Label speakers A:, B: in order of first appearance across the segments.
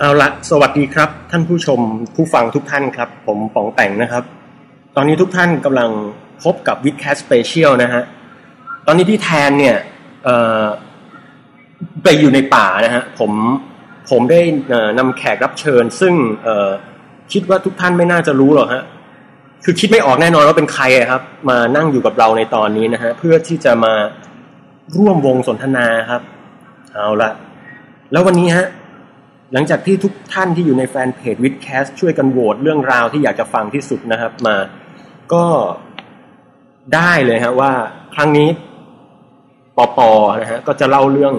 A: เอาละสวัสดีครับ ท่านผู้ชมผู้ฟังทุกท่านครับ ผมป๋องแป่งนะครับ ตอนนี้ทุกท่านกำลังพบกับวิดแคสสเปเชียลนะฮะ ตอนนี้ที่แทนเนี่ยเอ่อไปอยู่ในป่านะฮะผมผมได้เอ่อนำแขกรับเชิญ ซึ่งเอ่อคิดว่าทุกท่านไม่น่าจะรู้หรอกฮะ คือคิดไม่ออกแน่นอนว่าเป็นใครอะครับ มานั่งอยู่กับเราในตอนนี้นะฮะ เพื่อที่จะมาร่วมวงสนทนาครับ เอาละแล้ววันนี้ฮะ หลังจากที่ทุกท่านที่อยู่ในแฟนเพจวิดแคสช่วยกันโหวตเรื่องราวที่อยากจะฟังที่สุดนะครับ มาก็ได้เลยฮะว่าครั้งนี้ปอปอนะฮะก็จะเล่าเรื่อง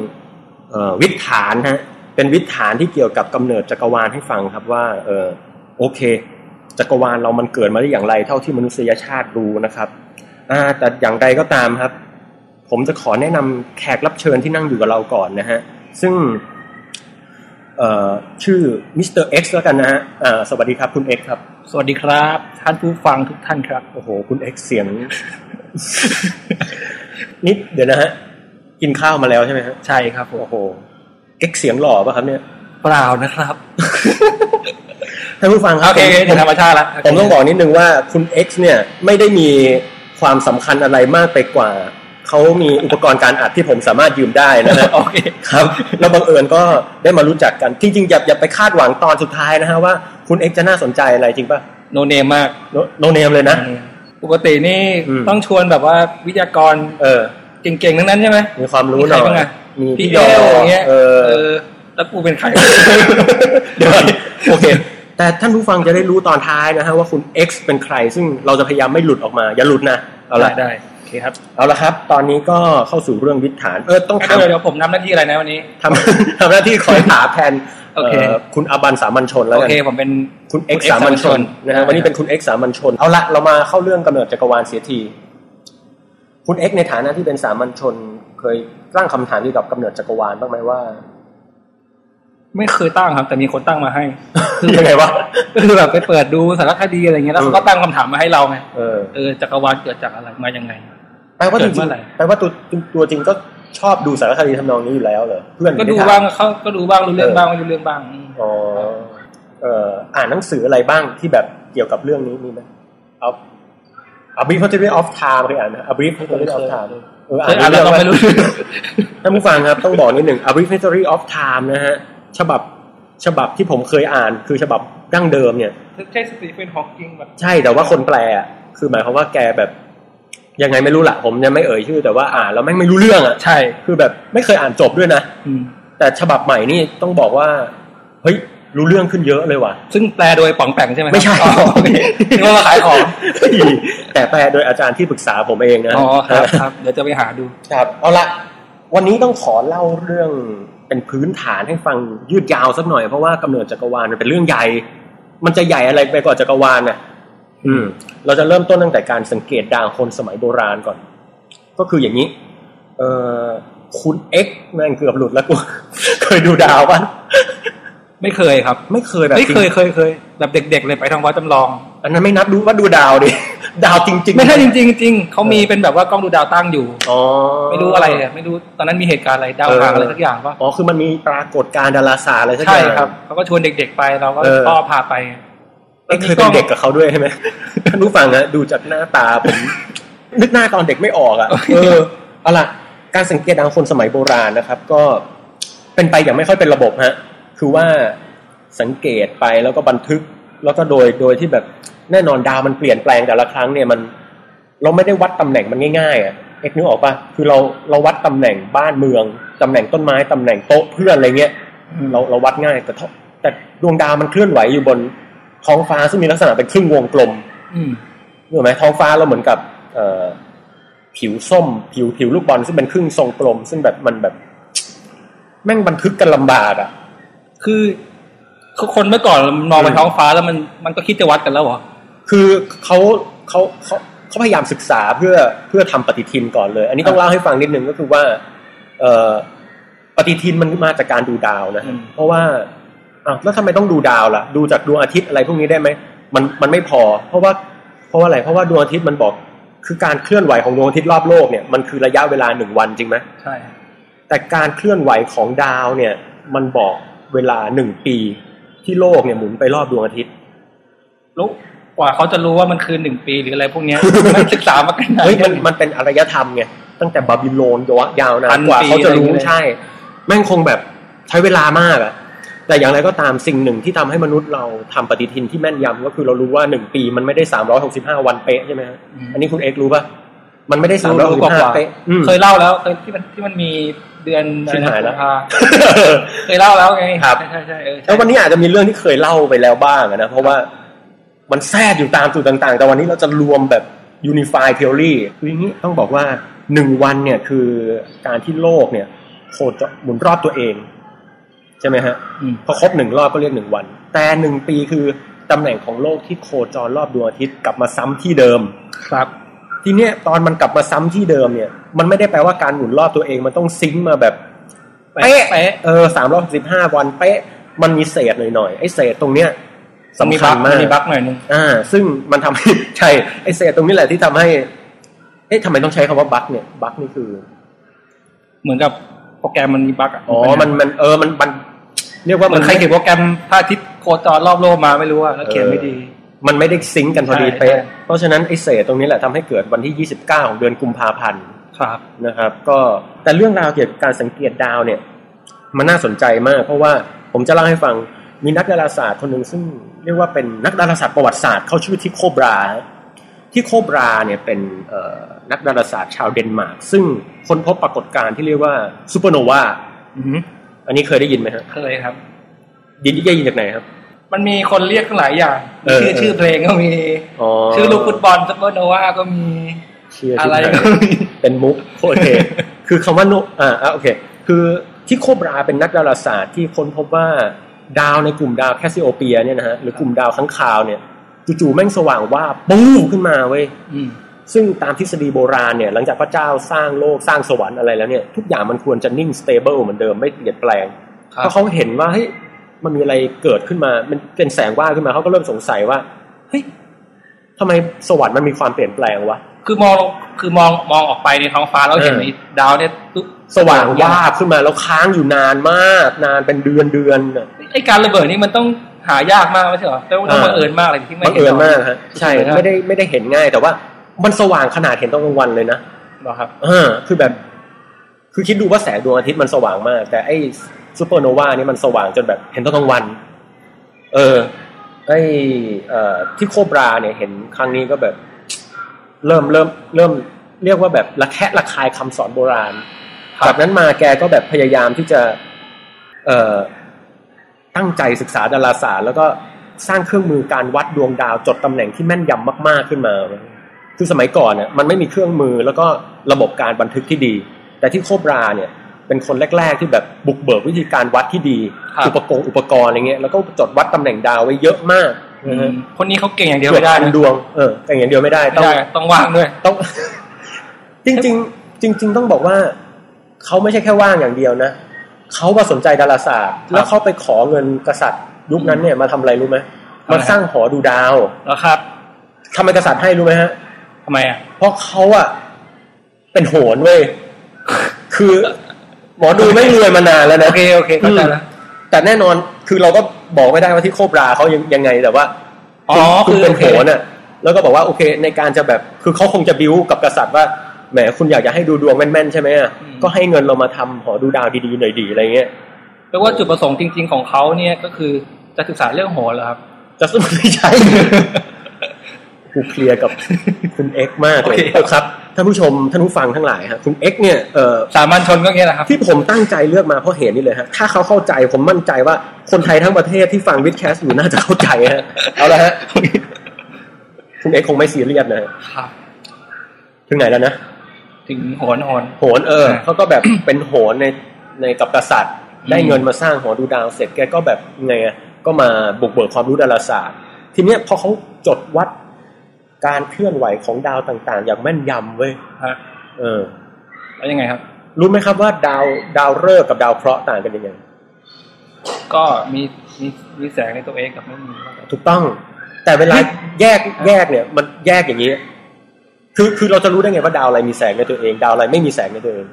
A: เออวิถฐานฮะเป็นวิถฐานที่เกี่ยวกับกำเนิดจักรวาลให้ฟังครับว่าเออโอเค จักรวาลเรามันเกิดมาได้อย่างไรเท่าที่มนุษยชาติรู้นะครับอ่าแต่อย่างไรก็ตามครับ ผมจะขอแนะนำแขกรับเชิญที่นั่งอยู่กับเราก่อนนะฮะซึ่ง เอ่อชื่อมิสเตอร์เอ็กซ์แล้วกันนะฮะเอ่อสวัสดีครับคุณเอ็กซ์ครับ
B: สวัสดีครับ ท่านผู้ฟังทุกท่านครับ
A: โอ้โห คุณเอ็กซ์เสียง นิดเดี๋ยวนะฮะ กินข้าวมาแล้วใช่ไหมฮะ
B: ใช่ครับผม
A: โอ้โห เอ็กซ์เสียงหล่อป่ะครับเนี่ย
B: เปล่านะครับ
A: ท่านผู้ฟังครับผม
B: เป็นธรรมชาติละ
A: ผมต้องบอกนิดนึงว่าคุณเอ็กซ์เนี่ย ไม่ได้มีความสำคัญอะไรมากไปกว่า เขามีอุปกรณ์การอัดที่ผมสามารถยืมได้นะฮะ
B: โอเค
A: ครับแล้วบังเอิญก็ได้มารู้จักกัน จริงๆอย่าอย่าไปคาดหวังตอนสุดท้ายนะฮะว่าคุณเอ็กซ์จะน่าสนใจอะไรจริงป่ะ
B: โนเนมมาก
A: โนเนมเลยนะ
B: ปกตินี่
A: อืม
B: ต้องชวนแบบว่าวิทยากร
A: เออ
B: เก่งๆทั้งนั้นใช่ไหม
A: มีความรู้หน่อย
B: มีใครบ้างอะ
A: มี
B: พี่
A: พี่
B: เอย
A: อ
B: ลอย่างเงี้ย
A: เออ
B: เออ แล้วกูเป็นใคร
A: เดี๋ยวก่อนโอเค แต่ท่านผู้ฟังจะได้รู้ตอนท้ายนะฮะว่าคุณ X เป็นใคร ซึ่งเราจะพยายามไม่หลุดออกมา อย่าหลุดนะ เอาละ
B: ได้โอเคครับ
A: เอาละครับ ตอนนี้ก็เข้าสู่เรื่องวิถฐาน เออ ต้อง
B: เดี๋ยว
A: ทำ
B: เดี๋ยวผมนำหน้าที่อะไรนะวันนี้
A: ทำท ำหน้าที่คอยถามแทน
B: โอเค
A: อ่อคุณอาบันสามัญชนแล้ว
B: โอ
A: กัน
B: เคผมเป็น
A: คุณ
B: คุณ
A: X
B: X
A: สามัญชน
B: สามัญชน
A: นะฮะวันนี้
B: ได้
A: เป็นคุณ X สามัญชน เอาละเรามาเข้าเรื่องกำเนิดจักรวาลเสียที คุณ X ในฐานะที่เป็นสามัญชน เคยตั้งคำถามเกี่ยวกับกำเนิดจักรวาลบ้างไหมว่า
B: ไม่เคยตั้งครับ แต่มีคนตั้งมาให้
A: ยังไงวะ
B: ก็คือแบบไปเปิดดูสารคดีอะไรเงี้ยแล้วเขาก็ตั้งคำถามมาให้เราไง
A: เออ
B: เออจักรวาลเกิดจากอะไรมายังไง
A: แปลว่าจริ
B: เกิดเมื่
A: ง
B: อไหร่
A: ๆแปลว่าตัวตัวจริงก็ชอบดูสารคดีทำนองนี้อยู่แล้วเหรอเพื่อน
B: ก็ดู
A: ไม่ไถม
B: บ้างเขาก็ดูบ้างรู้เรื่องบ้างไม่รู้เรื่องบ้างอืม
A: อ๋อเอ่ออ่านหนังสืออะไรบ้างที่แบบเกี่ยวกับเรื่องนี้มีไหมเอาเอา brief history of time เคยอ่านไหม a brief
B: เคย
A: history of time เออ
B: เค
A: อ่าย
B: อ่าน นแล้วเราไม่รู้เรื่อง
A: ท่านผู้ฟังครับ ต้องบอกนิดหนึ่ง a brief history of time นะฮะ ฉบับฉบับที่ผมเคยอ่านคือฉบับดั้งเดิมเนี่ย
B: ใช่สตีเฟนฮอว์กิงแบบ
A: ใช่แต่ว่าคนแปลอ่ะคือหมายความว่าแกแบบ ยังไงไม่รู้ละผมยังไม่เอ่ยชื่อ แต่ว่าอ่านแล้วแม่งไม่รู้เรื่องอ่ะ
B: ใช่
A: คือแบบไม่เคยอ่านจบด้วยนะ
B: อืม
A: แต่ฉบับใหม่นี่ต้องบอกว่า เฮ้ย รู้เรื่องขึ้นเยอะเลยว่ะ
B: ซึ่งแปลโดยป๋องแปงใช่ไหมครับ
A: ไม่ใช่
B: อ๋อโอเคนึกว่ามาขายของ
A: เฮ้ยแต่แปลโดยอาจารย์ที่ปรึกษาผมเองนะ
B: อ๋อครับครับเดี๋ยวจะไปหาดู
A: ครับ เอาละวันนี้ต้องขอเล่าเรื่องเป็นพื้นฐานให้ฟังยืดยาวสักหน่อยเพราะว่ากำเนิดจักรวาลมันเป็นเรื่องใหญ่ มันจะใหญ่อะไรไปกว่าจักรวาลนะอืม เราจะเริ่มต้นตั้งแต่การสังเกตดาวคนสมัยโบราณก่อน ก็คืออย่างนี้ เออคุณเอ็กแม่งเกือบหลุดแล้วกู เคยดูดาวป่ะ
B: ไม่เคยครับ
A: ไม่เคยแบบ
B: ไม่เคยเคยเคยแบบเด็ก ๆ เลยไปทางวัดจำลอง
A: อันนั้นไม่นับดูว่าดูดาวดิ ดาวจริงๆ
B: ไม่ใช่จริงๆจริงเขามีเป็นแบบว่ากล้องดูดาวตั้งอยู่
A: อ๋อ
B: ไม่รู้อะไรอะไม่รู้ตอนนั้นมีเหตุการณ์อะไรดาว
A: เออ
B: หางอะไรสักอย่างปะ
A: อ๋อคือมันมีปรากฏการณ์ดาราศาสตร์อะไรสักอ
B: ใช่
A: ย่าง
B: ครับเขาก็ชวนเด็ก ๆ ไปเราก็
A: เออ
B: พ่อพาไป
A: เอ้ยเคยเป็นเด็กกับเขาด้วยใช่ไหม ท่านผู้ฟังนะดูจากหน้าตาผม นึกหน้าตอนเด็กไม่ออกอ่ะ เออเอาล่ะ การสังเกตดาวคนสมัยโบราณนะครับ ก็เป็นไปอย่างไม่ค่อยเป็นระบบฮะ คือว่าสังเกตไปแล้วก็บันทึก แล้วก็โดยโดยที่แบบแน่นอนดาวมันเปลี่ยนแปลงแต่ละครั้งเนี่ยมัน เราไม่ได้วัดตำแหน่งมันง่ายๆอ่ะเอ็กนึกออกปะคือเราเราวัดตำแหน่งบ้านเมืองตำแหน่งต้นไม้ตำแหน่งโต๊ะเพื่อนอะไรเงี้ย เราเราวัดง่ายแต่ท้อแต่ดวงดาวมันเคลื่อนไหวอยู่บนท้องฟ้าซึ่งมีลักษณะเป็นครึ่งวงกลม
B: อืม
A: เห็นไหมท้องฟ้าเราเหมือนกับเอ่อผิวส้ม ผิวผิวลูกบอลซึ่งเป็นครึ่งทรงกลม ซึ่งแบบมันแบบ แม่งบันทึกกันลำบากอ่ะ
B: คือคือคนเมื่อก่อนมันมองไป
A: อืม
B: ท้องฟ้าแล้วมันมันก็คิดจะวัดกันแล้วเหรอ
A: คือเขาเขาเขาเขาพยายามศึกษาเพื่อเพื่อทำปฏิทินก่อนเลย อันนี้ต้องเล่าให้ฟังนิดนึงก็คือว่า เอ่อปฏิทินมันมาจากการดูดาวนะ
B: อืม
A: เพราะว่าอ้าวแล้วทำไมต้องดูดาวล่ะ ดูจากดวงอาทิตย์อะไรพวกนี้ได้ไหมมันมันไม่พอ เพราะว่าเพราะว่าอะไรเพราะว่าดวงอาทิตย์มันบอก คือการเคลื่อนไหวของดวงอาทิตย์รอบโลกเนี่ยมันคือระยะเวลาหนึ่งวันจริงไหม
B: ใช่
A: แต่การเคลื่อนไหวของดาวเนี่ย มันบอกเวลาหนึ่งปี ที่โลกเนี่ยหมุนไปรอบดวงอาทิตย์
B: รู้กว่าเขาจะรู้ว่ามันคือหนึ่งปีหรืออะไรพวก เนี้ย มันศึกษามากันนาน
A: เฮ้ยมันมันเป็นอารยธรรมไงตั้งแต่บาบิโลนยาวยาวนา
B: พั
A: น
B: น
A: กว่า
B: ปี
A: เขาจะรู้
B: อะไรอย่างเงี้ย
A: ใช่ แม่งคงแบบใช้เวลามากอะแต่อย่างไรก็ตามสิ่งหนึ่งที่ทำให้มนุษย์เราทำปฏิทินที่แม่นยำก็คือเรารู้ว่าหนึ่งปีมันไม่ได้สามร้อยหกสิบห้าวันเป๊ะใช่ไหมฮะ
B: อืม
A: อันนี้คุณเอกรู้ป่ะมันไม่ได้สามร้อยห
B: รู้
A: ก
B: ก
A: สิบห้า
B: ว่า
A: เป๊ะอืม
B: เคยเล่าแล้วเคยที่มันที่มันมีเดือน
A: ชิบหายแล้ว
B: อะไรนะกุมภเคยเล่าแล้วไง
A: ครับ
B: ใช่ใช่ใช่เออใช่
A: แล้ววันนี้อาจจะมีเรื่องที่เคยเล่าไปแล้วบ้างอะนะ เพราะว่ามันแทรกอยู่ตามจุดต่างๆ แต่วันนี้เราจะรวมแบบยูนิฟายเทอรี่คืออย่างนี้ต้องบอกว่าหนึ่งวันเนี่ยคือการที่โลกเนี่ยโคจรหมุนรอบตัวเอง ใช่ไหมฮะ
B: อืม
A: พอครบหนึ่งรอบก็เรียกหนึ่งวัน แต่หนึ่งปีคือตำแหน่งของโลกที่โคจรรอบดวงอาทิตย์กลับมาซ้ำที่เดิม
B: ครับ
A: ทีเนี้ยตอนมันกลับมาซ้ำที่เดิมเนี่ย มันไม่ได้แปลว่าการหมุนรอบตัวเองมันต้องซิงค์มาแบบ
B: เป๊ะ
A: เป๊ะเออสามร้อยสิบห้าวันเป๊ะมันมีเศษหน่อยๆไอ้เศษตรงเนี้ยสำคัญมาก
B: มีบั๊กหน่อยนึง
A: อ่า ซึ่งมันทำให้ ใช่ไอ้เศษตรงนี้แหละที่ทำให้เอ๊ะทำไมต้องใช้คำว่าบั๊กเนี่ยบั๊กนี่คือ
B: เหมือนกับโปรแกรมมันมีบั๊กอ่ะ
A: อ๋อมันมันเออมันมัน เรียกว่า
B: เหมื
A: มั
B: อน นใครเขียนโปรแกรมพระอาทิตย์โคจรรอบโลกมาไม่รู้อ่ะแล้วเขียนไม่ดี
A: มันไม่ได้ซิงค์กันพอดี
B: ใช่
A: เป๊ะ
B: ใช่
A: เพราะฉะนั้นไอ้เศษตรงนี้แหละทำให้เกิดวันที่ 29 ของเดือนกุมภาพันธ์
B: ครับ
A: นะครับก็แต่เรื่องราวเกี่ยวกับการสังเกตดาวเนี่ยมันน่าสนใจมาก เพราะว่าผมจะเล่าให้ฟังมีนักดาราศาสตร์คนหนึ่งซึ่งเรียกว่าเป็นนักดาราศาสตร์ประวัติศาสตร์เขาชื่อที่โคบราที่โคบราเนี่ยเป็นเอ่อนักดาราศาสตร์ชาวเดนมาร์กซึ่งค้นพบปรากฏการณ์ที่เรียกว่าซูเปอร์โนวา
B: อือหือ
A: อันนี้เคยได้ยินไหมฮะ
B: เคยครับ
A: ยินได้ยินจากไหนครับ
B: มันมีคนเรียกหลายอย่าง
A: เออ
B: ชื่อ
A: เออ
B: ชื่อเพลงก็มี
A: อ๋อ
B: ชื่อลูกฟุตบอลซัปเปอร์โนวาก็มี
A: เชียร์
B: อะ
A: ที่
B: ไร
A: ไหน
B: ก็มี
A: เป็นมุกโอเค คือคำว่าโนอ่าอ่ะโอเค คือที่โคบราเป็นนักดาราศาสตร์ที่ค้นพบว่าดาวในกลุ่มดาวแคสซิโอเปียเนี่ยนะฮะหรือกลุ่มดาวข้างคาวเนี่ยจู่ๆแม่งสว่างว่าบปูมขึ้นมาเว้ย
B: อืม
A: ซึ่งตามทฤษฎีโบราณเนี่ยหลังจากพระเจ้าสร้างโลกสร้างสวรรค์อะไรแล้วเนี่ยทุกอย่างมันควรจะนิ่งสเตเบิลเหมือนเดิมไม่เปลี่ยนแปลง
B: ครับ
A: เพราะเขาเห็นว่าเฮ้ยมันมีอะไรเกิดขึ้นมามันเป็นแสงว่าขึ้นมาเขาก็เริ่มสงสัยว่าเฮ้ยทำไมสวรรค์มันมีความเปลี่ยนแปลงวะ
B: คือมองคือมองมองออกไปในท้องฟ้าแล้วเห็น
A: เออ
B: ไอ้ดาวเนี่ยปุ๊บ
A: สว่างวาบขึ้นมาแล้วค้างอยู่นานมาก นานเป็นเดือนเดือนน่ะ
B: ไอ้การระเบิดนี่มันต้องหายากมากไม่ใช่เหรอต้องต้อง
A: เออ
B: บังเอิญมากเลยที่ไม่
A: บังเอิญมากฮะใช่
B: เห็นหร
A: ไม่ได้ไม่ได้เห็นง่าย แต่ว่ามันสว่างขนาดเห็นตอนกลางวันเลยนะ
B: เหรอครับ
A: อ่าคือแบบ คือคิดดูว่าแสงดวงอาทิตย์มันสว่างมาก แต่ไอ้ซูเปอร์โนวานี่มันสว่างจนแบบเห็นตอนกลางวัน เออไอ้เอ่อที่โคบราเนี่ยเห็นครั้งนี้ก็แบบ เริ่มเริ่มเริ่มเรียกว่าแบบระแคะระคายคำสอนโบราณ
B: ครับ
A: จากนั้นมาแกก็แบบพยายามที่จะ เอ่อตั้งใจศึกษาดาราศาสตร์ แล้วก็สร้างเครื่องมือการวัดดวงดาวจดตำแหน่งที่แม่นยำมาก ๆขึ้นมา คือสมัยก่อนเนี่ยมันไม่มีเครื่องมือแล้วก็ระบบการบันทึกที่ดี แต่ที่โคบราเนี่ย เป็นคนแรก ๆ ที่แบบบุกเบิกวิธีการวัดที่ดี
B: ครับ
A: อุปกรณ์อุปกรณ์อะไรเงี้ยแล้วก็จดวัดตำแหน่งดาวไว้เยอะมากนะฮะ
B: คนนี้เขาเก่งอย่างเดียว
A: เพื่อ
B: ไม่ได้
A: การ
B: นะ
A: ดวงเออแต่อย่างเดียวไม่ได้
B: ไม่
A: ต้อง
B: ได้ต้องว่างด้วย
A: ต้อง จริงๆ จริง ๆ ต้องบอกว่า เขาไม่ใช่แค่ว่างอย่างเดียวนะเขาว่าสนใจดาราศาสตร์
B: ครับ
A: แล้วเขาไปขอเงินกษัตริย์ ยุคนั้นเนี่ยมาทำอะไรรู้ไหม
B: ทำอะไร
A: มาสร้างหอดูดาว
B: แล้วครับ
A: ทำไมกษัตริย์ให้รู้ไหมฮะ
B: ทำไมอ่ะ
A: เพราะเขาอะเป็นโหนเว้ยคือหมอดูไม่รวยมานานแล้วนะ
B: โอเคโอเคเข้าใจแล้ว
A: แต่แน่นอนคือเราก็บอกไม่ได้ว่าที่โคบราเขายังยังไงแต่ว่า
B: อ๋อ
A: คุณ
B: คือ
A: เป็นโห
B: โอเค
A: นน่ะ แล้วก็บอกว่าโอเค ในการจะแบบคือเขาคงจะบิ้วกับกษัตริย์ว่าแหมคุณอยากจะให้ดูดวงแม่นๆใช่ไหมอ่ะก็ให้เงินเรามาทำหอดูดาวดีๆหน่อยดีอะไรเงี้ย
B: แปลว่าจุดประสงค์จริง ๆ ของเขาเนี่ยก็คือจะศึกษาเรื่องโหราเหรอครับ
A: จะสมัยใช้กูเคลียร์กับคุณเอ็กซ์มากเลย
B: โอเคครับ
A: ครับท่านผู้ชมท่านผู้ฟังทั้งหลายฮะคุณเอ็กซ์เนี่ยเอ่อ
B: สามัญชนก็เงี้ยแหละครับ
A: ที่ผมตั้งใจเลือกมาเพราะเหตุนี้เลยฮะ ถ้าเขาเข้าใจผมมั่นใจว่าคนไทยทั้งประเทศที่ฟังวิดแคสต์อยู่น่าจะเข้าใจฮะ เอาละฮะ คุณเอกคงไม่ซีเรียสนะฮะ
B: ครับ
A: ถึงไหนแล้วนะ
B: ถึงโหนโหน
A: โหนเออ
B: อ่า
A: เขาก็แบบ เป็นโหนในในกับกษัตริย์
B: อืม
A: ได้เงินมาสร้างหอดูดาวเสร็จแกก็แบบไงอะก็มาบุกเบิกความรู้ดาราศาสตร์ ทีเนี้ยพอเขาจดวัดการเคลื่อนไหวของดาวต่างๆ อย่างแม่นยำเว้ย
B: ฮะ
A: เออ
B: แล้วยังไงครับ
A: รู้ไหมครับว่าดาวดาวฤกษ์กับดาวเคราะห์ต่างกันยังไง
B: ก็มีมีมีแสงในตัวเองกับไม่มี
A: ถูกต้อง แต่เวลา
B: เฮ้ย
A: แยกแยกเนี่ย มันแยกอย่างนี้ คือคือเราจะรู้ได้ไงว่าดาวอะไรมีแสงในตัวเอง ดาวอะไรไม่มีแสงในตัวเอง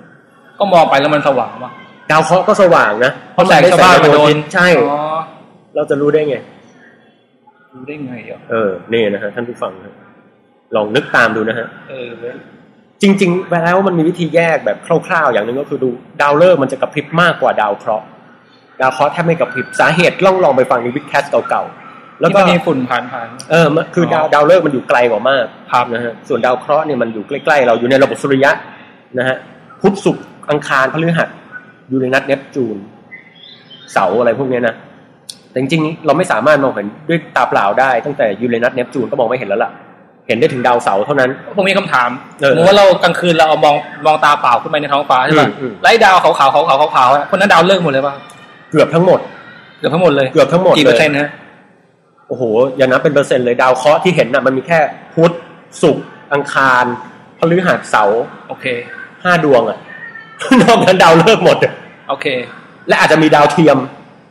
B: ก็มองไปแล้วมันสว่างว่ะ
A: ดาวเคราะห์ก็สว่างนะ
B: เพราะแสงชาวบ้านมาโดน
A: ใช่
B: อ๋อ
A: เราจะรู้ได้ไง
B: รู้ได้ไงอ่ะ
A: เออนี่นะฮะท่านผู้ฟังฮะลองนึกตามดูนะฮะ
B: เออเว้ย
A: จริงๆแล้วมันมีวิธีแยกแบบคร่าวๆ อย่างหนึ่งก็คือดูดาวฤกษ์มันจะกระพริบมากกว่าดาวเคราะห์ดาวเคราะห์แทบไม่กระพริบสาเหตุล่องลองไปฟังในวิดแคสเก่าๆแล้ว
B: ที่
A: ก็
B: มันมีฝุ่นผ่านผ่าน
A: เออมันคือดาว
B: อ๋อ
A: ดาวฤกษ์มันอยู่ไกลกว่ามาก
B: ๆครับ
A: นะฮะส่วนดาวเคราะห์เนี่ยมันอยู่ใกล้ๆ เราอยู่ในระบบสุริยะนะฮะพุธศุกร์อังคารพฤหัสอยู่ในนัสเนปจูน เสาร์อะไรพวกเนี้ยนะแต่จริงๆ เราไม่สามารถมองเห็นด้วยตาเปล่าได้ตั้งแต่ยูเรนัสเนปจูนก็มองไม่เห็นแล้วล่ะเห็นได้ถึงดาวเสาร์เท่านั้น
B: ผมมีคำถาม
A: เออ
B: สมมติว่าเรากลางคืนเราเอามองมองตาเปล่าขึ้นไปในท้องฟ้าใช่ป่ะ
A: อืมอืม
B: ไล่ดาวขาวๆขาวขาวขาวๆอะคนนั้นดาวเลิกหมดเลยป่ะ
A: เกือบทั้งหมด
B: เกือบทั้งหมดเลย
A: เกือบทั้งหมด
B: กี่
A: เล
B: เปอร์เซ็
A: ย
B: นต์ฮะ
A: โอ้โห อย่านับเป็นเปอร์เซ็นต์เลยดาวเคราะห์ที่เห็นน่ะมันมีแค่พุธศุกร์อังคารพฤหัสเสาร์
B: โอเค
A: ห้าดวงอะ นอกนั้นดาวเลิกหมดอะ
B: โอเค
A: และอาจจะมีดาวเทียม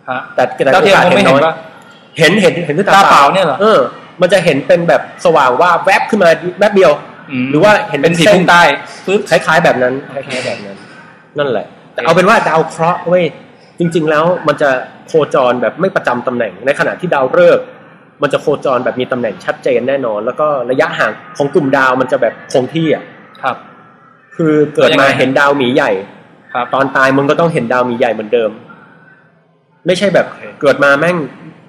B: ฮะ
A: แต่แต่
B: ดาวเทียม
A: โอกส
B: คงไม่เห็น
A: อย
B: ป่ะ
A: เห็นเห็นเห็นด้วยตา
B: ตาเปล่าเนี่ยเหรอ
A: เออ มันจะเห็นเป็นแบบสว่างว่าบแวบขึ้นมาแวบเดียว
B: ม
A: หรือว่าเห็นเป็
B: เป็น นสี
A: เส้น
B: พุ่งใต้ปึ๊บ
A: คล้ายๆแบบนั้นค
B: โอเค
A: ล้ายๆแบบนั้น นั่นแหละ แต่
B: โอเค
A: เอาเป็นว่าดาวเคราะห์เว้ยจริง ๆ แล้วมันจะโคจรแบบไม่ประจำตำแหน่ง ในขณะที่ดาวฤกษ์มันจะโคจรแบบมีตำแหน่งชัดเจนแน่นอน แล้วก็ระยะห่างของกลุ่มดาวมันจะแบบคงที่อ่ะ
B: ครับ
A: คือเกิดมา
B: แล้วยังไง
A: เห็นดาวหมีใหญ่
B: ครับ
A: ตอนตายมึงก็ต้องเห็นดาวหมีใหญ่เหมือนเดิม ไม่ใช่แบบ
B: โอเค
A: เกิดมาแม่ง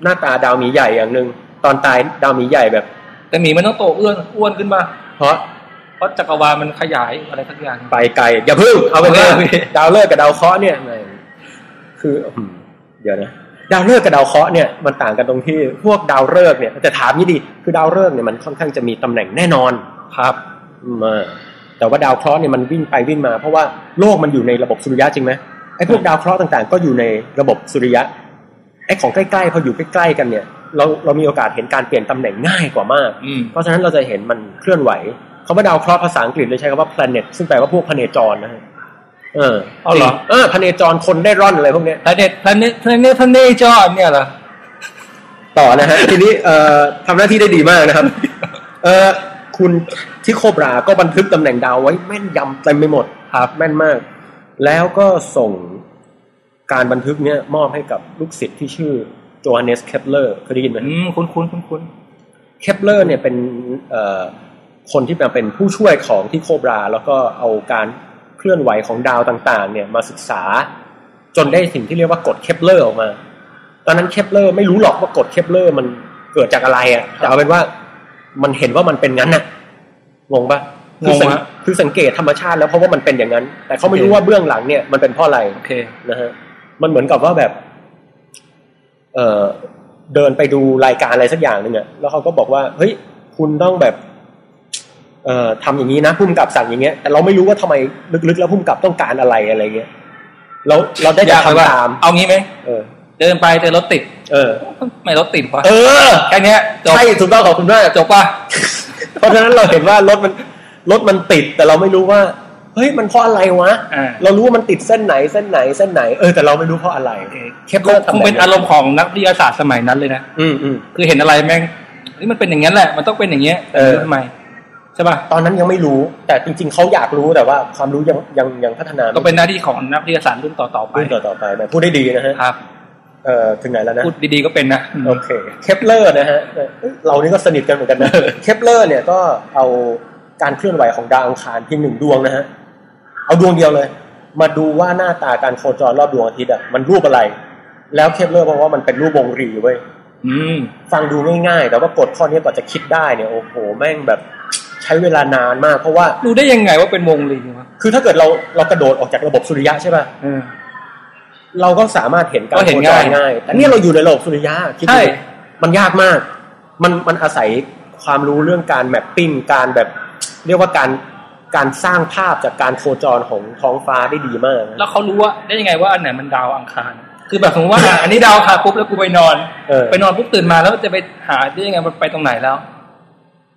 A: หน้าตาดาวหมีใหญ่อย่างหนึ่งตอนตายดาวหมีใหญ่แบบ
B: แต่หมีมันต้องโตอ้วนอ้วนขึ้นมา
A: เพราะ
B: เพราะจักรวาลมันขยายอะไรทักอย่าง
A: ไปไกลอย่าพึ่งเอาเป็นว่า
B: โอเค
A: ดาวเลิกษ์กับดาวเคราะห์เนี่ยคืออืมเดี๋ยวนะดาวเลิกษ์กับดาวเคราะห์เนี่ยมันต่างกันตรงที่พวกดาวเลิกษ์เนี่ยแต่ถามนี่ดีคือดาวเลิกษ์เนี่ยมันค่อนข้างจะมีตำแหน่งแน่นอน
B: ครับ
A: อืมเออแต่ว่าดาวเคราะห์เนี่ยมันวิ่งไปวิ่งมา เพราะว่าโลกมันอยู่ในระบบสุริยะจริงไหมไอ้พวกดาวเคราะห์ต่างๆ ก็อยู่ในระบบสุริยะไอ้ของใกล้ๆพออยู่ใกล้ๆกันเนี่ย เราเรามีโอกาสเห็นการเปลี่ยนตำแหน่งง่ายกว่ามาก
B: อืม
A: เพราะฉะนั้นเราจะเห็นมันเคลื่อนไหวคำว่าดาวเคราะห์ภาษาอังกฤษเลยใช้คำว่า planet ซึ่งแปลว่าพวกพเนจรนะฮะเออ
B: เอาเหรอ
A: เออพเนจรคนได้ร่อนอะไรพวกเนี้ย
B: พระเนตพระเนตพระเนตพระเนจรเนี่ยเหรอ
A: ต่อนะฮะ ทีนี้เอ่อทำหน้าที่ได้ดีมากนะครับ เอ่อคุณที่โคบราก็บันทึกตำแหน่งดาวไว้แม่นยำเต็มไปหมดครับแม่นมาก แล้วก็ส่งการบันทึกเนี้ยมอบให้กับลูกศิษย์ที่ชื่อโจฮันเนสเคปเลอร์เคยได้ยินไหม
B: อืมคุ้นคุ้นคุ้นคุ้น
A: เคปเลอร์เนี่ยเป็นเอ่อคนที่มาเป็นผู้ช่วยของที่โคบรา แล้วก็เอาการเคลื่อนไหวของดาวต่างๆ เนี่ยมาศึกษา จนได้สิ่งที่เรียกว่ากฎเคปเลอร์ออกมา ตอนนั้นเคปเลอร์ไม่รู้หรอกว่ากฎเคปเลอร์มันเกิดจากอะไรอะ่ะแต่เอาเป็นว่ามันเห็นว่ามันเป็นงั้นน่ะงงปะคือง
B: ง
A: สัง
B: ฮะ
A: คือสังเกตธรรมชาติแล้วเพราะว่ามันเป็นอย่างนั้น แต่เขาไม่รู้
B: โอเค
A: ว่าเบื้องหลังเนี่ยมันเป็นเพราะอะไร
B: โอเค
A: นะฮะมันเหมือนกับว่าแบบ เออเดินไปดูรายการอะไรสักอย่างหนึ่งอะแล้วเขาก็บอกว่า เฮ้ย คุณต้องแบบ เอ่อทำอย่างนี้นะพุ่มกับสั่งอย่างเงี้ยแต่เราไม่รู้ว่าทำไมลึกๆ แล้วพุ่มกับต้องการอะไรอะไรเงี้ยเราเราได้แต่
B: ยากเลยว่า
A: ทำตาม
B: เอางี้ไหม
A: เออ
B: เดินไปเจอรถติด
A: เออ
B: ไม่รถติดวะ
A: เออ
B: แค่เนี้ยจบ
A: ใช่ถูกต้องขอบคุณมาก
B: จบป่ะ
A: เพราะฉะนั้นเราเห็นว่ารถมันรถมันติด แต่เราไม่รู้ว่า เฮ้ยมันเพราะอะไรวะ
B: อ่า
A: เรารู้ว่ามันติดเส้นไหนเส้นไหนเส้นไหนเออแต่เราไม่รู้เพราะอะไรเคปเลอร์ทำ
B: คง
A: แบบ
B: เป็น
A: นี้
B: อารมณ์ของนักวิทยาศาสตร์สมัยนั้นเลยนะ
A: อืมอืม
B: คือเห็นอะไรแม่งนี่มันเป็นอย่างนั้นแหละ มันต้องเป็นอย่างเงี้ย
A: เออ
B: ทำไมใช่ป่ะ
A: ตอนนั้นยังไม่รู้ แต่จริง ๆ เขาอยากรู้แต่ว่าความรู้ยังยังยังพัฒนา
B: ก็เป็นหน้าที่ของนักวิทยาศาสตร์รุ่นต่อๆไป
A: รุ่นต่อต่อๆไปนะพูดได้ดีนะฮะ
B: ครับ
A: เอ่อถึงไหนแล้วนะ
B: พูดดีๆก็เป็นนะ
A: โอเคเคปเลอร์นะฮะเอ่อเรานี่ก็สนิทกันเหมือนกัน นะเคปเลอร์เนี่ยก็เอาการเคลื่อนไหวของดาวอังคารเพียงหนึ่งดวงนะฮะเอาดวงเดียวเลย มาดูว่าหน้าตาการโคจรรอบดวงอาทิตย์อะมันรูปอะไร แล้วเคปเลอร์บอกว่ามันเป็นรูปวงรีเว้ย
B: อืม
A: ฟังดูง่ายๆ แต่ว่ากฎข้อนี้กว่าจะคิดได้เนี่ยโอ้โหแม่งแบบใช้เวลานานมากเพราะว่า
B: รู้ได้ยังไงว่าเป็นวงลีวะ
A: คือถ้าเกิดเราเรากระโดดออกจากระบบสุริยะใช่ป่ะ
B: เออ
A: เราก็สามารถเห็นการ
B: ก็เห็น
A: โคจร
B: ง่าย
A: ง่าย แต่เนี่ยเราอยู่ในระบบสุริยะคิด
B: ใช่
A: ดูมันยากมาก มันมันอาศัยความรู้เรื่องการแมปปิ้ง การแบบ เรียกว่าการการสร้างภาพจากการโคจรของท้องฟ้าได้ดีมากนะ
B: แล้วเขารู้ว่าได้ยังไงว่าอันไหนมันดาวอังคาร คือแบบสมมติว่าอ่ะ อันนี้ดาวอังคารปุ๊บแล้วกูไปนอน
A: เออ
B: ไปนอนปุ๊บตื่นมาแล้วจะไปหาได้ยังไงมันไปตรงไหนแล้ว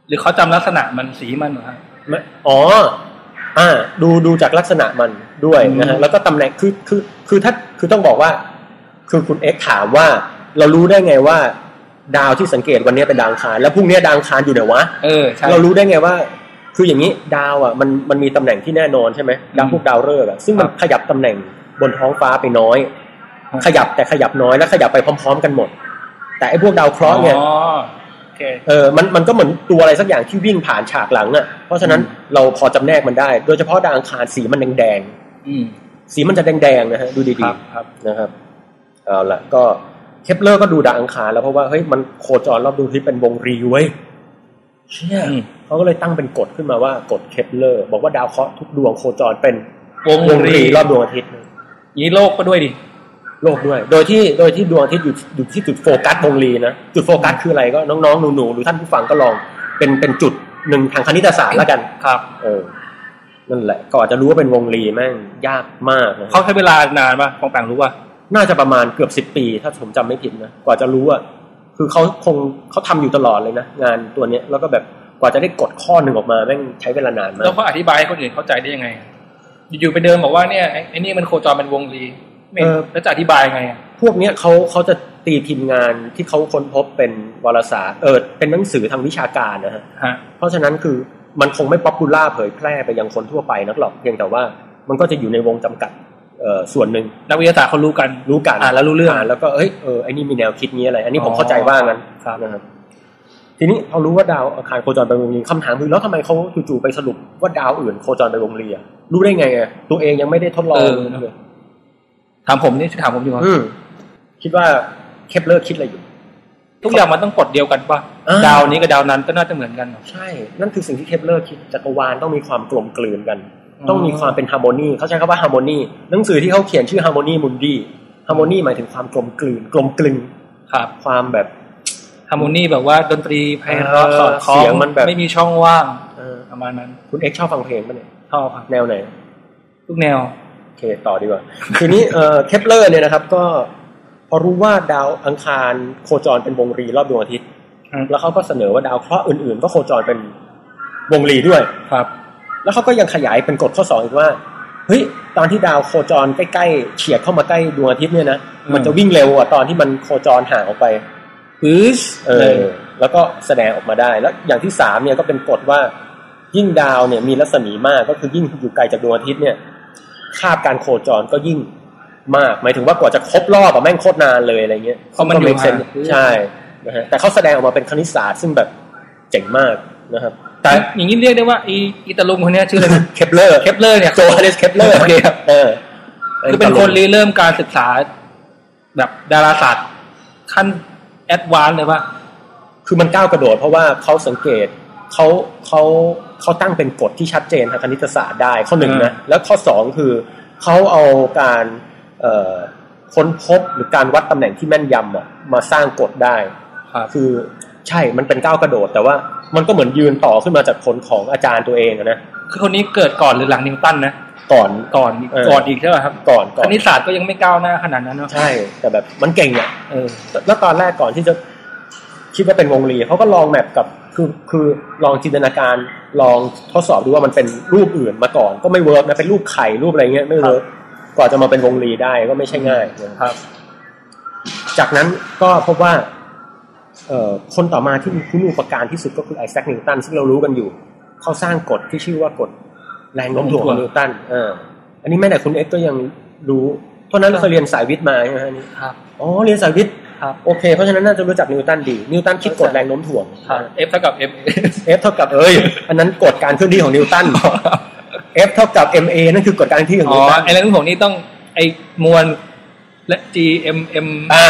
B: หรือเขาจำลักษณะมันสีมันเหรอฮะ
A: ไม่อ๋ออ่าดูดูจากลักษณะมันด้วยนะฮะ
B: อืม
A: แล้วก็ตำแหน่งคือคือคือถ้าคือต้องบอกว่า คือคุณเอ็กถามว่าเรารู้ได้ไงว่า ดาวที่สังเกตวันนี้เป็นดาวอังคารแล้วพรุ่งนี้ดาวอังคารอยู่ไหนวะ
B: เออใช่
A: เรารู้ได้ไงว่า คืออย่างนี้ดาวอ่ะมันมันมีตำแหน่งที่แน่นอนใช่ไหมดาวพวกดาวฤกษ์อ่ะซึ่งมัน
B: ครับ
A: ขยับตำแหน่งบนท้องฟ้าไปน้อย
B: ครับ
A: ขยับแต่ขยับน้อยและขยับไปพร้อม ๆ กันหมด แต่ไอ้พวกดาวเคราะห์เนี่ย
B: อ๋อโอเค
A: เออมันมันก็เหมือนตัวอะไรสักอย่างที่วิ่งผ่านฉากหลังอะ่ะ เพราะฉะนั้น
B: อืม
A: เราพอจำแนกมันได้ โดยเฉพาะดาวอังคารสีมันแดง
B: อืม
A: ๆ สีมันจะแดงๆนะฮะ ดู
B: ค
A: ดี
B: รับครับ
A: ๆนะครับ เอาละก็เคปเลอร์ก็ดูดาวอังคารแล้วเพราะว่าเฮ้ยมันโคจรรอบดวงอาทิตย์เป็นวงรีเว้ยเชี่ย
B: อืม
A: เขาก็เลยตั้งเป็นกฎขึ้นมาว่ากฎเคปเลอร์บอกว่าดาวเคราะห์ทุกดวงโคจรเป็น
B: วง
A: วงรีรอบ
B: ด
A: ดวงอาทิตย์
B: นี้โลกก็ด้วยดิ
A: โลกด้วย โดยที่โดยที่ดวงอาทิตย์อยู่อยู่ที่จุดโฟกัสวงรีนะจุดโฟกัสคืออะไรก็น้องๆหนูๆหรือท่านผู้ฟังก็ลองเป็นเป็นจุดหนึ่งทางคณิตศาสตร์แล้วกัน
B: ครับ
A: เออ นั่นแหละก่อนจะรู้ว่าเป็นวงรีแม่งยากมากนะ
B: เขาใช้เวลานานป่ะของต่างรู้ป่ะ
A: น่าจะประมาณเกือบสิบ10 ปี ถ้าผมจำไม่ผิดนะ กว่าจะรู้อ่ะ คือเขาคงเขาทำอยู่ตลอดเลยนะ งานตัวเนี้ย แล้วก็แบบกว่าจะได้กดข้อหนึ่งออกมาแม่งใช้เวลานานมา
B: แล้
A: ก
B: วเขาอธิบายให้คนอื่นเข้าใจได้ยังไง อยู่ๆไปเดินบอกว่าเนี่ยไอ้ไอ้นี่มันโคจรเป็นวงรีไม่
A: เออ
B: แล้วจะอธิบายยังไงอะ
A: พวกเนี้ยเขาเขาจะตีทีมงานที่เขาค้นพบเป็นวารสารเออเป็นหนังสือทางวิชาการนะฮะ
B: ฮะ
A: เพราะฉะนั้นคือมันคงไม่ป๊อปปูล่าเผยแพร่ไปยังคนทั่วไปนักหรอก เพียงแต่ว่ามันก็จะอยู่ในวงจำกัดเอ่อส่วนหนึ่ง
B: นักวิทยาศาสตร์เขารู้กัน
A: รู้กัน
B: อ่านแล้วรู้เรื่อง
A: านแล้วก็เอ้ยเออไอ้นี่มีแนวคิดนี้อะไร อันนี้ผม
B: อ๋อ
A: เข้าใจว่างั้น
B: ครับ
A: นะครับ ทีนี้พอรู้ว่าดาวอาคารโคจรไปวงรีคำถามคือแล้วทำไมเขาจู่ๆไปสรุปว่าดาวอื่นโคจรไปวงรีอะรู้ได้ไงอะตัวเองยังไม่ได้ทดลอง
B: เออเนอะ ถามผมนี่ถามผมอยู่ว่า
A: อืมคิดว่าเคปเลอร์คิดอะไรอยู่
B: ทุกอย่างมันต้องกฎเดียวกันป่ะ
A: เออ
B: ดาวนี้กับดาวนั้นก็น่าจะเหมือนกันเหรอ
A: ใช่ นั่นคือสิ่งที่เคปเลอร์คิดจักรวาลต้องมีความกลมกลืนกัน
B: อืม
A: ต้องมีความเป็นฮาร์โมนีเขาใช้คำว่าฮาร์โมนีหนังสือที่เขาเขียนชื่อฮาร์โมนีมุนดีฮาร์โมนีหมายถึงความกลมกลืน กลมกลึง
B: ครับ
A: ความแบบ
B: ฮาร์โมนีแบบว่าดนตรีไพเราะ
A: เออ
B: สอดคล้อ
A: เสี
B: ง
A: ยงมันแบบ
B: ไม่มีช่องว่าง
A: เออ
B: ประมาณนั้น
A: คุณเอ็กซ์ชอบฟังเพลงปะเนี่ย
B: ชอบครับ
A: แนวไหน
B: ทุกแนว
A: โอเค ต่อดีกว่า ทีนี้เอ่อเคปเลอร์เนี่ยนะครับ ก็พอรู้ว่าดาวอังคารโคจรเป็นวงรีรอบดวงอาทิตย์
B: อืม
A: แล้วเขาก็เสนอว่าดาวเคราะห์อื่นๆ ก็โคจรเป็นวงรีด้วย
B: ครับ
A: แล้วเขาก็ยังขยายเป็นกฎข้อสองอีกว่าเฮ้ยตอนที่ดาวโคจรใกล้ๆเฉียดเข้ามาใกล้ดวงอาทิตย์เนี่ยนะมันจะวิ่งเร็วกว่าตอนที่มันโคจรห่างออกไป
B: ปื๊ส
A: เออแล้วก็แสดงออกมาได้ แล้วอย่างที่สามเนี่ยก็เป็นกฎว่า ยิ่งดาวเนี่ยมีรัศมีมากก็คือยิ่งอยู่ไกลจากดวงอาทิตย์เนี่ยคาบการโคจรก็ยิ่งมาก หมายถึงว่ากว่าจะครบรอบอะแม่งโคตรนานเลยอะไรเงี้ย
B: เพราะมันอยู่
A: ก็ make sense
B: ห่าง
A: ใช่นะฮะแต่เขาแสดงออกมาเป็นคณิตศาสตร์ซึ่งแบบเจ๋งมาก นะครับ
B: แต่อย่างนี้เรียกได้ว่าอีอีตาลุงคนเนี้ยชื่ออะ ไรนะ
A: เคปเลอร์
B: เคปเลอร์เนี่ย
A: โจฮันเนสเคปเลอร์
B: โอเคครับ
A: เออ
B: คือเป็นคนริเริ่มการศึกษา แบบดาราศาสตร์ขั้นแอดวานซ์เลยป่ะ
A: คือมันก้าวกระโดด เพราะว่าเขาสังเกตเขาเขาเขาตั้งเป็นกฎที่ชัดเจนทางคณิตศาสตร์ได้ข้อหนึ่งนะ แล้วข้อสองคือเขาเอาการเอ่อค้นพบหรือการวัดตำแหน่งที่แม่นยำอะมาสร้างกฎได้
B: ครับ
A: คือใช่มันเป็นก้าวกระโดด แต่ว่ามันก็เหมือนยืนต่อขึ้นมาจากผลของอาจารย์ตัวเองอะนะ
B: คือคนนี้เกิดก่อนหรือหลังนิวตันนะ
A: ก่อน
B: ก่อนอีกก่อนอีกใช่ป่ะครับ
A: ก่อนก่อ
B: คน ณิตศาสตร์ก็ยังไม่ก้าวหน้าขนาดนั้นเนาะ
A: ใช่ แต่แบบมันเก่งอ่ะ
B: เออ
A: แล้วตอนแรกก่อนที่จะคิดว่าเป็นวงรีเขาก็ลองแมปกับคือคือลองจินตนาการลองทดสอบดูว่ามันเป็นรูปอื่นมาก่อน ก็ไม่เวิร์กนะเป็นรูปไข่รูปอะไรเงี้ยไม่เวิร์กกว่าจะมาเป็นวงรีได้ก็ไม่ใช่ง่ายนะครับ จากนั้นก็พบว่าเอ่อคนต่อมาที่มีคุณูปการที่สุดก็คือไอแซคนิวตันซึ่งเรารู้กันอยู่เขาสร้างกฎที่ชื่อว่ากฎแรงโน้มถ่วงของนิวตันเอออันนี้แม่แต่คุณเอ็กซ์ก็ยังรู้เพราะนั้นเราเคยเรียนสายวิทย์มาใช่ไหมฮะอันนี้
B: ครับ
A: อ๋อเรียนสายวิทย์
B: ครับ
A: โอเค เพราะฉะนั้นน่าจะรู้จักนิวตันดี นิวตันคิดกฎแรงโน้มถ่วง
B: F เท่ากับ M
A: F เท่ากับเอ้ย อันนั้นกฎการเคลื่อนที่ของนิว ตัน F เท่ากับ ma นั่นคือกฎการเคลื่อนที่ของ
B: อ๋อ
A: นิวตัน
B: ไอ้เรื่องของนี่ต้องไอ้มวลและ G M M
A: อ่า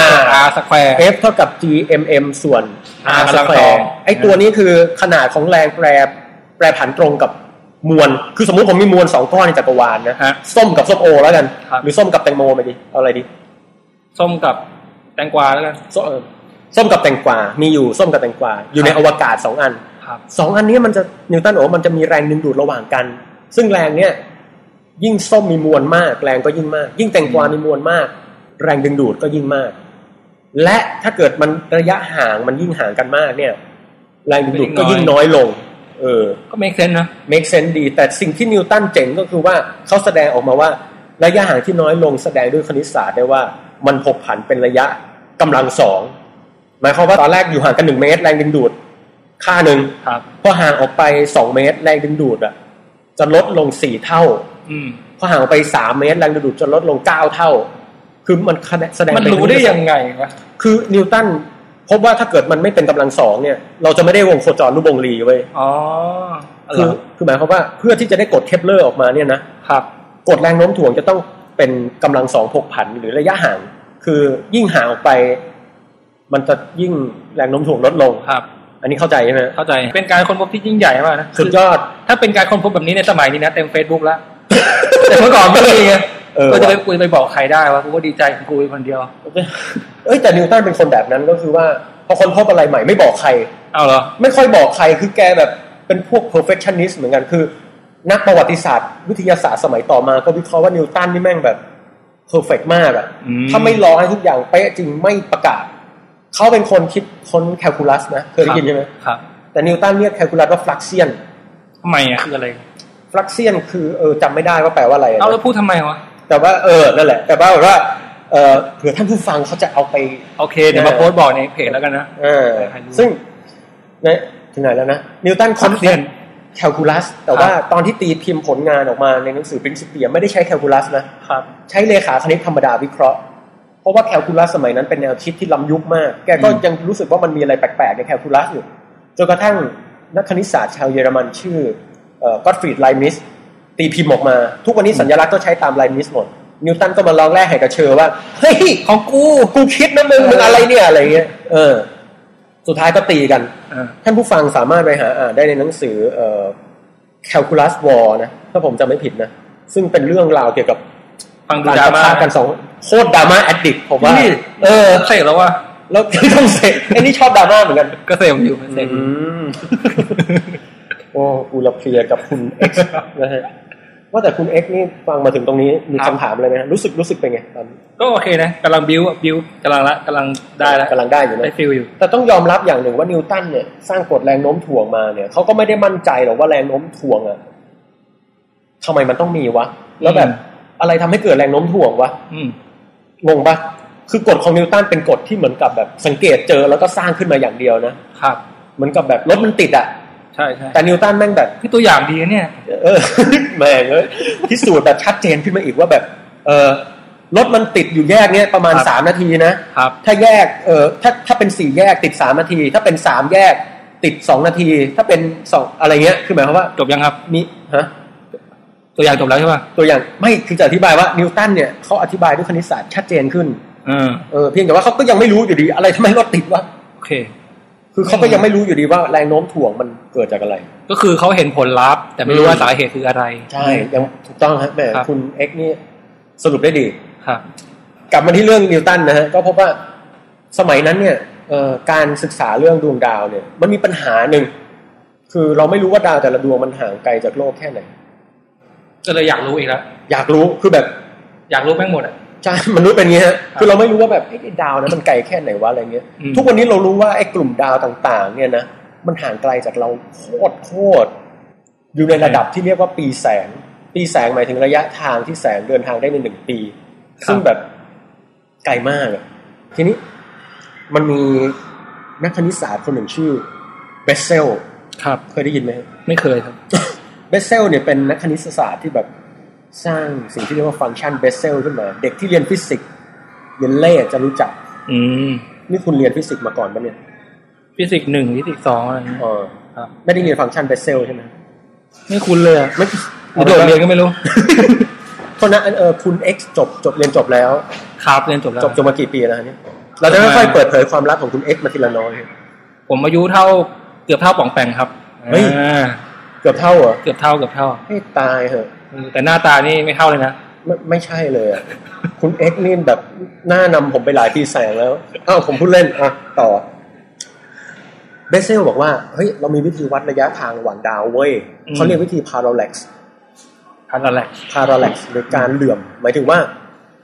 B: R สแควร์
A: F เท่ากับ gmm ส่วน r
B: กำ
A: ส
B: ลัง
A: แคว
B: สอง
A: ร์ไอตัวนี้คือขนาดของแรงแปรแปรผันตรงกับมวล คือสมมุติผมมีมวลสองก้อนในจักรวาลนะ
B: ฮะ
A: ส้มกับส้มโอแล้วกัน
B: ครับ
A: หรือส้มกับแตงโมไปดิ เอาอะไรดี
B: ส้มกับแตงกวาแล้วกัน
A: ส้มเออส้มกับแตงกวา มีอยู่ส้มกับแตงกวา อยู่ใน
B: ครั
A: อบ วกาศสองอัน
B: ครับ
A: สองอันนี้มันจะนิวตันโอกว่ามันจะมีแรงดึงดูดระหว่างกัน ซึ่งแรงเนี่ยยิ่งส้มมีมวลมาก แรงก็ยิ่งมาก ยิ่งแตงกวามีมวลมาก แรงดึงดูดก็ยิ่งมาก และถ้าเกิดมันระยะห่างมันยิ่งห่างกันมากเนี่ย แรงดึงดูดก็ยิ่งน้อยลง เออ
B: ก็ make sense นะ
A: make sense ดี แต่สิ่งที่นิวตันเจ๋งก็คือว่าเขาแสดงออกมาว่า ระยะห่างที่น้อยลงแสดงด้วยคณิตศาสตร์ได้ว่ามันผกผันเป็นระยะกำลังสองหมายความว่าตอนแรกอยู่ห่างกันหนึ่งเมตร แรงดึงดูดค่าหนึ่ง
B: ครับ
A: พอห่างออกไป 2 เมตร แรงดึงดูดอ่ะจะลดลง 4 เท่า
B: อืม
A: พอห่างออกไป 3 เมตร แรงดึงดูดจะลดลง 9 เท่า คือมันคะแนนแสดง
B: มันรู้ได้ยังไงวะ
A: คือนิวตัน พบว่าถ้าเกิดมันไม่เป็นกำลังสองเนี่ย เราจะไม่ได้วงโคจรรูปวงรีเว้ย
B: อ๋อเหร
A: คือ อคือหมายความว่าเพื่อที่จะได้กดเคปเลอร์ออกมาเนี่ยนะครับ กดแรงโน้มถ่วงจะต้องเป็นกำลังสองพกผันหรือระยะห่าง คือยิ่งห่างออกไป มันจะยิ่งแรงโน้มถ่วงลดลง
B: ครับ
A: อันนี้เข้าใจใช่ไหม
B: เข้าใจเป็นการค้นพบที่ยิ่งใหญ่มากนะ
A: สุดยอ ด
B: ถ้าเป็นการค้นพบแบบนี้ในสมัยนี้นะเต็ม Facebook แล้ว แต่เมื่อก่อนไม่มีไง
A: เออ
B: ก็จะไปคุยไปบอกใครได้ว่ากูก็ดีใจของกูคนเดียว
A: เอ้ยแต่นิวตันเป็นคนแบบนั้นก็คือว่าพอคนพบอะไรใหม่ไม่บอกใคร
B: เอาเหรอ
A: ไม่ค่อยบอกใครคือแกแบบเป็นพวก perfectionist เหมือนกันคือ นักประวัติศาสตร์ วิทยาศาสตร์สมัยต่อมาก็วิเคราะห์ว่านิวตันนี่แม่งแบบ perfect มากอะ
B: อืม
A: ถ้าไม่รอให้ทุกอย่างเป๊ะจริงไม่ประกาศ เขาเป็นคนคิดค้นแคลคูลัสนะ เคยได้ยินใช่ไหม
B: ครับ
A: แต่นิวตันเรียกแคลคูลัสว่าฟลักเซียน
B: ทำไมอ่ะคืออะไร
A: ฟลักเซียนคือเออจำไม่ได้ว่าแปลว่าอะไรอะนะ
B: เอาแล้วพูดทำไมวะ
A: แต่ว่าเออนั่นแหละ แต่ว่าแบบว่าเออเผื่อท่านผู้ฟังเขาจะเอาไป
B: โอเคเดี๋ยวมาโพสต์บอกในเพจแล้วกันนะ
A: เออ
B: ใครรู้
A: ซึ่งในถึงไหนแล้วนะ นิวตัน
B: คอ
A: ค้น
B: นเซียน
A: แคลคูลัส แต่ว่าตอนที่ตีพิมพ์ผลงานออกมาในหนังสือ Principia ไม่ได้ใช้แคลคูลัสนะ
B: ครับ
A: ใช้เลขาคณิตธรรมดาวิเคราะห์ เพราะว่าแคลคูลัสสมัยนั้นเป็นแนวคิดที่ล้ำยุคมาก แกก็
B: อืม
A: ยังรู้สึกว่ามันมีอะไรแปลกๆในแคลคูลัสอยู่ จนกระทั่งนักคณิตศาสตร์ชาวเยอรมันชื่อกอตฟรีดไลมิสตีพิมพ์ออกมา ทุกวันนี้สัญลักษณ์ก็ใช้ตามไลมิสหมด นิวตันก็มาลองแรกแหกกระเชอว่า เฮ้ย
B: ของกู
A: กูคิดนะมึงมึงอะไรเนี่ยอะไรเงี้ย เออ สุดท้ายก็ตีกัน
B: เออ
A: ท่านผู้ฟังสามารถไปหาอ่านได้ในหนังสือเอ่อ Calculus War นะ ถ้าผมจำไม่ผิดนะ ซึ่งเป็นเรื่องราวเกี่ยวกับ
B: ฟังดู
A: การ
B: ดรา
A: ปะ
B: ม่า
A: ทะกันสองโคตรดราม่าแอดดิกผมว่า
B: นี่
A: เออ
B: เสกแล้วว่า
A: แล้วต้องเสกไอ้นี่ชอบดราม่าเหมือนกัน
B: ก็เสกอยู่เสกอยู่
A: มโอ้กูละเพลียกับคุณ X นะฮะ ว่าแต่คุณ X นี่ฟังมาถึงตรงนี้มี
B: ครับ
A: คำถามอะไรไหมฮะรู้สึกรู้สึกเป็นไงตอนนี้
B: ก็โอเคนะกำลังบิวบิวกำลังละกำลังได้ละ
A: กำลังได้อยู่นะ
B: ได้ฟิลอยู่
A: แต่ต้องยอมรับอย่างหนึ่งว่านิวตันเนี่ยสร้างกฎแรงโน้มถ่วงมาเนี่ยเขาก็ไม่ได้มั่นใจหรอกว่าแรงโน้มถ่วงอะทำไมมันต้องมีวะ แล้วแบบ
B: อืม
A: อะไรทำให้เกิดแรงโน้มถ่วงวะ
B: อืม
A: งงปะคือกฎของนิวตันเป็นกฎที่เหมือนกับแบบสังเกตเจอแล้วก็สร้างขึ้นมาอย่างเดียวนะครับ เหมือนกับแบบรถมันติดอะ
B: ใช่ใช่
A: แต่นิวตันแม่งแบบ
B: ที่ตัวอย่างดีนะเนี่ย
A: เออ แม่งเอ้ยพิสูจน์แบบชัดเจนขึ้นมาอีกว่าแบบ เออรถมันติดอยู่แยกเนี้ยประมาณ
B: ครับ
A: สามนาทีนะ
B: ครับ
A: ถ้าแยก เออถ้า ถ้าเป็นสี่แยกติดสามนาที ถ้าเป็นสามแยกติดสองนาที ถ้าเป็นสองอะไรเงี้ย คือหมายความว่า
B: จบยังครับ
A: มี ฮะ
B: ตัวอย่างจบแล้วใช่ป่ะ
A: ตัวอย่าง ไม่ คือจะอธิบายว่า นิวตันเนี่ยเขาอธิบายด้วยคณิตศาสตร์ชัดเจนขึ้น
B: เออ
A: เออ เพียงแต่ว่าเขาก็ยังไม่รู้อยู่ดี อะไรทำไมรถติดวะ
B: โอเค
A: คือเขาก็ยังไม่รู้อยู่ดีว่าแรงโน้มถ่วงมันเกิดจากอะไร
B: ก็คือเขาเห็นผลลัพธ์แต่ไม่รู้ว่าสาเหตุคืออะไร
A: ใช่ ยังถูกต้องฮะแหม่
B: ครับ
A: คุณเอ็กนี่สรุปได้ดี
B: ครับ
A: กลับมาที่เรื่องนิวตันนะฮะก็พบว่าสมัยนั้นเนี่ยเอ่อการศึกษาเรื่องดวงดาวเนี่ย มันมีปัญหาหนึ่งคือเราไม่รู้ว่าดาวแต่ละดวงมันห่างไกลจากโลกแค่ไหน
B: ก็เลยอยากรู้อีกแล้ว
A: อยากรู้คือแบบ
B: อยากรู้แม่งหมดอ่ะ
A: ใช่มนุษย์เป็นอย่างเงี้ยฮะคือเราไม่รู้ว่าแบบไอ้ดาวนั้นมันไกลแค่ไหนวะอะไรเงี้ย
B: อืม
A: ทุกวันนี้เรารู้ว่าไอ้กลุ่มดาวต่าง ๆ เนี่ยนะมันห่างไกลจากเราโคตรโคตรอยู่ในระดับที่เรียกว่าปีแสง ปีแสงหมายถึงระยะทางที่แสงเดินทางได้ในหนึ่งปี ซึ่งแบบไกลมากอะทีนี้มันมีนักคณิตศาสตร์คนหนึ่งชื่อเบสเซล
B: ครับ
A: เคยได้ยินไหม
B: ไม่เคยครับ
A: เบสเซลเนี่ยเป็นนักคณิตศาสตร์ที่แบบสร้างสิ่งที่เรียกว่าฟังก์ชันเบสเซลขึ้นมา เด็กที่เรียนฟิสิกส์เรียนเลขจะรู้จัก
B: อืม
A: นี่คุณเรียนฟิสิกส์มาก่อนปะเนี่ย
B: ฟิสิกส์หนึ่งฟิสิกส์สองอะไรอย่างเงี้ย
A: เออ
B: ครับ
A: ไม่ได้เรียนฟังก์ชันเบสเซลใช่ไหม
B: ไม่คุ้นเลยอะ
A: ไม่
B: กูโดดเรียนก็ไม่รู้
A: โทษนะอันเออคุณ X จบจบเรียนจบแล้ว
B: ครับเรียนจบแล้ว
A: จบจบมากี่ปีแล้วฮะเนี่ยเราจะค่อยๆเปิดเผยความลับของคุณ X มาทีละน้อย
B: ผมอายุเท่าเกือบเท่าป่องแปงครับ
A: เฮ้ย
B: อ่า
A: เกือบเท่าเหรอ
B: เกือบเท่าเกือบเท่า
A: ให้ตายเหอะ
B: เออแต่หน้าตานี่ไม่เท่าเลยนะ
A: ไม่ไม่ใช่เลยอะคุณเอ็กนี่แบบหน้านำผมไปหลายปีแสงแล้วอ้าวผมพูดเล่นอ่ะต่อเบสเซลบอกว่า เฮ้ย เรามีวิธีวัดระยะทางระหว่างดาวเว้ยเขาเรียกวิธี parallax
B: พันอะไร
A: parallax หรือการเหลื่อม หมายถึงว่า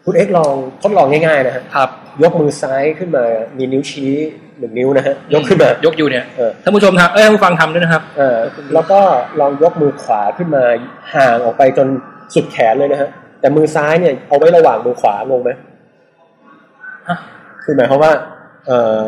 A: คุณเอ็กลองทดลองง่ายๆนะฮะ
B: ครับ
A: ยกมือซ้ายขึ้นมา มีนิ้วชี้หนึ่งนิ้วนะฮะ ยกขึ้นมาย
B: กอยู่เนี่ย
A: เออ
B: ท่านผู้ชมทำเอ้ยท่านผู้ฟังทำด้วยนะครับ
A: เออแล้วก็ลองยกมือขวาขึ้นมาห่างออกไปจนสุดแขนเลยนะฮะ แต่มือซ้ายเนี่ยเอาไว้ระหว่างมือขวางงไหม
B: ฮะ
A: คือหมายความว่า เออ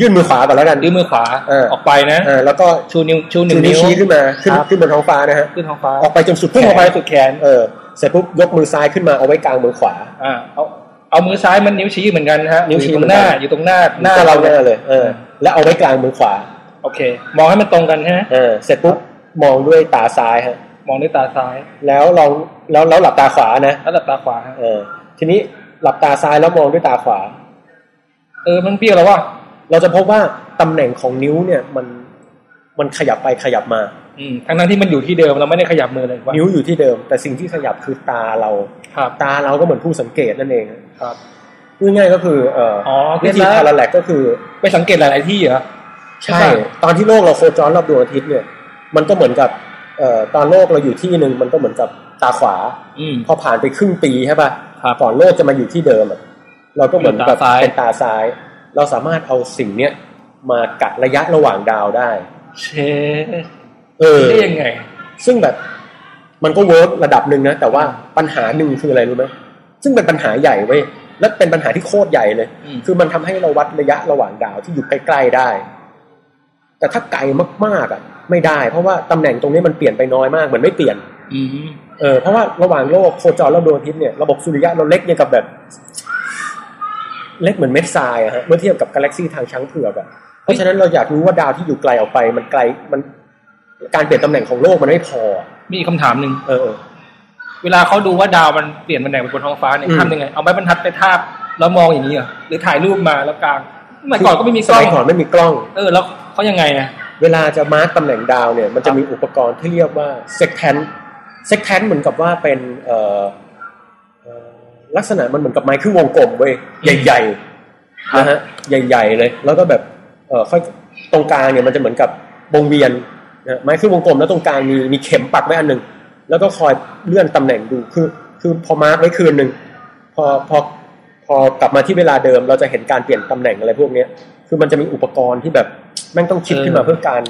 A: ยื่นมือขวาก่อนแล้วกัน
B: ดื้อมือขวา
A: เออ
B: ออกไปนะ
A: เออแล้วก็
B: ชูนิ้วชูหนึ่
A: ชู
B: ง
A: นิ้
B: นิ้
A: ว
B: ว
A: ชี้ขึ้นมาขึ้น
B: ครับ
A: ขึ้นบนท้องฟ้านะฮะ
B: ขึ้นท้องฟ้า
A: ออกไปจนสุดแข
B: พุ่งออกไป
A: น
B: สุดแขน
A: เออเสร็จปุ๊บยกมือซ้ายขึ้นมาเอาไว้กลางมือขวา
B: อ่าเอา เอามือซ้ายมันนิ้วชี้เหมือนกันนะฮะ
A: นิ้วชี้
B: อยู่ตรงหน้า
A: เหมือนกัน
B: อยู่ตรงหน้าหน้าเรา
A: ห
B: เนี่ย
A: น้าเลยเออแล้วเอาไว้กลางมือขวา
B: โอเค มองให้มันตรงกันใช่ไหม
A: เออเสร็จปุ๊บมองด้วยตาซ้ายฮะ
B: มองด้วยตาซ้าย
A: แล้วลองแล้วแล้วหลับตาขวานะ
B: แล้วหลับตาขวาฮะ
A: เออทีนี้หลับตาซ้ายแล้วมองด้วยตาขวา
B: เออมันเบี้ยวแล้วว่ะ
A: เราจะพบว่าตำแหน่งของนิ้วเนี่ยมันมันขยับไปขยับมา
B: อืมทั้งนั้นที่มันอยู่ที่เดิมเราไม่ได้ขยับมือเลยว่า
A: นิ้วอยู่ที่เดิม แต่สิ่งที่ขยับคือตาเรา
B: ครับ
A: ตาเราก็เหมือนผู้สังเกตนั่นเอง
B: ครับ
A: พูดง่ายๆก็คือเอ่ออ
B: อคือ
A: วิธี
B: ตา
A: พาราแลกก็คือ
B: ไปสังเกตหลาย ๆ ที่เหรอ
A: ใช่ ตอนที่โลกเราโคจรรอบดวงอาทิตย์เนี่ย มันก็เหมือนกับเอ่อตอนโลกเราอยู่ที่หนึ่งมันก็เหมือนกับตาขวา
B: อืม
A: พอผ่านไปครึ่งปีใช่ป่ะ
B: ครับ
A: ก่อนโลกจะมาอยู่ที่เดิมอะเราก็เหมือนแบบ
B: เป็นตาซ้าย
A: เป็นตาซ้าย เราสามารถเอาสิ่งเนี้ยมากัดระยะระหว่างดาวได้
B: เช
A: เออ
B: ได้ยังไง
A: ซึ่งแบบมันก็เวิร์กระดับหนึ่งนะ แต่ว่าปัญหาหนึ่งคืออะไรรู้ไหมซึ่งเป็นปัญหาใหญ่เว้ยและเป็นปัญหาที่โคตรใหญ่เลย
B: อืม
A: คือมันทำให้เราวัดระยะระหว่างดาวที่อยู่ใกล้ๆได้ แต่ถ้าไกลมากๆอ่ะ ไม่ได้ เพราะว่าตำแหน่งตรงนี้มันเปลี่ยนไปน้อยมากเหมือนไม่เปลี่ยน
B: อืม
A: เออเพราะว่าระหว่างโลกโคจรรอบดวงอาทิตย์เนี่ยระบบสุริยะเราเล็กเนี่ยงกับแบบ เล็กเหมือนเม็ดทรายอะฮะเมื่อเทียบกับกาแล็กซีทางช้างเผือกอะเพราะฉะนั้นเราอยากรู้ว่าดาวที่อยู่ไกลออกไป มันไกลมันการเปลี่ยนตำแหน่งของโลกมันไม่พอ
B: มีอีกคำถามหนึ่ง
A: เออ
B: เวลาเขาดูว่าดาวมันเปลี่ยนมันไหนไปบนท้องฟ้าเนี่ย
A: อืม
B: ทำยังไง เอาไม้บรรทัดไปทาบแล้วมองอย่างนี้เหรอหรือถ่ายรูปมาแล้วกลางเมื่อก่อนก็ไม่มีกล้อ
A: ส
B: ง
A: ยก่อนไม่มีกล้อง
B: เออ แล้วเขายังไงอ่ะ
A: เวลาจะมาร์กตำแหน่งดาวเนี่ย มันจะมีอุปกรณ์ที่เรียกว่า sextant sextant เหมือนกับว่าเป็นเอ่อเอ่อลักษณะมันเหมือนกับไม้ครึ่งวงกลมเว้ยใหญ่
B: ค
A: ๆ
B: รับ
A: นะฮะใหญ่ๆเลย แล้วก็แบบเอ่อค่อยตรงกลางเนี่ยมันจะเหมือนกับวงเวียนนะไม้ครึ่งวงกลมแล้วตรงกลางมีมีเข็มปักไว้อันหนึ่งแล้วก็คอยเลื่อนตำแหน่งดูคือคือพอมาร์กไว้คืนหนึ่งพอพอพอกลับมาที่เวลาเดิม เราจะเห็นการเปลี่ยนตำแหน่งอะไรพวกเนี้ย คือมันจะมีอุปกรณ์ที่แบบแม่งต้องคิดขึ้นมาเพื่อการ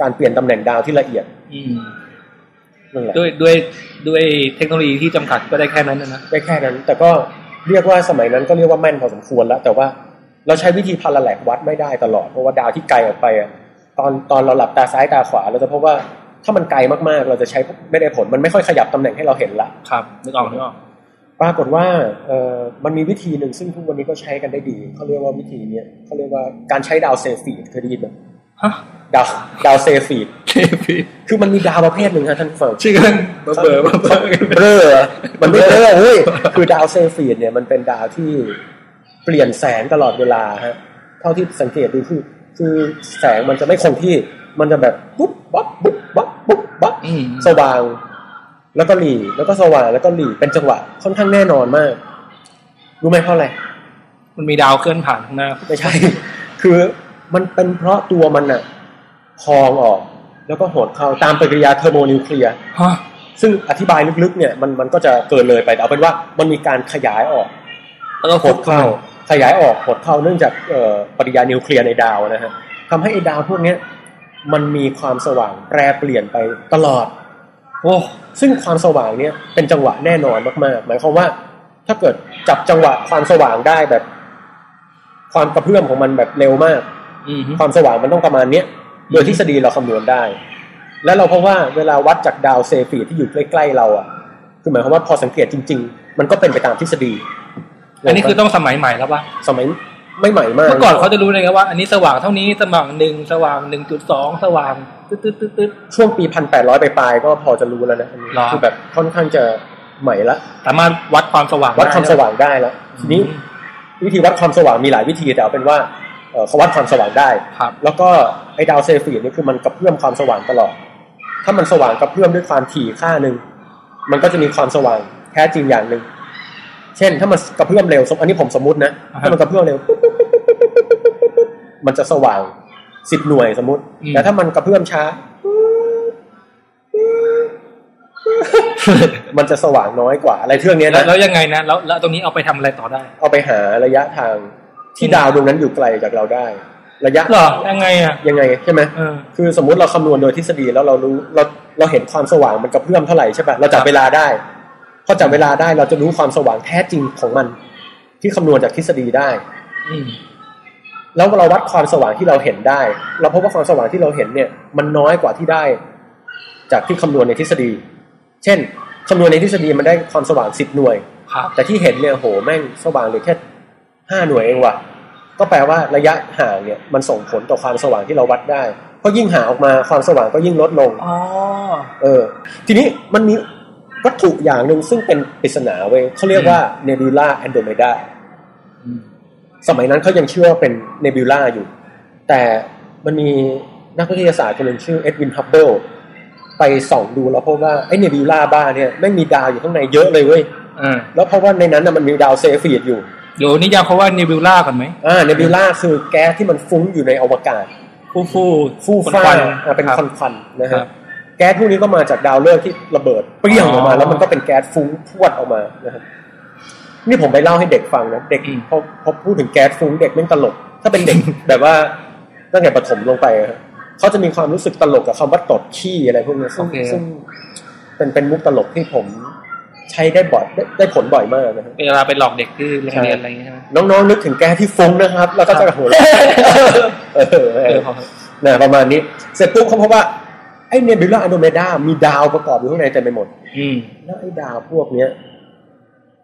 A: การเปลี่ยนตำแหน่งดาวที่ละเอียด
B: อืม
A: นั่นแหละ
B: ด้วยด้วยด้วยเทคโนโลยีที่จำกัดก็ได้แค่นั้นนะนะ
A: ได้แค่นั้น แต่ก็เรียกว่าสมัยนั้นก็เรียกว่าแม่นพอสมควรแล้ว แต่ว่าเราใช้วิธีพาราแลกวัดไม่ได้ตลอดเพราะว่าดาวที่ไกลออกไปอะตอนตอนเราหลับตาซ้ายตาขวา เราจะพบว่าถ้ามันไกลมากๆ เราจะใช้ไม่ได้ผลมันไม่ค่อยขยับตำแหน่งให้เราเห็นละ
B: ครับนึกออกนึกออก
A: ปรากฏว่าเอ่อมันมีวิธีหนึ่งซึ่งทุกวันนี้ก็ใช้กันได้ดีเขาเรียกว่าวิธีเนี้ยเขาเรียกว่าการใช้ดาวเซฟีดเคยได้ยินไหม
B: ฮะ
A: ดาวดาวเซฟีด
B: เคพี
A: คือมันมีดาวประเภทหนึ่งฮะท่านผู้ฟัง
B: ชื่อกันเบอร์เบ อร์เบอร์เบอร์
A: เบลอมันไม่เบลอเฮ้ย คือดาวเซฟีดเนี่ยมันเป็นดาวที่เปลี่ยนแสงตลอดเวลาฮะ เท่าที่สังเกตดูคือ คือแสงมันจะไม่คงที่ มันจะแบบปุ๊บปั๊บปุ๊บปั๊บปุ๊บปั๊บ
B: อืม
A: สว่าง แล้วก็หลีแล้วก็สว่างแล้วก็หลีเป็นจังหวะค่อนข้างแน่นอนมาก รู้ไหมเพราะอะไร
B: มันมีดาวเคลื่อนผ่านข้างหน้า
A: ไม่ใช่ คือมันเป็นเพราะตัวมันอะพองออก แล้วก็หดเข้าตามปฏิกิริยาเทอร์โมนิวเคลียร์
B: ฮะ
A: ซึ่งอธิบายลึกๆเนี่ยมันมันก็จะเกินเลยไปแต่เอาเป็นว่ามันมีการขยายออก
B: แล้วก็
A: หดเข้า ขยายออกหดเข้าเนื่องจากเอ่อปฏิกิริยานิวเคลียร์ในดาวนะฮะทำให้ไอ้ดาวพวกเนี้ยมันมีความสว่างแปรเปลี่ยนไปตลอด
B: โอ้
A: ซึ่งความสว่างเนี่ยเป็นจังหวะแน่นอนมากๆ หมายความว่า ถ้าเกิดจับจังหวะความสว่างได้แบบ ความกระเพื่อมของมันแบบเร็วมาก
B: อืม
A: ความสว่างมันต้องประมาณเนี้ย โดยทฤษฎีเราคำนวณได้ แล้วเราเพราะว่าเวลาวัดจากดาวเซฟีดที่อยู่ใกล้ ๆ เราอ่ะ คือหมายความว่าพอสังเกตจริง ๆ มันก็เป็นไปตามทฤษฎี
B: อันนี้คือต้องสมัยใหม่แล้วป่ะ
A: สมัยไม่ใหม่มาก
B: เมื่อก่อนเขาจะรู้เลยครับว่าอันนี้สว่างเท่านี้สว่างหนึ่งสว่างหนึ่งจุดสองสว่างตึ๊ดตึ๊ดตึ๊ดตึ๊ด
A: ช่วงปีพันแปดร้อยปลายๆก็พอจะรู้แล้วนะอันนี้
B: หรอ
A: คือแบบค่อนข้างจะใหม่ละ
B: สามารถวัดความสว่าง
A: วัดความส
B: ไ
A: ว่างได้แล้ว
B: อืม
A: ทีนี้วิธีวัดความสว่างมีหลายวิธีแต่เอาเป็นว่าเอ่อเขาวัดความสว่างได้
B: ครับ
A: แล้วก็ไอ้ดาวเซฟีดนี่คือมันกระเพื่อมความสว่างตลอด ถ้ามันสว่างกระเพื่อมด้วยความถี่ค่าหนึ่ง มันก็จะมีความสว่างแท้จริงอย่างหนึ่ง เช่น ถ้ามันกระเพื่อมเร็วสมอันนี้ผมสมมตินะ ถ้ามันกระเพื่อมเร็ว มันจะสว่างสิบหน่วยสมมติ
B: อืม
A: แต่ถ้ามันกระเพื่อมช้า มันจะสว่างน้อยกว่า อะไรเรื่องเนี้ย
B: แล้ว
A: นะ
B: แล้วยังไงนะแล้วแล้วตรงนี้เอาไปทำอะไรต่อได้
A: เอาไปหาระยะทางที่
B: อืม
A: ดาวดวงนั้นอยู่ไกลจากเราได้ ระยะ
B: เหรอยังไงอ่ะ
A: ยังไงใช่ไหม
B: เออ
A: คือสมมุติเราคำนวณโดยทฤษฎีแล้วเรารู้เราเราเห็นความสว่างมันกระเพื่อมเท่าไหร่ใช่ป่ะเราจับ
B: ครับ
A: เวลาได้พอจับเวลาได้เราจะรู้ความสว่างแท้จริงของมัน ที่คำนวณจากทฤษฎีได้
B: อืม
A: แล้วเราวัดความสว่างที่เราเห็นได้ เราพบว่าความสว่างที่เราเห็นเนี่ย มันน้อยกว่าที่ได้ จากที่คำนวณในทฤษฎี เช่นคำนวณในทฤษฎีมันได้ความสว่างสิบหน่วย
B: ครับ
A: แต่ที่เห็นเนี่ยโหแม่งสว่างเหลือแค่ห้าหน่วยเองว่ะ ก็แปลว่าระยะห่างเนี่ยมันส่งผลต่อความสว่างที่เราวัดได้ เพราะยิ่งห่างออกมาความสว่างก็ยิ่งลดลง
B: อ๋อ
A: เออ ทีนี้มันมีวัตถุอย่างหนึ่งซึ่งเป็นปริศนาเว้ยเขาเรียกว่าเนบิวลาแอนโดเมดา สมัยนั้นเขายังเชื่อว่าเป็นเนบิวล่าอยู่ แต่มันมีนักวิทยาศาสตร์คนหนึ่งชื่อเอ็ดวินฮับเบิลไปส่องดูแล้วพบว่าไอ้เนบิวล่าบ้าเนี่ยไม่งมีดาวอยู่ข้างในเยอะเลยเว้ย
B: อ่า
A: แล้วเพราะว่าในนั้นน่ะมันมีดาวเซฟฟีดอยู่
B: เดี๋ยวนิยามเขาว่านิวิล่าก่อนไหม
A: อ่า เนบิวล่าคือแก๊สที่มันฟุ้งอยู่ในอวกาศ
B: ฟูฟู
A: ฟู่
B: ค
A: ฟ้า
B: วัๆ
A: อ่าเป็น
B: ครับ
A: ควันควันๆนะ
B: ครั
A: ฮะ
B: บ
A: แก๊สพวกนี้ก็มาจากดาวฤกษ์ที่ระเบิดเปรี้ยงออกมา
B: อ๋อ
A: แล้วมันก็เป็นแก๊สฟุ้งพรวดออกมานะครับนี่ผมไปเล่าให้เด็กฟังนะเด็ก
B: อืม
A: พอพอพูดถึงแก๊สฟุ้งเด็กแม่งตลก ถ้าเป็น เด็ก แบบว่าตั้งแต่ประถมลงไปอะครับเขาจะมีความรู้สึกตลกกับคำว่าตดขี้อะไรพวกนี้ซึ่ง
B: โอเค
A: ซึ่งเป็นเป็นมุกตลกที่ผมใช้ได้บ่อยได้ได้ผลบ่อยมากนะครับ
B: เวลาไปหลอกเด็กที่โรงเรียนอะไรอย่างเงี้ยใช่ไหม
A: น้องๆนึกถึงแก๊สที่ฟุ้งนะครับ แล้วก็จะหัวเราะ เออเอ
B: เออ
A: อ
B: พอ
A: นะประมาณนี้ เสร็จปุ๊บเขาพบว่า ไอ้เนบิวลาอะโดเมดามีดาวประกอบอยู่ข้างในเต็มไปหมด
B: อืม
A: แล้วไอ้ดาวพวกเนี้ย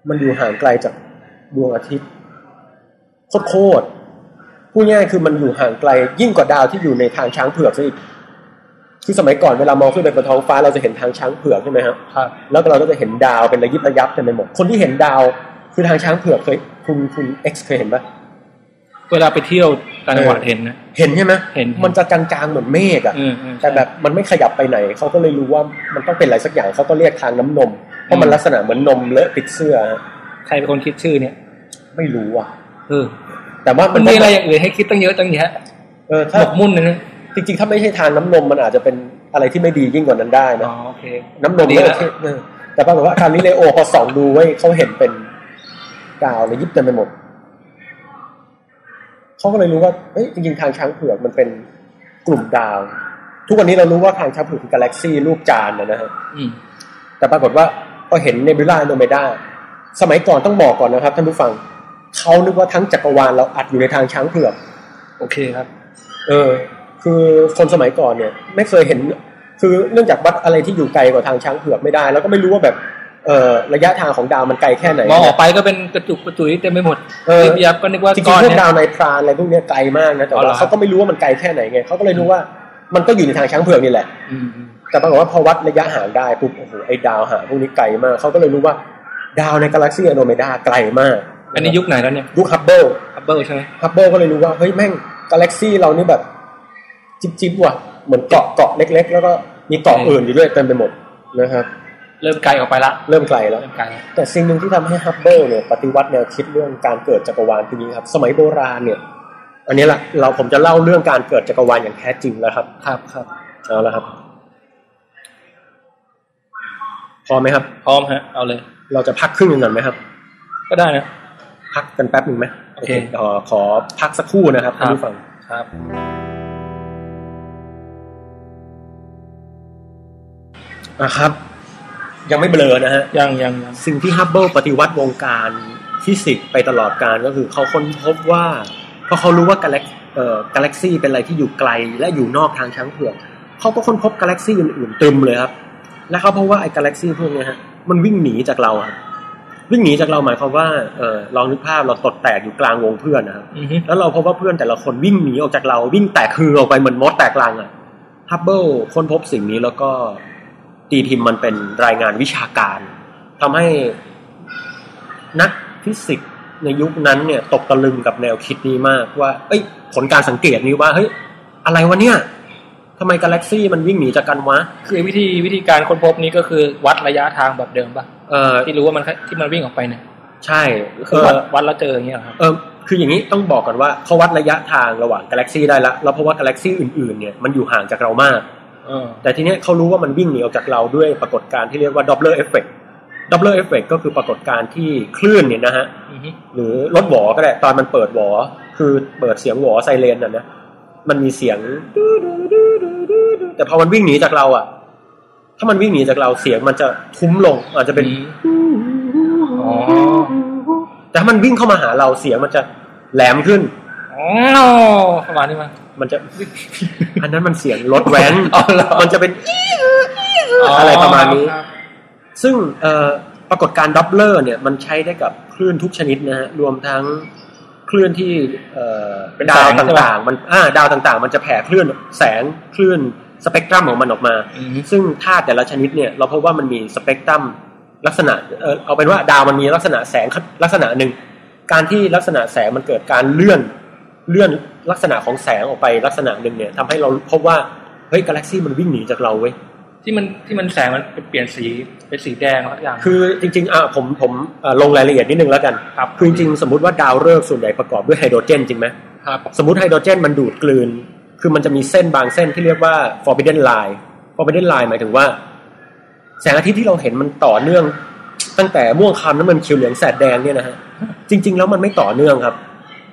A: มันอยู่ห่างไกลจากดวงอาทิตย์โคตรๆพูดง่ายๆคือมันอยู่ห่างไกล ยิ่งกว่าดาวที่อยู่ในทางช้างเผือกซะอีกคือสมัยก่อนเวลามองขึ้นไปบนท้องฟ้าเราจะเห็นทางช้างเผือกใช่ไหมครับ
B: ครับ
A: แล้วเราก็จะเห็นดาวเป็นระยิบระยับเต็มไปหมด คนที่เห็นดาวคือทางช้างเผือกเคยคุณคุณเอ็กซ์เคยเห็นปะ
B: เวลาไปเที่ยวต่างจังหวัดเห็นนะ
A: เห็นใช่ไหม
B: เห็น
A: มันจะกลางๆเหมือนเมฆอะ
B: อืมอืม
A: แต่แบบมันไม่ขยับไปไหนเขาก็เลยรู้ว่ามันต้องเป็นอะไรสักอย่างเขาก็เรียกทางน้ำนม เพราะมัน
B: อืม
A: ลักษณะเหมือนนมเลอะติดเสื้อฮะ
B: ใครเป็นคนคิดชื่อเนี่ย
A: ไม่รู้อ่ะ
B: เออ
A: แต่ว่า
B: มั
A: มัน
B: นมีอะไรอย่างอื่นให้คิดตั้งเยอะตั้งแยะ
A: เออ
B: ห
A: ถ้าม
B: กมุ่นนะนะ
A: จริงๆ ถ้าไม่ใช่ทางน้ำนมมันอาจจะเป็นอะไรที่ไม่ดียิ่งกว่านั้นได้
B: อ๋
A: นะ
B: อโอเค
A: น้ำนม
B: ดี
A: เล
B: นะ
A: อะเทะเออแต่ปรากฏว่าคาริเลโอพอส่องดูไว้ยเขาเห็นเป็นกาวเลยยิบเต็มไปหมดเขาก็เลยรู้ว่าเอ้ยจริงๆทางช้างเผือกมันเป็นกลุ่มดาว ทุกวันนี้เรารู้ว่าทางช้างเผือกคือกาแล็กซี่รูปจานนะนะฮะ
B: อืม
A: แต่ปรากฏว่าพอเห็นเนบิวลาโนเมดาสมัยก่อนต้องบอกก่อนนะครับท่านผู้ฟังเขานึกว่าทั้งจักรวาลเราอัดอยู่ในทางช้างเผือก
B: โอเคครับ
A: เออ คือคนสมัยก่อนเนี่ย ไม่เคยเห็น คือเนื่องจากวัดอะไรที่อยู่ไกลกว่าทางช้างเผือกไม่ได้ แล้วก็ไม่รู้ว่าแบบเออระยะทางของดาวมันไกลแค่ไหน
B: มองออกไปก็เป็นกระจุกกระจุยเต็มไปหมด
A: เออ
B: ยิบยับก็นึกว่า
A: จริ
B: ก้อง น
A: ๆพว
B: เนี่
A: ก
B: ย
A: ดาวในพรานอะไรพวกเนี้ยไกลมากนะแต่
B: อ๋อเหร
A: ว่า
B: อ
A: เขาก็ไม่รู้ว่ามันไกลแค่ไหนไงเขาก็เลยรู้ว่า มันก็อยู่ในทางช้างเผือกนี่แหละ
B: อืมอืม
A: แต่ปรากฏว่าพอวัดระยะห่างได้ปุ๊บโอ้โหไอ้ดาวห่างพวกนี้ไกลมากเขาก็เลยรู้ว่า ดาวในกาแล็กซีอโนเมดาไกลมาก
B: อันนี้ยุคไหนแล้วเนี่ย
A: ยุคฮับเบิล
B: อัปเบิลใช่ไหม
A: ฮับเบิลก็เลยรู้ว่า เฮ้ยแม่งกาแล็กซี่เรานี่แบบจิ๊บจิ๊บว่ะ เหมือนเกาะเกาะเล็ก ๆ แล้วก็มีเกาะอื่นอยู่ด้วยเต็มไปหมดนะครับ
B: เริ่มไกลออกไปละ
A: เริ่มไกลแล้ว
B: เริ่มไกลละ
A: แต่สิ่งหนึ่งที่ทำให้ฮับเบิลเนี่ยปฏิวัติแนวคิดเรื่องการเกิดจักรวาลทีนี้ครับ สมัยโบราณเนี่ย อันนี้แหละเราผมจะเล่าเรื่องการเกิดจักรวาลอย่างแท้จริงแล้วครับ
B: ครับครับ
A: เอาละครับพอไหมครับ
B: พร้อมฮะ เอาเลย
A: เราจะพักครึ่งหนึ่งก่อนไหมครับ
B: ก็ได้นะ
A: พักกันแป๊บหนึ่งไหม
B: โอเค
A: ขอขอพักสักครู่นะครับ
B: ครั
A: ท่าน
B: บ
A: ผู้ฟัง
B: ครับ
A: อ่ะครับ ยังไม่เบลอนะฮะ
B: ยังยังยัง
A: สิ่งที่ฮับเบิลปฏิวัติวงการฟิสิกส์ไปตลอดการก็คือเขาค้นพบว่าเพราะเขารู้ว่ากาแล็กเอ่อกาแล็กซี่เป็นอะไรที่อยู่ไกลและอยู่นอกทางช้างเผือกเขาก็ค้นพบกาแล็กซี่อื่นๆเต็มเลยครับ และเขาพบว่าไอ้กาแล็กซี่พวกเนี้ยฮะมันวิ่งหนีจากเราครับวิ่งหนีจากเราหมายความว่าเออลองนึกภาพเราตดแตกอยู่กลางวงเพื่อนนะครับ
B: อือฮึ
A: แล้วเราพบว่าเพื่อนแต่ละคนวิ่งหนีออกจากเราวิ่งแตกคือออกไปเหมือนมดแตกลังอะฮับเบิลค้นพบสิ่งนี้แล้วก็ตีพิมพ์มันเป็นรายงานวิชาการทำให้นักฟิสิกส์ในยุคนั้นเนี่ย ตกตะลึงกับแนวคิดนี้มากว่า เอ้ย ผลการสังเกตนี้ว่าเฮ้ยอะไรวะเนี่ยทำไมกาแล็กซี่มันวิ่งหนีจากกันวะ
B: คือวิธีวิธีการค้นพบนี้ก็คือวัดระยะทางแบบเดิมป่ะ
A: เออ
B: ที่รู้ว่ามันที่มันวิ่งออกไปเนี่ย
A: ใช่
B: คื
A: เอ
B: อวัด
A: อ
B: วัดแล้วเจออย่างเงี้ยเหรอครับ
A: เออคืออย่างนี้ต้องบอกก่อนว่าเขาวัดระยะทางระหว่างกาแล็กซี่ได้ละแล้วเพราะว่ากาแล็กซี่อื่นๆเนี่ยมันอยู่ห่างจากเรามาก
B: เออ
A: แต่ทีเนี้ยเขารู้ว่ามันวิ่งหนีออกจากเราด้วยปรากฏการณ์ที่เรียกว่า Doppler effect Doppler effect ก็คือปรากฏการณ์ที่คลื่นเนี่ยนะฮะ
B: อือฮึ
A: หรือรถหวอก็ได้ ตอนมันเปิดหวอ คือเปิดเสียงหวอไซเรนน่ะนะ มันมีเสียงดื้อดื้อดื้อดื้อดื้อดื้อแต่พอมันวิ่งหนีจากเราอะถ้ามันวิ่งหนีจากเราเสียงมันจะทุ้มลง อาจจะเป็น
B: อืมอ๋อ
A: แต่ถ้ามันวิ่งเข้ามาหาเราเสียงมันจะแหลมขึ้น
B: อ๋อประมาณนี้มั้ง
A: มันจะ อันนั้นมันเสียงรถแว้น
B: อ๋อเหรอ
A: มันจะเป็น อะไรประมาณนี้ ซึ่งเอ่อ ปรากฏการณ์ดับเลอร์เนี่ยมันใช้ได้กับคลื่นทุกชนิดนะฮะรวมทั้งคลื่นที่เอ่อ
B: เป็น
A: ดาว
B: แสงใช่ไหม
A: ต่างๆ มันอ่าดาวต่างๆ มันจะแผ่คลื่นแสงคลื่นสเปกตรัมของมันออกมา
B: อืม
A: ซึ่งธาตุแต่ละชนิดเนี่ยเราพบว่ามันมีสเปกตรัมลักษณะเออเอาเป็นว่าดาวมันมีลักษณะแสงลักษณะหนึ่งการที่ลักษณะแสงมันเกิดการเลื่อนเลื่อนลักษณะของแสงออกไปลักษณะหนึ่งเนี่ยทำให้เราพบว่าเฮ้ยกาแล็กซี่มันวิ่งหนีจากเราเว้ย
B: ที่มันที่มันแสงมันเปลี่ยนสีเป็นสีแดงอะไรสักอย่าง
A: คือจริงๆอ่ะผมผมเอ่อลงรายละเอียดนิดนึงแล้วกัน
B: ครับ
A: คือจริงๆสมมติว่าดาวฤกษ์ส่วนใหญ่ประกอบด้วยไฮโดรเจนจริงไหม
B: ครับ
A: สมมติไฮโดรเจนมันดูดกลืน คือมันจะมีเส้นบางเส้นที่เรียกว่า forbidden line forbidden line หมายถึงว่า แสงอาทิตย์ที่เราเห็นมันต่อเนื่อง ตั้งแต่ม่วงคำน้ำมันเขียวเหลืองแสดแดงเนี่ยนะฮะจริง ๆ แล้วมันไม่ต่อเนื่องครับ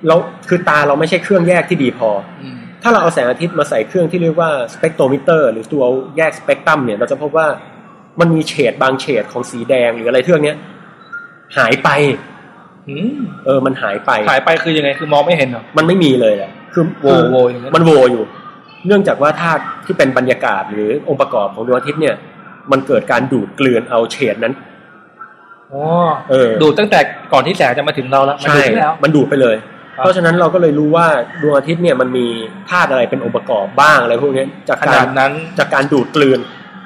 A: แล้วคือตาเราไม่ใช่เครื่องแยกที่ดีพอ
B: อืม
A: ถ้าเราเอาแสงอาทิตย์มาใส่เครื่องที่เรียกว่าสเปกโทรมิเตอร์หรือตัวแยกสเปกตรัมเนี่ยเราจะพบว่ามันมีเฉดบางเฉดของสีแดงหรืออะไรเทื่องเนี้ยหายไป
B: อืม
A: เออมันหายไป
B: หายไปคือยังไงคือมองไม่เห็นเหรอ
A: มันไม่มีเลยอะคือ
B: โว
A: คือ
B: โวอย่างนั้น
A: มันโวอยู่ เนื่องจากว่าธาตุที่เป็นบรรยากาศหรือองค์ประกอบของดวงอาทิตย์เนี่ย มันเกิดการดูดกลืนเอาเฉดนั้น
B: อ๋อ
A: เออ
B: ดูดตั้งแต่ก่อนที่แสงจะมาถึงเราแล้วมัน
A: ใช่
B: ดูดไปแล้ว
A: มันดูดไปเลย
B: ครับ
A: เพราะฉะนั้นเราก็เลยรู้ว่าดวงอาทิตย์เนี่ยมันมีธาตุอะไรเป็นองค์ประกอบบ้างอะไรพวกเนี้ยจาก
B: ข
A: กา
B: นาด
A: ร
B: นั้น
A: จากการดูดกลืน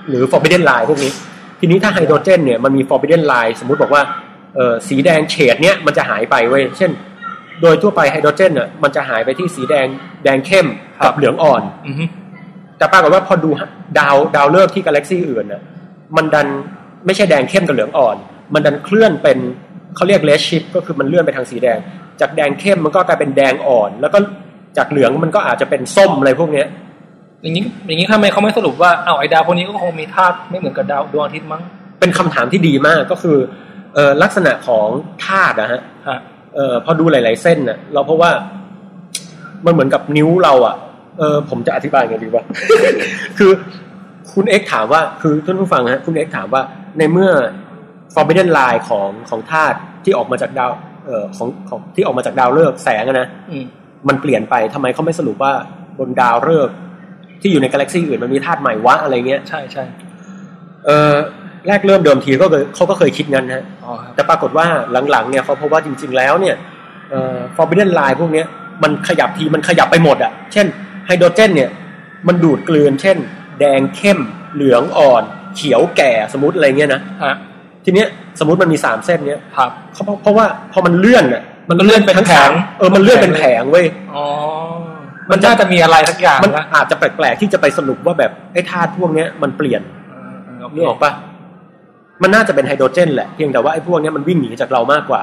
A: หรือ forbidden line พวกนี้ ทีนี้ถ้าไฮโดรเจนเนี่ยมันมี forbidden line สมมุติบอกว่าเออสีแดงเฉดเนี้ยมันจะหายไปเว้ยเช่น โดยทั่วไปไฮโดรเจนเนี่ยมันจะหายไปที่สีแดงแดงเข้ม
B: ครั
A: กับบ เหลืองอ่อน
B: อือฮึ
A: แต่ปรากฏว่าพอดูดาวดาวฤกษ์ที่กาแล็กซี่อื่นน่ะมันดันไม่ใช่แดงเข้มกับเหลืองอ่อน มันดันเคลื่อนเป็นเขาเรียกเลสชิ t ก็คือมันเลื่อนไปทางสีแดง จากแดงเข้มมันก็กลายเป็นแดงอ่อน แล้วก็จากเหลืองมันก็อาจจะเป็นส้มอะไรพวกเนี้ย
B: อย่างนี้อย่างนี้ทำไมเขาไม่สรุปว่าเอาวไอ้ดาวพวกนี้ก็คงมีธาตุไม่เหมือนกับดาวดวงอาทิตย์มั้ง
A: เป็นคำถามที่ดีมากก็คือเออลักษณะของธาตุนะฮะ
B: ฮะ
A: เออพอดูหลาย ๆ เส้นน่ะเราเพราะว่ามันเหมือนกับนิ้วเราอ่ะเออผมจะอธิบายไงดีวะ คือคุณเอ็กถามว่าคือท่านผู้ฟังฮะคุณเอ็กถามว่าในเมื่อ forbidden line ของของธาตุที่ออกมาจากดาวเออของของที่ออกมาจากดาวฤกษ์แสงอะนะ
B: อืม
A: มันเปลี่ยนไปทำไมเขาไม่สรุปว่าบนดาวฤกษ์ที่อยู่ในกาแล็กซีอื่นมันมีธาตุใหม่วะอะไรเงี้ย
B: ใช่ใช่
A: เออแรกเริ่มเดิมทีก็เคยเขาก็เคยคิดงั้นฮะ
B: อ๋อครับ
A: แต่ปรากฏว่าหลังๆเนี่ยเขาพบว่าจริง ๆ แล้วเนี่ยเอ่อ forbidden line พวกเนี้ยมันขยับทีมันขยับไปหมดอะเช่นไฮโดรเจนเนี่ยมันดูดกลืน เช่น แดงเข้ม เหลืองอ่อน เขียวแก่สมมติอะไรเงี้ยนะ
B: ฮะ
A: ทีเนี้ยสมมติมันมี 3 เส้นเนี้ย
B: ครับ
A: เขาเพราะเพราะว่าพอมันเลื่อนอะ
B: มันก็เลื่อนเป็น
A: ทั้ง
B: แผ
A: สาง มเออมันเลื่อนเป็นแผงเว้ย
B: อ๋อ
A: มั
B: มัน น
A: จะ
B: น่าจะมีอะไรสักอย่าง
A: มัน
B: นะ
A: อาจจะแปลกๆที่จะไปสรุปว่าแบบไอ้ธาตุพวกเนี้ยมันเปลี่ยน นึกออกปะมันน่าจะเป็นไฮโดรเจนแหละเพียงแต่ว่าไอ้พวกเนี้ยมันวิ่งหนีจากเรามากกว่า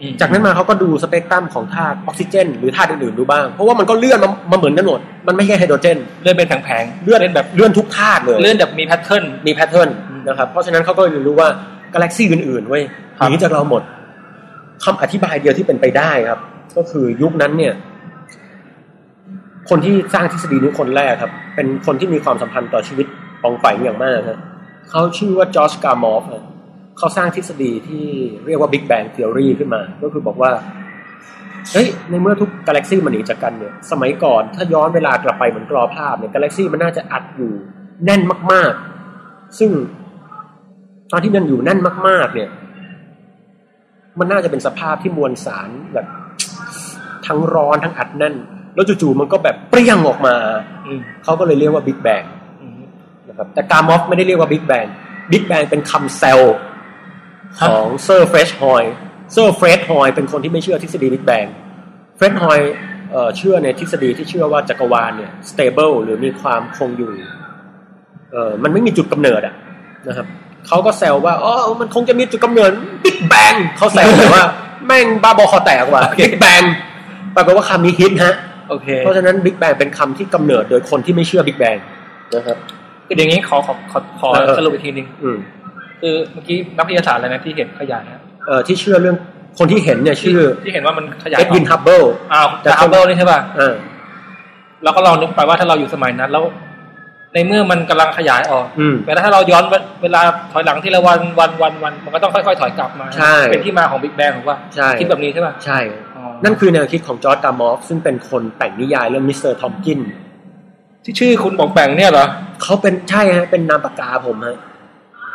B: อืม
A: จากนั้นมาเขาก็ดูสเปกตรัมของธาตุออกซิเจน หรือธาตุอื่นๆดูบ้าง เพราะว่ามันก็เลื่อนมามาเหมือนกันหมด มันไม่ใช่ไฮโดรเจน
B: เลื่อนเป็นแผงๆ
A: เลื่อนแบบเลื่อนทุกธาตุเลย
B: เลื่อนแบบมีแพทเทิร์น
A: มีแพทเทิร์น
B: อืม
A: นะครับ เพราะฉะนั้นเขาก็เลยรู้ว่ากาแล็กซี่อื่นๆเว้ยห
B: ครับ
A: นีจากเราหมดคำอธิบายเดียวที่เป็นไปได้ครับ ก็คือยุคนั้นเนี่ย คนที่สร้างทฤษฎีนี้คนแรกครับ เป็นคนที่มีความสัมพันธ์ต่อชีวิตปองไปงอย่างมากนะเขาชื่อว่าจอร์จกามอฟนะเขาสร้างทฤษฎีที่เรียกว่า Big Bang Theory ขึ้นมา ก็คือบอกว่า เฮ้ย ในเมื่อทุกกาแล็กซี่มันหนีจากกันเนี่ย สมัยก่อนถ้าย้อนเวลากลับไปเหมือนกรอภาพเนี่ยกาแล็กซี่มันน่าจะอัดอยู่แน่นมาก ๆ ซึ่ง ตอนที่มันอยู่แน่นมาก ๆ เนี่ย มันน่าจะเป็นสภาพที่มวลสารแบบ ทั้งร้อนทั้งอัดแน่น แล้วจู่ๆมันก็แบบเปรี้ยงออกมา
B: อืม
A: เขาก็เลยเรียกว่าบิ๊กแบง
B: อืม
A: นะครับ แต่กามอฟไม่ได้เรียกว่าบิ๊กแบงบิ๊กแบงเป็นคำแซวของเซอร์เฟรชฮอยเซอร์เฟรชฮอยเป็นคนที่ไม่เชื่อทฤษฎีบิ๊กแบงเฟรชฮอยเชื่อในทฤษฎีที่เชื่อว่าจักรวาลเนี่ยสเตเบิลหรือมีความคงอยู่เออมันไม่มีจุดกำเนิดอะนะครับเขาก็แซวว่าอ๋อมันคงจะมีจุดกำเนิดบิ๊กแบงเขาแซวแต่ ว่า แม่งบ้าบอคอแตกว่ะ
B: โอเค
A: บิ๊กแบงปรากฏว่าคำนี้ฮิตฮะ
B: โอเค
A: เพราะฉะนั้นบิ๊กแบงเป็นคำที่กำเนิดโดยคนที่ไม่เชื่อบิ๊กแบงนะครับ
B: คืออย่างนี้ขอขอขอขอ
A: เออเออ
B: สรุปอีกทีหนึ่ง
A: อืม
B: คือเมื่อกี้นักวิทยาศาสตร์อะไรนะที่เห็นขยายนะ
A: เอ่อที่เชื่อเรื่องคนที่เห็นเนี่ยชื่อ
B: ที่เห็นว่ามันขยาย
A: เอ็ดวินฮับเบิล
B: อ้าว
A: แต่
B: จาก
A: ค
B: ฮั
A: น
B: บเบิลนี่ใช่ป่ะ
A: อ่า
B: เราก็ลองนึกไปว่าถ้าเราอยู่สมัยนั้นแล้ว ในเมื่อมันกำลังขยายออก
A: อืม
B: แต่ถ้าเราย้อนเวเวลาถอยหลังทีละวันวันวันวันมันก็ต้องค่อยๆ ถอยกลับมา
A: ใช่
B: เป็นที่มาของบิ๊กแบงถูกป่ะ
A: ใช่
B: คิดแบบนี้ใช่ป่ะ
A: ใช่
B: อ๋อ
A: นั่นคือแนวคิดของจอร์จตามอฟซึ่งเป็นคนแต่งนิยายเรื่องมิสเตอร์ทอมกิน
B: ที่ชื่อคุณบอกแบ่งเนี่ยเหรอ
A: เขาเป็นใช่ฮะเป็นนามปากกาผมฮะ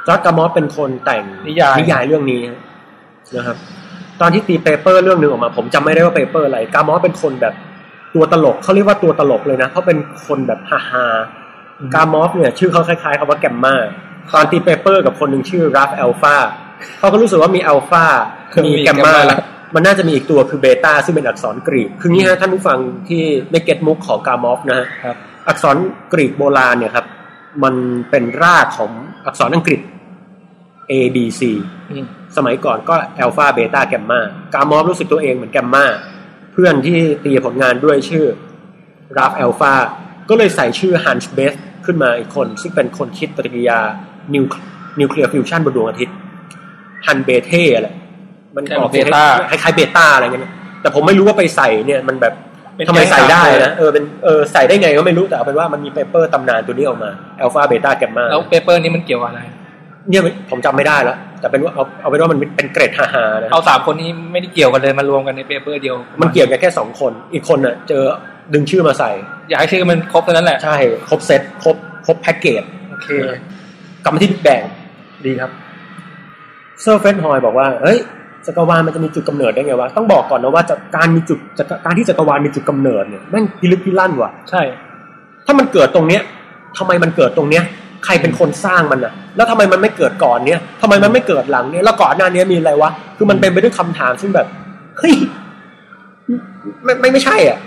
A: จอร์จกามอฟเป็นคนแต่ง
B: นิยาย
A: นิยายเรื่องนี้นะครับ ตอนที่ตีเปเปอร์เรื่องหนึ่งออกมา ผมจำไม่ได้ว่าเปเปอร์อะไรกามอฟเป็นคนแบบตัวตลกเขาเรียกว่าตัวตลกเลยนะเพราะเป็นคนแบบฮาฮาๆกามอฟเนี่ย ชื่อเขาคล้ายๆคำว่าแกมมาตอนตีเปเปอร์กับคนหนึ่งชื่อรัฟเอลฟาเขาก็รู้สึกว่ามีเอลฟามีแกมมา มันน่าจะมีอีกตัวคือเบต้าซึ่งเป็นอักษรกรีก คืองี้ฮะท่านผู้ฟังที่ไม่เก็ตมุกของกามอฟนะฮะ
B: ครับ
A: อักษรกรีกโบราณเนี่ยครับ มันเป็นรากของอักษรอังกฤษ A B C
B: อืม
A: สมัยก่อนก็แอลฟาเบต้าแกมมากามอฟรู้สึกตัวเองเหมือนแกมมาเพื่อนที่ตีผลงานด้วยชื่อราฟแอลฟาก็เลยใส่ชื่อฮันส์เบสขึ้นมาอีกคน ซึ่งเป็นคนคิดปฏิกิริยานิวนิวเคลียร์ฟิวชันบนดวงอาทิตย์ฮันเบเท่อะไรมันออกสียงคล้ายๆเบต้าอะไรเงี้ยนะแต่ผมไม่รู้ว่าไปใส่เนี่ยมันแบบ ทำไมใส่ได้นะเออเป็นเออใส่ได้ไงก็ไม่รู้แต่เอาเป็นว่ามันมีเปเปอร์ตำนานตัวนี้ออกมาแอลฟาเบต้าแกมมา
B: แล้วเปเปอร์นี้มันเกี่ยวอะไร
A: เนี่ยผมจำไม่ได้แล้ว แต่เป็นว่าเอาเอาเป็นว่ามันเป็นเกรดฮาๆนะ
B: เอาสามคนนี้ไม่ได้เกี่ยวกันเลยมารวมกันในเปเปอร์เดียว
A: มันเกี่ยวกันแค่สองคน อีกคนน่ะ เจอดึงชื่อมาใส่
B: อยากให้ชื่อมันครบเท่านั้นแหละ
A: ใช่ ครบเซตครบครบแพ็กเกจ
B: โอเค
A: กลับมาที่บิ๊กแบงดีครับ เซอร์เฟนฮอยบอกว่า เฮ้ย จักรวาลมันจะมีจุดกำเนิดได้ไงวะ ต้องบอกก่อนนะว่าจะการมีจุดจะการที่จักรวาลมีจุดกำเนิดเนี่ยแม่งพิลึกพิลั่นว่ะ
B: ใช่
A: ถ้ามันเกิดตรงเนี้ยทำไมมันเกิดตรงเนี้ย ใครเป็นคนสร้างมันน่ะ แล้วทำไมมันไม่เกิดก่อนเนี้ยทำไมมันไม่เกิดหลังเนี้ย แล้วก่อนหน้าเนี้ยมีอะไรวะ คือมันเป็นไปด้วยคำถามซึ่งแบบ เฮ้ย ไม่ไม่ไม่ใช่อ่ะ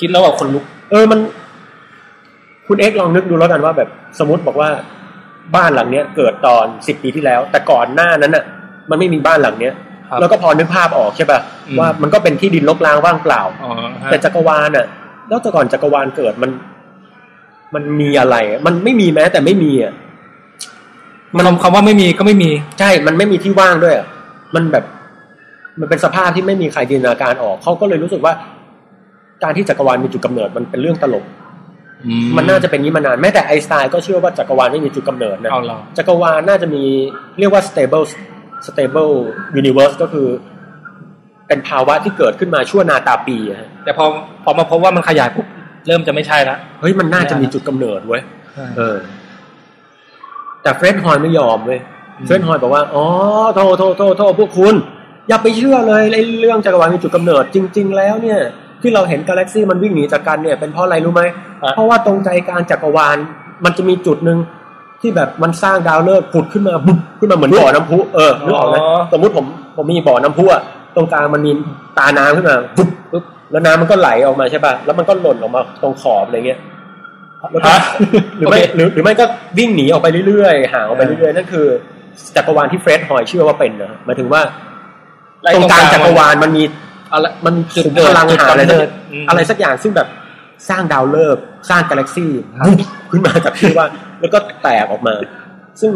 B: คิดแล้วแบบคนลุก
A: เออมัน คุณเอ็กซ์ลองนึกดูแล้วกันว่าแบบสมมติบอกว่าบ้านหลังเนี้ย เกิดตอนสิบปีที่แล้ว แต่ก่อนหน้านั้นน่ะ มันไม่มีบ้านหลังเนี้ย
B: ครับ
A: แล้วก็พอนึกภาพออกใช่ป่ะ
B: อืม
A: ว่ามันก็เป็นที่ดินลกล้างว่างเปล่า
B: อ๋อฮะ
A: แต่จักรวาลน่ะ แล้วแต่ก่อนจักรวาลเกิดมัน มันมีอะไร มันไม่มีแม้ แต่ไม่มีอ่ะ
B: มันคำว่าไม่มีก็ไม่มี
A: ใช่มันไม่มีที่ว่างด้วยอะมันแบบ มันเป็นสภาพที่ไม่มีใครจินตนาการออกเขาก็เลยรู้สึกว่า การที่จักรวาลมีจุดกำเนิดมันเป็นเรื่องตลก มันน่าจะเป็นนี้มานานแม้แต่ไอน์สไตน์ก็เชื่อว่าจักรวาลไม่มีจุดกำเนิดนะ
B: เอาเหรอ
A: จักรวาลน่าจะมีเรียกว่า stable stable universe ก็คือ เป็นภาวะที่เกิดขึ้นมาชั่วนาตาปีอะฮะ
B: แต่พอพอมาพบว่ามันขยายปุ๊บเริ่มจะไม่ใช่ละ
A: เฮ้ยมันน่าจะมีจุดกำเนิดเว้ยเออ แต่เฟรนฮอยไม่ยอมเว้ยเฟรนฮอยบอกว่า อ๋อโทษโทษโทษโทษพวกคุณ อย่าไปเชื่อเลยไอ้เรื่องจักรวาลมีจุดกำเนิด จริง ๆ แล้วเนี่ย ที่เราเห็นกาแล็กซี่มันวิ่งหนีจากกันเนี่ยเป็นเพราะอะไรรู้ไหม
B: อ่ะ
A: เพราะว่าตรงใจกลางจักรวาลมันจะมีจุดหนึ่งที่แบบมันสร้างดาวฤกษ์ผุดขึ้นมาบุ๊บขึ้นมาเหมือนบ่อน้ำพุเออนึกออกไหม
B: อ๋อ
A: สมมติผมผมมีบ่อน้ำพุอะตรงกลางมันมีตาน้ำขึ้นมาปุ๊บปุ๊บแล้วน้ำมันก็ไหลออกมาใช่ป่ะแล้วมันก็หล่นออกมาตรงขอบอะไรเงี้ยแล้วก็
B: ฮะ
A: หรือไม่
B: โอเค
A: หรือหรือไม่ก็วิ่งหนีออกไปเรื่อยๆห่างออกไปเรื่อยๆนั่นคือจักรวาลที่เฟรดฮอยเชื่อว่าเป็นนะหมายถึงว่า
B: ไล่
A: ตรงกลางจักรวาลมันมี
B: อะไร
A: มันมี
B: จุด
A: พลัง
B: จุด
A: หาอะไร
B: กำ
A: สัก
B: เนิ
A: อย
B: ด
A: ่างอะไรสักอย่างซึ่งแบบสร้างดาวฤกษ์สร้างกาแล็กซี่ขึ้นมาจากที่ว่างแล้วก็แตกออกมา ซึ่ง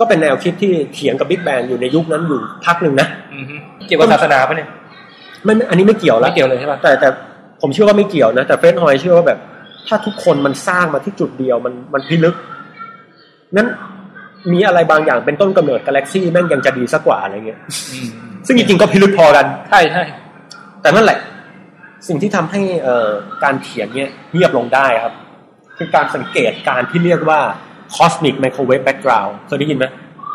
A: ก็เป็นแนวคิดที่เถียงกับบิ๊กแบงอยู่ในยุคนั้นอยู่พักหนึ่งนะ
B: อืมฮึเกี่ยวกับศาสนาปะเนี่ย
A: ไม่ไม่อันนี้ไม่เกี่ยวละ
B: ไม่เกี่ยวเลยใช่ปะ
A: แต่แต่ผมเชื่อว่าไม่เกี่ยวนะ แต่เฟรนฮอยเชื่อว่าแบบ ถ้าทุกคนมันสร้างมาที่จุดเดียวมันมันพิลึกนั้นมีอะไรบางอย่างเป็นต้นกำเนิดกาแล็กซี่แม่งยังจะดีสักกว่าอะไรเงี้ย
B: อืม
A: ซึ่งจริงๆก็พิลึกพอกัน
B: ใช่ใช่
A: แต่นั่นแหละ สิ่งที่ทำให้เอ่อการเถียงเนี่ยเงียบลงได้ครับ คือการสังเกตการที่เรียกว่า cosmic microwave background เคยได้ยินไหม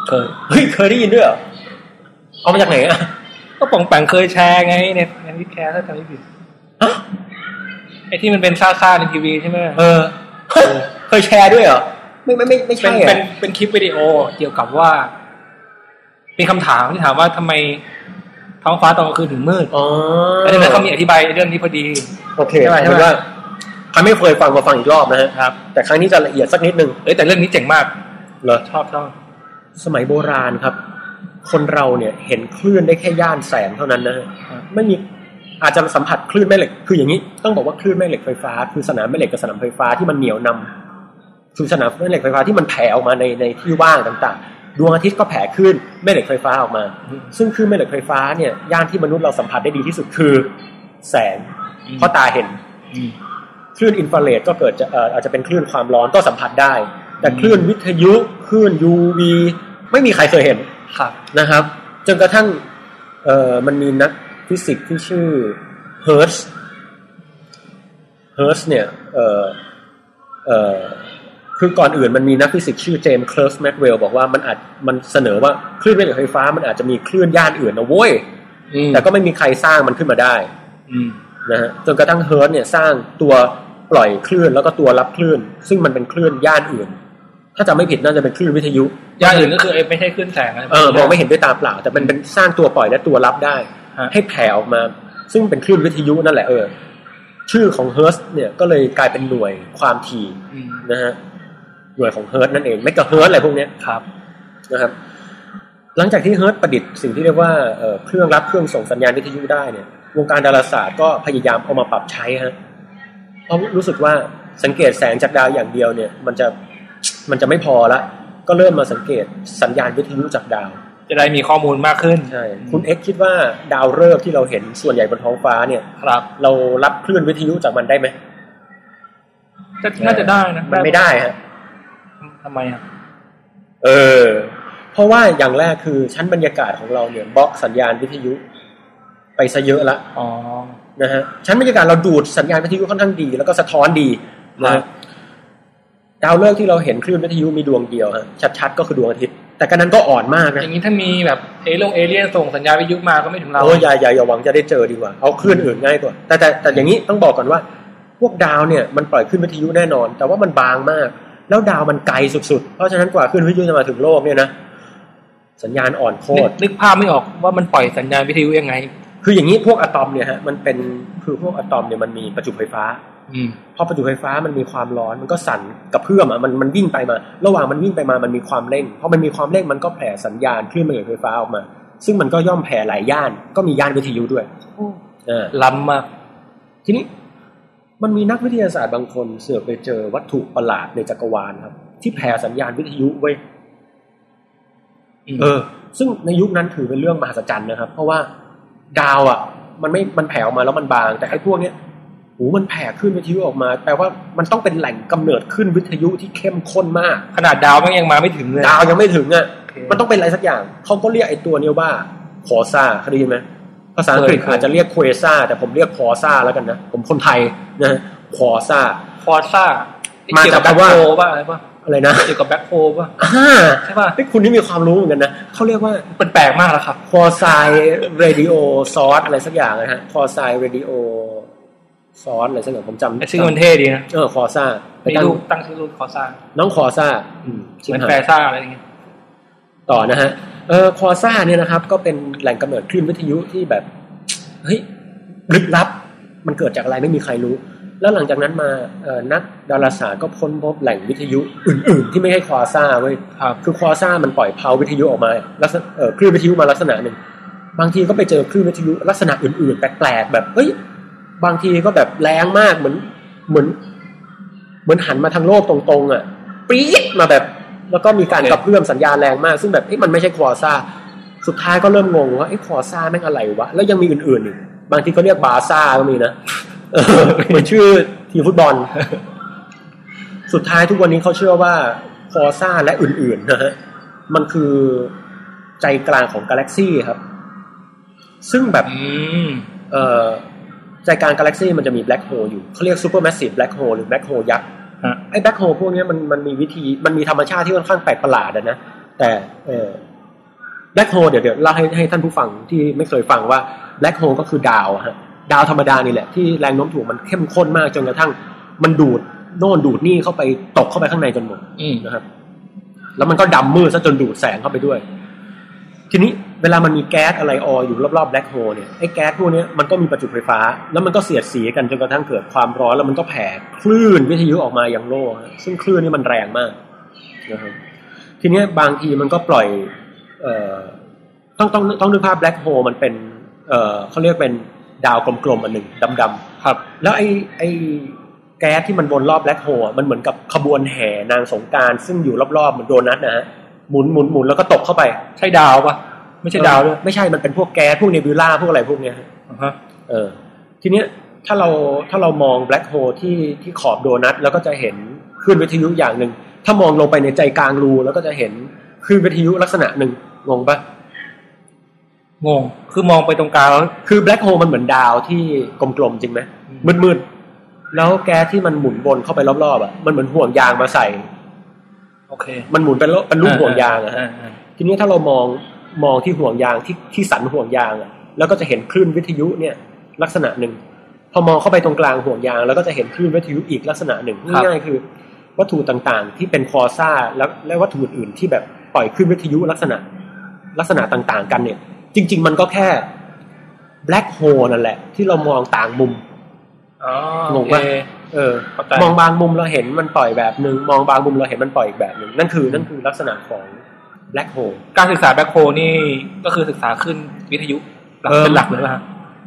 B: เคย
A: เฮ้ยเคยได้ยินด้วยเหรอเอามาจากไหนอะ
B: ก็ป่องแปงเคยแชร์ไงในในวิดแคสถ้าจำไม่ผิด
A: ฮะ
B: ไอ้ที่มันเป็นซ่าซ่าๆในทีวีใช่ไหม
A: เออเฮ้ย เคยแชร์ด้วยเหรอไม่ไม่ไม่ไม่
B: เป็
A: ใช่
B: น
A: อะ
B: เป็นเป็นคลิปวิดีโอเกี่ยวกับว่า มีคำถามที่ถามว่าทำไมท้องฟ้าตอนกลางคืนถึงมืด
A: อ๋อ
B: แล้วในนั้นเขามีอธิบายเรื่องนี้พอดี
A: โอเค
B: ใช่ไหมใช่ไหม
A: เป็นว่าใครไม่เคยฟังมาฟังอีกรอบนะฮะ
B: ครับ
A: แต่ครั้งนี้จะละเอียดสักนิดนึง
B: เอ้ยแต่เรื่องนี้เจ๋งมาก
A: เหรอ
B: ชอบชอบ
A: สมัยโบราณครับ คนเราเนี่ยเห็นคลื่นได้แค่ย่านแสงเท่านั้นนะฮะไม่มีอาจจะสัมผัสคลื่นแม่เหล็กคืออย่างนี้ ต้องบอกว่าคลื่นแม่เหล็กไฟฟ้า คือสนามแม่เหล็กกับสนามไฟฟ้าที่มันเหนียวนำคือสนามแม่เหล็กไฟฟ้าที่มันแผ่ออกมาในในที่ว่างต่างๆ ดวงอาทิตย์ก็แผ่คลื่นแม่เหล็กไฟฟ้าออกมา ซึ่งคลื่นแม่เหล็กไฟฟ้าเนี่ยย่านที่มนุษย์เราสัมผัสได้ดีที่สุดคือ แสงเพราะตาเห็น
B: อืม
A: คลื่นอินฟราเรดก็เกิดจะเอ่ออาจจะเป็นคลื่นความร้อนก็สัมผัสได้ แต่คลื่นวิทยุคลื่น UV ไม่มีใครเคยเห็น
B: ครับ
A: นะครับจนกระทั่งเอ่อมันมีนักฟิสิกส์ที่ชื่อเฮิร์สเฮิร์สเนี่ยเอ่อเอ่อค คือก่อนอื่นมันมีนักฟิสิกส์ชื่อเจมส์เคลิร์ฟแมคเวลบอกว่ามันอาจมันเสนอว่าคลื่นแม่เหล็กไฟฟ้ามันอาจจะมีคลื่นย่านอื่นนะเว้ย
B: อืม
A: แต่ก็ไม่มีใครสร้างมันขึ้นมาได้
B: อืม
A: นะฮะจนกระทั่งเฮิร์ตเนี่ยสร้างตัวปล่อยคลื่นแล้วก็ตัวรับคลื่น ซึ่งมันเป็นคลื่นย่านอื่น ถ้าจำไม่ผิดน่าจะเป็นคลื่นวิทยุ
B: ย่านอื่นก็คือไอ้ไม่ใช่ขึ้นแสงนะ
A: เออมองไม่เห็นด้วยตาเปล่า แต่มันเป็นสร้างตัวปล่อยและตัวรับได้
B: ฮะ
A: ให้แผ่ออกมา ซึ่งเป็นคลื่นวิทยุนั่นแหละเออ ชื่อของเฮิร์ตเนี่ยก็เลยกลายเป็นหน่วยความถี่
B: อืม
A: นะฮะหน่วยของเฮิร์ตนั่นเองไม่กับเฮิร์ตอะไรพวกเนี้ย
B: ครับ
A: นะครับหลังจากที่เฮิร์ตประดิษฐ์สิ่งที่เรียกว่าเอ่อเครื่องรับเครื่องส่งสัญญาณวิทยุได้เนี่ยวงการดาราศาสตร์ก็พยายามเอามาปรับใช้ฮะเพราะรู้สึกว่าสังเกตแสงจากดาวอย่างเดียวเนี่ย มันจะมันจะไม่พอละ ก็เริ่มมาสังเกตสัญญาณวิทยุจากดาว
B: จะได้มีข้อมูลมากขึ้น
A: ใช่คุณเอ็กซ์คิดว่าดาวฤกษ์ที่เราเห็นส่วนใหญ่บนท้องฟ้าเนี่ย
B: ครับ
A: เรารับคลื่นวิทยุจากมันได้ไหม
B: จะน่าจะได้นะ
A: มันไม่ได้ฮะ
B: ทำไมอ่ะ
A: เออ เพราะว่าอย่างแรกคือชั้นบรรยากาศของเราเนี่ยบล็อกสัญญาณวิทยุ ไปซะเยอะละ
B: อ๋อ
A: นะฮะชั้นบรรยากาศเราดูดสัญญาณวิทยุค่อนข้างดี แล้วก็สะท้อนดีนะ
B: ครั
A: ฮะ
B: บ
A: ดาวฤกษ์ที่เราเห็นคลื่นวิทยุมีดวงเดียวฮะชัดๆก็คือดวงอาทิตย์แต่กันนั้นก็อ่อนมากนะ
B: อย่างนี้ถ้ามีแบบเอลงเอเลี่ยนส่งสัญญาณวิทยุมาก็ไม่ถึงเรา
A: โอ้ยอย่าอย่าอย่าหวังจะได้เจอดีกว่าเอาคลื่นอื่นง่ายกว่าแต่แต่แต่อย่างนี้ต้องบอกก่อนว่า พวกดาวเนี่ยมันปล่อยคลื่นวิทยุแน่นอน แต่ว่ามันบางมาก แล้วดาวมันไกลสุดๆ เพราะฉะนั้นกว่าคลื่นวิทยุจะมาถึงโลกเนี่ยนะสัญญาณอ่อนโค
B: นึก
A: ตร
B: นึกภาพไม่ออกว่ามันปล่อยสัญญาณวิทยุยังไง
A: คืออย่างนี้พวกอะตอมเนี่ยฮะมันเป็นคือพวกอะตอมเนี่ยมันมีประจุไฟฟ้า
B: อืม
A: พอประจุไฟฟ้ามันมีความร้อนมันก็สั่นกระเพื่อมอ่ะมันมันวิ่งไปมา ระหว่างมันวิ่งไปมามันมีความเร่งพอมันมีความเร่งมันก็แผ่สัญญาณคลื่นแม่เหล็กไฟฟ้าออกมา ซึ่งมันก็ย่อมแผ่หลายย่านก็มีย่านวิทยุด้วยเออ
B: ล้ำมาก
A: ทีนี้มันมีนักวิทยาศาสตร์บางคนเสือกไปเจอวัตถุประหลาดในจักรวาลครับ ที่แผ่สัญญาณวิทยุไว้ย
B: อืม
A: เออ ซึ่งในยุคนั้นถือเป็นเรื่องมหัศจรรย์นะครับ เพราะว่าดาวอ่ะ มันไม่มันแผ่ออกมาแล้วมันบาง แต่ไอ้พวกเนี้ยโหูมันแผ่ขึ้นวิทยุออกมาแปลว่ามันต้องเป็นแหล่งกำเนิดขึ้นวิทยุที่เข้มข้นมาก
B: ขนาดดาวมันยังมาไม่ถึงเลย
A: ดาวยังไม่ถึงอ่ะ
B: โเค
A: มันต้องเป็นอะไรสักอย่าง เขาก็เรียกไอ้ตัวเนี้ยว่าคอซ่าเคยได้ยินไหมภาษาอังกฤษ
B: เคย
A: อาจจะเรียกควซ่าแต่ผมเรียกคอซ่าแล้วกันนะ ผมคนไทยนะคอซ่า
B: คอร์ซ่า
A: มา
B: เกี่ยว
A: จา
B: กั
A: ก
B: บ
A: คำ
B: แบ็ค
A: ว่า
B: โฮป่ะอะไรป่ะ
A: อะไรนะ
B: เกี่ยวกับแบ็คโฮป่ะ
A: อ่า
B: ใช่ป่ะ
A: เฮ้ยคุณนี่มีความรู้เหมือนกันนะ เขาเรียกว่า
B: มันแปลกมากแล้วครับ
A: คอไซเรดิโอซอสอะไรสักอย่างนะฮะคอไซเรดิโอซอสอะไรสักอย่างผมจำ
B: ไอ้ชื่อมันเท่ดีนะ
A: เออคอซ่าไป
B: มี
A: ตั้ง
B: ลูกตั้งชื่อลูกคอซ่า
A: น้องคอซ่าอืมชิบ
B: เหมือน
A: หาย
B: แฟร์ซ่าอะไรอย่างเงี้ย
A: ต่อนะฮะ เออคอซ่าเนี่ยนะครับ ก็เป็นแหล่งกำเนิดคลื่นวิทยุที่แบบ เฮ้ย ลึกลับ มันเกิดจากอะไรไม่มีใครรู้ แล้วหลังจากนั้นมาเอ่อนักดาราศาสตร์ก็ค้นพบแหล่งวิทยุอื่น ๆ ที่ไม่ใช่คอซ่าเว้ย
B: ครับ
A: คือคอซ่ามันปล่อยเพาวิทยุออกมาลักษณะเอ่อคลื่นวิทยุมาลักษณะหนึ่ง บางทีก็ไปเจอคลื่นวิทยุลักษณะอื่นๆ แปลกๆแบบเฮ้ยบางทีก็แบบแรงมากเหมือนเหมือน เหมือนหันมาทางโลกตรงๆ อ่ะปี๊ดมาแบบ แล้วก็มีการ
B: โอเค
A: กระเพื่อมสัญญาณแรงมาก ซึ่งแบบเอ๊ะมันไม่ใช่คอซ่า สุดท้ายก็เริ่มงงว่าไอ้คอซ่าแม่งอะไรวะ แล้วยังมีอื่นๆอีกบางทีก็เรียกบาซ่าก็มีนะ เออเหมือนชื่อทีมฟุตบอล สุดท้ายทุกวันนี้เขาเชื่อว่าคอซ่าและอื่นๆนะฮะมันคือใจกลางของกาแล็กซี่ครับ ซึ่งแบบ
B: อืม
A: เอ่อใจกลางกาแล็กซีมันจะมีแบล็คโฮลอยู่เขาเรียกซูเปอร์แมสซีฟแบล็คโฮลหรือแบล็คโฮลยักษ์
B: ฮะ
A: ไอ้แบล็คโฮลพวกเนี้ยมันมันมีวิธีมันมีธรรมชาติที่ค่อนข้างแปลกประหลาดอะนะ แต่เออแบล็คโฮลเดี๋ยวเดี๋ยวเล่าให้ให้ท่านผู้ฟังที่ไม่เคยฟังว่าแบล็คโฮลก็คือดาวอะฮะดาวธรรมดานี่แหละที่แรงโน้มถ่วงมันเข้มข้นมากจนกระทั่ง มันดูดโน่นดูดนี่เข้าไปตกเข้าไปข้างในจนหมด
B: อืม
A: นะครับ แล้วมันก็ดำมืดซะจนดูดแสงเข้าไปด้วย ทีนี้เวลามันมีแก๊สอะไรออยอยู่รอบๆแบล็คโฮลเนี่ย ไอ้แก๊สพวกเนี้ยมันก็มีประจุไฟฟ้า แล้วมันก็เสียดสีกันจนกระทั่งเกิดความร้อน แล้วมันก็แผ่คลื่นวิทยุออกมาอย่างโลกฮะซึ่งคลื่นนี่มันแรงมากนะครับ ทีเนี้ยบางทีมันก็ปล่อย เอ่อ ต้องต้องต้องนึกภาพแบล็คโฮลมันเป็น เอ่อเขาเรียกเป็นดาวกลมๆอันหนึ่งดำๆ
B: ครับ
A: แล้วไอ้ไอ้แก๊สที่มันวนรอบแบล็คโฮลอะมันเหมือนกับขบวนแห่นางสงกรารซึ่งอยู่รอบๆเหมือนโดนัทนะฮะหมุนหมุนหมุนแล้วก็ตกเข้าไป
B: ใช่ดาวป่ะ ไม่ใช่ดาวด้วย
A: ไม่ใช่มันเป็นพวกแก๊สพวกเนบิวล่าพวกอะไรพวกเนี้ยฮะ
B: อ่าฮะ
A: เออทีเนี้ยถ้าเราถ้าเรามองแบล็คโฮลที่ที่ขอบโดนัทแล้วก็จะเห็นคลื่นวิทยุอย่างหนึ่งถ้ามองลงไปในใจกลางรูแล้วก็จะเห็นคลื่นวิทยุลักษณะหนึ่งงงปะ
B: งง คือมองไปตรงกลางแล้ว
A: คือแบล็คโฮลมันเหมือนดาวที่กลมๆจริงไหม มืดๆ แล้วแก๊สที่มันหมุนวนเข้าไปรอบๆอ่ะ มันเหมือนห่วงยางมาใส่
B: โอเค
A: มันหมุนเป็นโลเป็นรูปห่วงยางอะฮะ
B: อ่อ่า
A: ทีนี้ถ้าเรามองมองที่ห่วงยางที่ที่สันห่วงยางอะแล้วก็จะเห็นคลื่นวิทยุเนี่ยลักษณะหนึ่ง พอมองเข้าไปตรงกลางห่วงยาง แล้วก็จะเห็นคลื่นวิทยุอีกลักษณะหนึ่งง่ายๆคือ วัตถุต่างๆ ที่เป็นคอซ่าและและวัตถุอื่นๆที่แบบปล่อยคลื่นวิทยุลักษณะลักษณะต่างๆ กันเนี่ย จริง ๆ มันก็แค่แบล็คโฮนั่นแหละ ที่เรามองต่างมุม
B: อ๋อง โองเค
A: ปะ เออ
B: เข้าใจ
A: มองบางมุมเราเห็นมันปล่อยแบบหนึ่งมองบางมุมเราเห็นมันปล่อยอีกแบบหนึ่งนั่นคือนั่นคือลักษณะของแบล็คโฮ
B: การศึกษาแบ็คโฮนี่ก็คือศึกษาขึ้นวิทยุหลัก
A: เออ
B: เป็นหลักเลยป่ะฮะ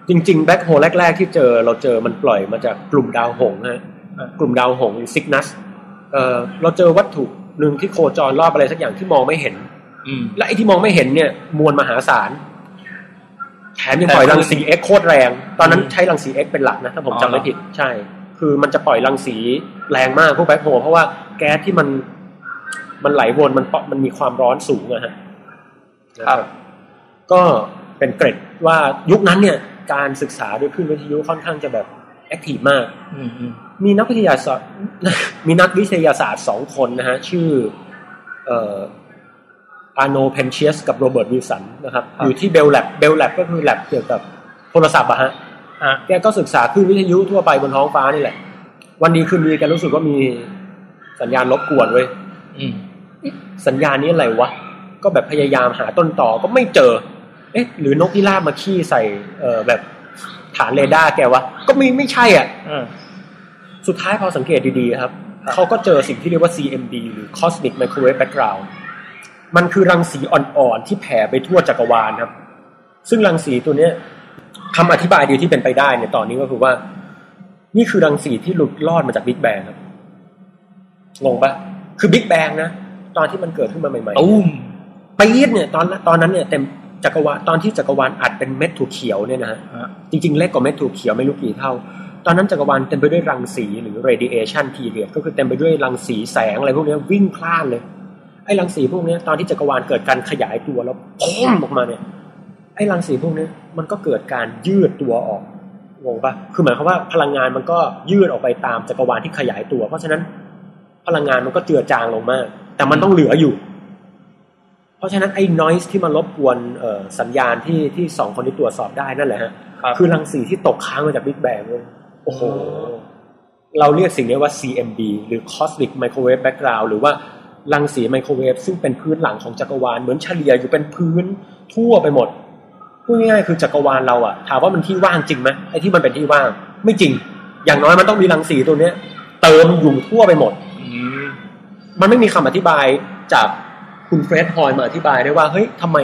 A: จริงๆแบ็คโฮลแรก ๆ ที่เจอเราเจอมันปล่อยมาจากกลุ่มดาวหงส์ฮะ
B: อ่าก
A: กลุ่มดาวหงส์หรือซิกนัสเออเราเจอวัตถุหนึ่งที่โคจรรอบอะไรสักอย่างที่มองไม่เห็น และไอ้ที่มองไม่เห็นเนี่ยมวลมหาศาลแถมยังปล่อย
B: แต่คือ
A: รังสี X โคตรแรง ตอนนั้น
B: อืม
A: ใช้รังสี X เป็นหลักนะถ้าผม
B: อ๋อ
A: จำไม่ผิดใช่ คือมันจะปล่อยรังสีแรงมากพวกแบ็คโฮลเพราะว่าแก๊สที่มันมันไหลวนมันปะมันมีความร้อนสูงอะฮะ
B: ครับ
A: ก็เป็นเกร็ดว่ายุคนั้นเนี่ยการศึกษาด้วยคลื่นวิทยุค่อนข้างจะแบบแอคทีฟมาก
B: อืมอืม
A: มีนักวิทยาศาสตร์ มีนักวิทยาศาสตร์สองคนนะฮะ ชื่อเอ่ออาโนเพนเชียสกับโรเบิร์ตวิลสันนะครับ อยู่ที่เบลแลบเบลแลบก็คือแลบเกี่ยวกับโทรศัพท์อะฮะ
B: อ่ะ
A: แกก็ศึกษาคลื่นวิทยุทั่วไปบนท้องฟ้านี่แหละ วันดีคืนดีแกรู้สึกว่ามีสัญญาณรบกวนเว้ย
B: อืม
A: สัญญาณนี้อะไรวะ ก็แบบพยายามหาต้นต่อก็ไม่เจอ เอ๊ะ หรือนกพิราบมาขี้ใส่เออแบบฐานเรดาร์แกวะ ก็ไม่ไม่ใช่อ่ะ
B: อ่า
A: สุดท้ายพอสังเกตดีๆครับ
B: ครับ
A: เขาก็เจอสิ่งที่เรียกว่า CMB หรือ Cosmic Microwave Background มันคือรังสีอ่อนๆ ที่แผ่ไปทั่วจักรวาลครับ ซึ่งรังสีตัวเนี้ยคำอธิบายเดียวที่เป็นไปได้เนี่ยตอนนี้ก็คือว่า นี่คือรังสีที่หลุดลอดมาจากบิ๊กแบงครับ งงปะคือบิ๊กแบงนะ ตอนที่มันเกิดขึ้นมาใหม่ๆ
B: ตุ้ม
A: ปี๊ดเนี่ยตอนตอนนั้นเนี่ยเต็มจักรวาลตอนที่จักรวาลอัดเป็นเม็ดถั่วเขียวเนี่ยนะฮะ
B: อ่ะ
A: จริงๆเล็กกว่าเม็ดถั่วเขียวไม่รู้กี่เท่า ตอนนั้นจักรวาลเต็มไปด้วยรังสีหรือ radiation period ก็คือเต็มไปด้วยรังสีแสงอะไรพวกเนี้ยวิ่งพล่านเลย ไอ้รังสีพวกเนี้ยตอนที่จักรวาลเกิดการขยายตัวแล้วพุ่งออกมาเนี่ยไอ้รังสีพวกเนี้ยมันก็เกิดการยืดตัวออกงงปะคือหมายความว่าพลังงานมันก็ยืดออกไปตามจักรวาลที่ขยายตัว เพราะฉะนั้นพลังงานมันก็เจือจางลงมาก แต่มันต้องเหลืออยู่ เพราะฉะนั้นไอ้ noise ที่มันรบกวนเอ่อสัญญาณที่ที่สองคนที่ตรวจสอบได้นั่นแหละฮะ
B: ครับ
A: คือรังสีที่ตกค้างมาจาก Big Bang เลยโอ้โห เราเรียกสิ่งนี้ว่า CMB หรือ Cosmic Microwave Background หรือว่ารังสีไมโครเวฟซึ่งเป็นพื้นหลังของจักรวาล เหมือนเฉลี่ยอยู่เป็นพื้นทั่วไปหมด พูดง่ายๆคือจักรวาลเราอะถามว่ามันที่ว่างจริงไหมไอ้ที่มันเป็นที่ว่าง ไม่จริง อย่างน้อยมันต้องมีรังสีตัวเนี้ย เติมอยู่ทั่วไปหมด
B: อืม
A: มันไม่มีคำอธิบายจากคุณเฟรดฮอยมาอธิบายได้ว่าเฮ้ยทำไม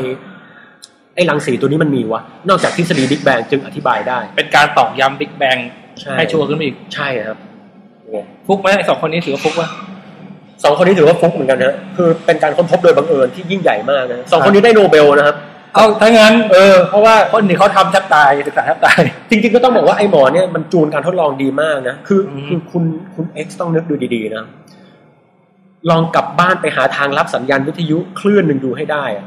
A: ไอ้รังสีตัวนี้มันมีวะ นอกจากทฤษฎีบิ๊กแบงจึงอธิบายได้
B: เป็นการตอกย้ำบิ๊กแบง
A: ใช่
B: ให้ชัวร์ขึ้นมาอีก
A: ใช่ครับ
B: ฟุกไหมไอ้สองคนนี้ถือว่าฟุกวะ
A: สองคนนี้ถือว่าฟุกเหมือนกันนะคือเป็นการค้นพบโดยบังเอิญที่ยิ่งใหญ่มากนะสองคนนี้ได้โนเบลนะครับ
B: เอาถ้างั้น
A: เออ เพราะว่า
B: คนนี้เขาทำแทบตายศึกษาแทบตาย
A: จริงๆก็ต้องบอกว่าไอ้หมอเนี่ยมันจูนการทดลองดีมากนะ คือ
B: อืม
A: คือคุณคุณเอ็กซ์ต้องนึกดูดีๆนะ ลองกลับบ้านไปหาทางรับสัญญาณวิทยุคลื่นหนึ่งดูให้ได้อะ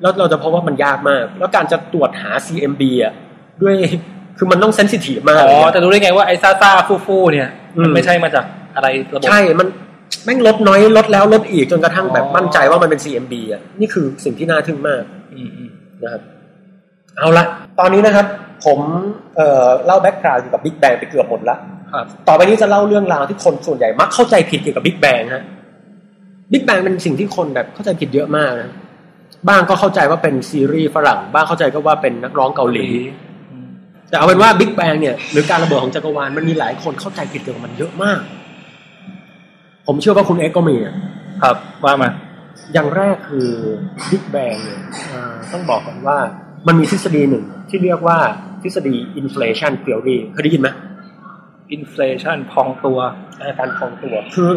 A: แล้วเราจะพบว่ามันยากมาก แล้วการจะตรวจหา CMB อ่ะด้วยคือมันต้องเซนซิทีฟมากเล
B: อ๋อย
A: นะ
B: จะรู้ได้ไงว่าไอ้ซาซาฟูฟูๆเนี่ย
A: อืม
B: มันไม่ใช่มาจากอะไรระบบ
A: ใช่ มันแม่งลดน้อยลดแล้วลดอีกจนกระทั่งแบบ
B: อ๋อ
A: มั่นใจว่ามันเป็น CMB อ่ะนี่คือสิ่งที่น่าทึ่งมาก
B: อืมอืม
A: นะครับเอาละตอนนี้นะครับ ผมเอ่อเล่าแบ็กกราวด์เกี่ยวกับบิ๊กแบงไปเกือบหมดละ
B: ครับ
A: ต่อไปนี้จะเล่าเรื่องราวที่คนส่วนใหญ่มักเข้าใจผิดเกี่ยวกับบิ๊กแบงฮะบิ๊กแบงเป็นสิ่งที่คนแบบเข้าใจผิดเยอะมากนะบ้างก็เข้าใจว่าเป็นซีรีส์ฝรั่ง บ้างเข้าใจก็ว่าเป็นนักร้องเกาหลี แต่เอาเป็นว่าบิ๊กแบงเนี่ยหรือการระเบิดของจักรวาลมันมีหลายคนเข้าใจผิดเกี่ยวกับมันเยอะมาก ผมเชื่อว่าคุณเอ็กซ์ก็มีอะ
B: ครับว่ามา
A: อย่างแรกคือ Big Bang เนี่ยเอ่อต้องบอกก่อนว่ามันมีทฤษฎีหนึ่งที่เรียกว่าทฤษฎี inflation theory เคยได้ยินไหม
B: อินฟลชันพองตัว
A: อาการของตัวคือ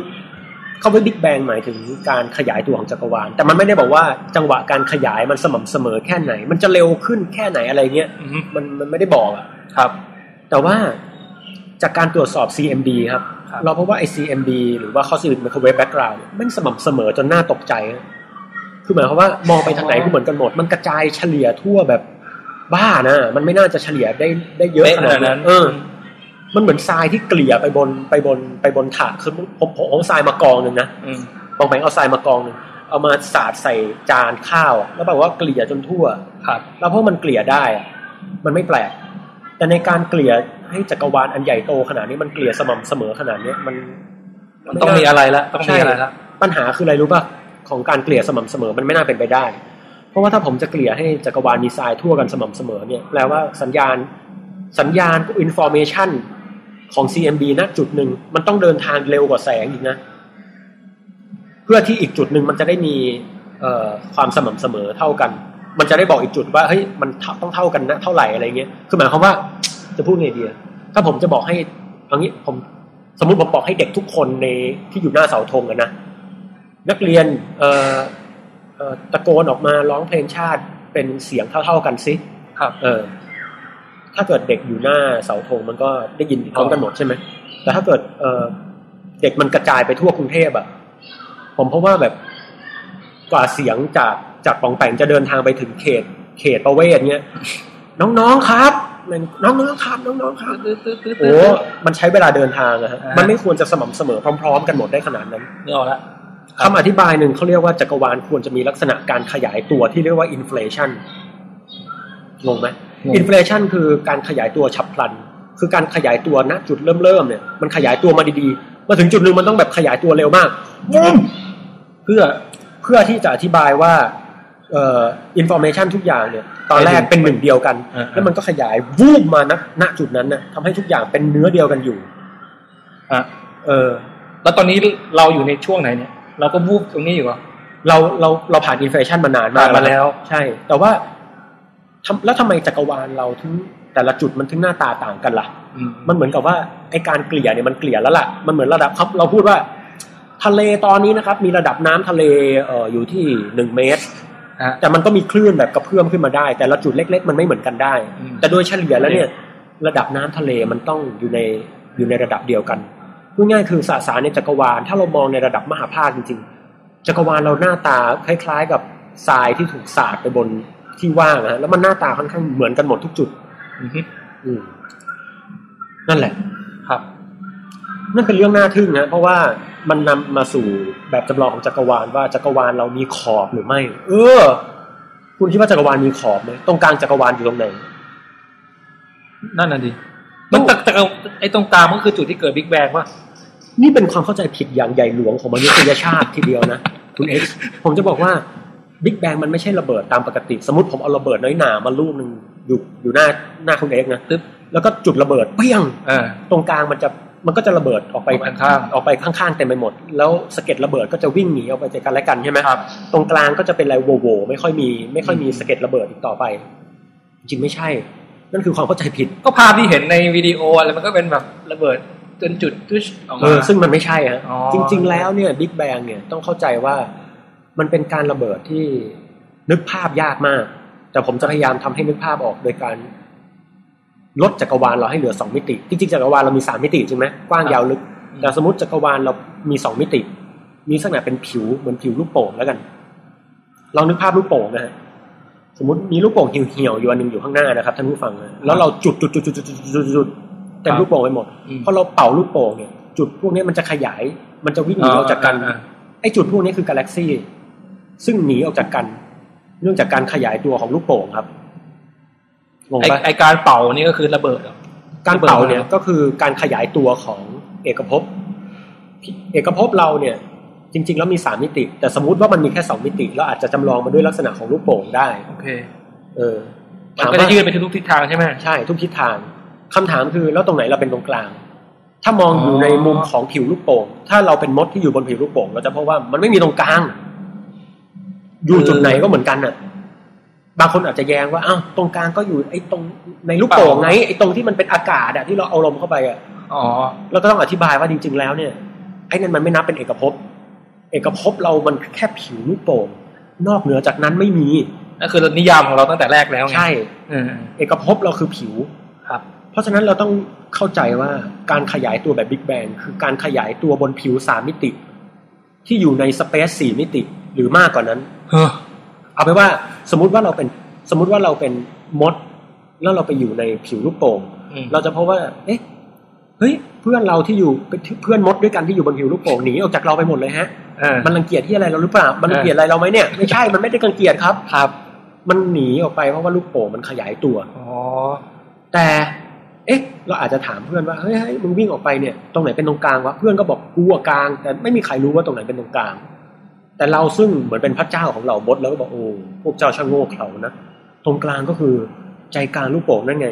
A: คำว่า Big Bang หมายถึงการขยายตัวของจักรวาล แต่มันไม่ได้บอกว่าจังหวะการขยายมันสม่ำเสมอแค่ไหน มันจะเร็วขึ้นแค่ไหนอะไรเงี้ย
B: อือฮึ
A: มันมันไม่ได้บอกอะ
B: ครับ
A: แต่ว่าจากการตรวจสอบ CMB ครับ
B: ครับ
A: เราพบว่าไอ้ CMB หรือว่า Cosmic Microwave Background เนี่ยมันสม่ำเสมอจนน่าตกใจนะคือหมายความว่ามองไปทางไหนก็เหมือนกันหมด มันกระจายเฉลี่ยทั่วแบบบ้านะ มันไม่น่าจะเฉลี่ยได้ได้เยอะขนาดนั้น เออ มันเหมือนทรายที่เกลี่ยไปบนไปบนไปบนถาดคือผมผมเอาทรายมากองหนึ่งนะ
B: อืม
A: ปองแปงเอาทรายมากองหนึ่งเอามาสาดใส่จานข้าวอะแล้วแบบว่าเกลี่ยจนทั่ว
B: ครับ
A: แล้วเพราะมันเกลี่ยได้อะมันไม่แปลก แต่ในการเกลี่ยให้จักรวาลอันใหญ่โตขนาดนี้มันเกลี่ยสม่ำเสมอขนาดเนี้ยมัน
B: มันต้องมีอะไรละต้องมีอะไรละ
A: ปัญหาคืออะไรรู้ป่ะของการเกลี่ยสม่ำเสมอมันไม่น่าเป็นไปได้ เพราะว่าถ้าผมจะเกลี่ยให้จักรวาลมีทรายทั่วกันสม่ำเสมอเนี่ยแปลว่าสัญญาณสัญญาณอินฟอร์เมชันของ CMB ณจุดหนึ่งมันต้องเดินทางเร็วกว่าแสงอีกนะ เพื่อที่อีกจุดหนึ่งมันจะได้มีเอ่อความสม่ำเสมอเท่ากัน มันจะได้บอกอีกจุดว่าเฮ้ยมันเท่าต้องเท่ากันนะเท่าไหร่อะไรเงี้ย คือหมายความว่า จะพูดไงดีอะถ้าผมจะบอกให้เอางี้ผมสมมติผมบอกให้เด็กทุกคนในที่อยู่หน้าเสาธงอะนะนักเรียนเอ่อเอ่อตะโกนออกมาร้องเพลงชาติเป็นเสียงเท่า ๆกันสิ
B: ครับ
A: เออ ถ้าเกิดเด็กอยู่หน้าเสาธงมันก็ได้ยินพร้อมกันหมดใช่ไหมแต่ถ้าเกิดเอ่อเด็กมันกระจายไปทั่วกรุงเทพอะ ผมเพราะว่าแบบกว่าเสียงจากจากปองแปงจะเดินทางไปถึงเขต เขตประเวศเนี้ยน้องๆครับมันน้องๆครับ น้องๆครับ
B: ตึ๊ดตึ๊ดตึ๊ดตึ๊ด
A: โอ้มันใช้เวลาเดินทางอะฮะ
B: อ่ามั
A: มันไม่ควรจะสม่ำเสมอพร้อม ๆ กันหมดได้ขนาดนั้น
B: นึกออกละ ครับ
A: คำอธิบายหนึ่งเขาเรียกว่าจักรวาลควรจะมีลักษณะการขยายตัวที่เรียกว่าอินฟล t ชันงงไหม อินฟล t ชันคือการขยายตัวฉับพลัน คือการขยายตัวณจุดเริ่มเริ่มๆเนี่ยมันขยายตัวมาดีๆ มาถึงจุดหนึ่งมันต้องแบบขยายตัวเร็วมากบูมเพื่อเพื่อที่จะอธิบายว่าเอ่ออินโฟเมชันทุกอย่างเนี่ย ตอนแรกเป็นหนึ่งเดียวกัน
B: อ่าๆ
A: แล้วมันก็ขยายวูบมาณณจุดนั้นนะทำให้ทุกอย่างเป็นเนื้อเดียวกันอยู่
B: อ่ะ
A: เออ
B: แล้วตอนนี้เราอยู่ในช่วงไหนเนี่ย เราก็วูบตรงนี้อยู่เหรอ
A: เราเราเราผ่านอินฟล t ชันมานานมาก
B: ผ่านมาแล้ว
A: ใช่ แต่ว่าทำแล้วทำไมจักรวาลเราถึงแต่ละจุดมันถึงหน้าตาต่างกันล่ะ
B: อื
A: มันเหมือนกับว่าไอการเกลี่ยเนี่ยมันเกลี่ยแล้วล่ะ มันเหมือนระดับครับ เราพูดว่า ทะเลตอนนี้นะครับ มีระดับน้ำทะเลเอ่ออยู่ที่หนึ่งเมตร
B: อ่ะ
A: แต่มันก็มีคลื่นแบบกระเพื่อมขึ้นมาได้ แต่ละจุดเล็ก ๆ มันไม่เหมือนกันได้
B: อืม
A: แต่โดยเฉลี่ยแล้วเนี่ย ระดับน้ำทะเลมันต้องอยู่ในอยู่ในระดับเดียวกันพูดง่ายคือสสารในจักรวาล ถ้าเรามองในระดับมหาภาคจริงๆ จักรวาลเราหน้าตาคล้ายๆ กับทรายที่ถูกสาดไปบนที่ว่างนะฮะแล้วมันหน้าตาค่อนข้างเหมือนกันหมดทุกจุด
B: อือฮึ
A: อืมนั่นแหละ
B: ครับ
A: นั่นเป็นเรื่องน่าทึ่งนะเพราะว่ามันนำมาสู่แบบจำลองของจักรวาลว่าจักรวาลเรามีขอบหรือไม่ เออ คุณคิดว่าจักรวาลมีขอบไหมตรงกลางจักรวาลอยู่ตรงไหน
B: นั่นน่ะดิมันตะตะไอ้ตรงกลางมันก็คือจุดที่เกิดบิ๊กแบงว่ะ
A: นี่เป็นความเข้าใจผิดอย่างใหญ่หลวงของมนุษยชาติ ทีเดียวนะ คุณเอ็กซ์ผมจะบอกว่าบิ๊กแบงมันไม่ใช่ระเบิดตามปกติ สมมติผมเอาระเบิดน้อยหนามาลูกหนึ่งอยู่อยู่หน้าหน้าคุณเอ็กซ์นะ
B: ตึ๊บ
A: แล้วก็จุดระเบิดเปี้ยง
B: อ่า
A: ตรงกลางมันจะมันก็จะระเบิดออก
B: ไป
A: ไป
B: ข้าง
A: ออกไปข้างๆเต็มไปหมด แล้วสะเก็ดระเบิดก็จะวิ่งหนีออกไปจากกันและกันใช่ไหม
B: ๆครับ
A: ตรงกลางก็จะเป็นอะไรโวโวไม่ค่อยมี ไม่ค่อยมี
B: อืม
A: สะเก็ดระเบิดอีกต่อไป จริงไม่ใช่ นั่นคือความเข้าใจผิด
B: ก็ภาพที่เห็นในวิดีโออะไรมันก็เป็นแบบระเบิดจนจุดทุชออก
A: เอ
B: มา
A: อซึ่งมันไม่ใช่ฮะ
B: อ๋อ
A: จริง ๆ แล้วเนี่ยบิ๊กแบงเนี่ยต้องเข้าใจว่ามันเป็นการระเบิดที่นึกภาพยากมาก แต่ผมจะพยายามทำให้นึกภาพออกโดยการ ลดจักรวาลเราให้เหลือสองมิติ จริงๆจักรวาลเรามีสามมิติจริงไหมกว้างยาวลึก แต่สมมติจักรวาลเรามีสองมิติ มีลักษณะเป็นผิวเหมือนผิวลูกโป่งแล้วกัน ลองนึกภาพลูกโป่งนะฮะ สมมติมีลูกโป่งเหี่ยวๆอยู่อันหนึงอยู่ข้างหน้านะครับท่านผู้ฟังนะแล้วเราจุดจุดจุดจุดจุดจุดจุดจุดเต็มลูกโป่งไปหมด
B: อืม
A: พอเราเป่าลูกโป่งเนี่ย จุดพวกนี้มันจะขยาย มันจะวิ่งหนีออกจากกัน
B: อ่า
A: ไอ้จุดพวกนี้คือกาแล็กซี่ ซึ่งหนีออกจากกัน เนื่องจากการขยายตัวของลูกโป่งครับงง
B: ไอ้
A: ปะ
B: ไอการเป่านี่ก็คือระเบิดเหรอ
A: การเป่าเนี่ยก็คือการขยายตัวของเอกภพ เอกภพเราเนี่ย จริง ๆ แล้วมีสามมิติ แต่สมมติว่ามันมีแค่สองมิติเราอาจจะจำลองมาด้วยลักษณะของลูกโป่งได้
B: โอเค
A: เออ
B: มัน
A: ถาม
B: ก็จะ
A: ว่า
B: ยืดไปทุกทิศทางใช่ไหม
A: ใช่ทุกทิศทางคำถามคือแล้วตรงไหนเราเป็นตรงกลาง ถ้ามอง
B: อ๋อ
A: อ
B: อ
A: ยู่ในมุมของผิวลูกโป่งถ้าเราเป็นมดที่อยู่บนผิวลูกโป่งเราจะพบว่ามันไม่มีตรงกลาง อยู่จุดไหนก็เหมือนกันน่ะ บางคนอาจจะแย้งว่าอ้าวตรงกลางก็อยู่ไอ้ตรงในลูกโป่งไงไอ้ตรงที่มันเป็นอากาศอะที่เราเอาลมเข้าไปอะ
B: อ๋อ
A: เราก็ต้องอธิบายว่าจริง ๆ แล้วเนี่ยไอ้นั่นมันไม่นับเป็นเอกภพ เอกภพเรามันแค่ผิวลูกโป่งนอกเหนือจากนั้นไม่มี
B: นั่นคือนิยามของเราตั้งแต่แรกแล้วไง
A: ใช่
B: เออ
A: เอกภพเราคือผิว
B: ครับ
A: เพราะฉะนั้นเราต้องเข้าใจว่าการขยายตัวแบบบิ๊กแบงคือการขยายตัวบนผิวสามมิติ ที่อยู่ในสเปซสี่มิติหรือมากกว่านั้น
B: เฮ้อ
A: เอาไปนว่าสมมติว่าเราเป็นสมมติว่าเราเป็นมด แล้วเราไปอยู่ในผิวลูกโป่ง
B: อืม
A: เราจะพบว่า เอ๊ะ เฮ้ย เพื่อนเราที่อยู่เพื่อนมดด้วยกันที่อยู่บนผิวลูกโป่งหนีออกจากเราไปหมดเลยฮะ
B: เ เออ
A: มันรังเกียจที่อะไรเราหรือเปล่า มันรังเกียจอะไรเราไหมเนี่ย ไม่ใช่ มันไม่ได้รังเกียจครับ
B: ครับ
A: มันหนีออกไปเพราะว่าลูกโป่งมันขยายตัว
B: อ๋อ
A: แต่ เอ๊ะ เราอาจจะถามเพื่อนว่า เฮ้ยเฮ้ยมึงวิ่งออกไปเนี่ย ตรงไหนเป็นตรงกลางวะ เพื่อนก็บอกกูอะกลาง แต่ไม่มีใครรู้ว่าตรงไหนเป็นตรงกลาง แต่เราซึ่งเหมือนเป็นพระเจ้าของเราบดแล้วก็บอกโอ้ พวกเจ้าช่างโง่เขลานะ ตรงกลางก็คือใจกลางลูกโป่งนั่นไง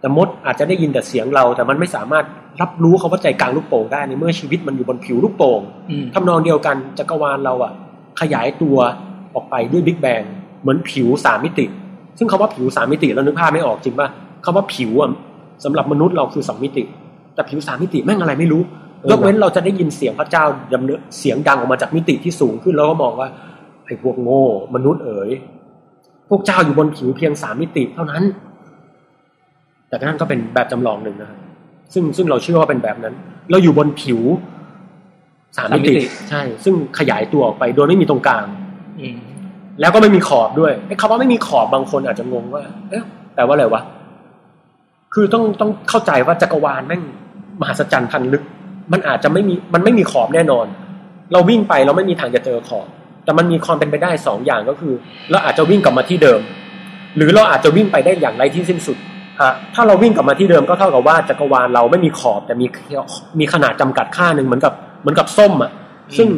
A: แต่มดอาจจะได้ยินแต่เสียงเรา แต่มันไม่สามารถรับรู้เขาว่าใจกลางลูกโป่งได้ในเมื่อชีวิตมันอยู่บนผิวลูกโป่ง
B: อืม
A: ทำนองเดียวกันจักรวาลเราอะขยายตัวออกไปด้วยบิ๊กแบงเหมือนผิวสามมิติ ซึ่งคำว่าผิวสามมิติเรานึกภาพไม่ออกจริงป่ะคำว่าผิวอะสำหรับมนุษย์เราคือสองมิติ แต่ผิวสามมิติแม่งอะไรไม่รู้
B: เออ
A: ยกเว้นเราจะได้ยินเสียงพระเจ้าดำเนินเสียงดังออกมาจากมิติที่สูงขึ้นแล้วก็มองว่าไอ้พวกโง่ มนุษย์เอ๋ยพวกเจ้าอยู่บนผิวเพียงสามมิติเท่านั้น แต่นั่นก็เป็นแบบจำลองหนึ่งนะครับซึ่งซึ่งเราเชื่อว่าเป็นแบบนั้น เราอยู่บนผิวสาม
B: สามมิ
A: มิ
B: ติ
A: ติ ใช่ ซึ่งขยายตัวออกไปโดยไม่มีตรงกลาง
B: อืม
A: แล้วก็ไม่มีขอบด้วยไอ้คำว่าไม่มีขอบบางคนอาจจะงงว่า เอ๊ะแปลว่าอะไรวะ คือต้องต้องเข้าใจว่าจักรวาลแม่งมหัศจรรย์พันลึก มันอาจจะไม่มีมันไม่มีขอบแน่นอน เราวิ่งไปเราไม่มีทางจะเจอขอบ แต่มันมีความเป็นไปได้สองอย่างก็คือเราอาจจะวิ่งกลับมาที่เดิม หรือเราอาจจะวิ่งไปได้อย่างไรที่สิ้นสุด
B: ฮะ
A: ถ้าเราวิ่งกลับมาที่เดิมก็เท่ากับว่าจักรวาลเราไม่มีขอบแต่มีมีขนาดจำกัดค่าหนึ่งเหมือนกับเหมือนกับส้มอ่ะ
B: อืม
A: ซึ่ง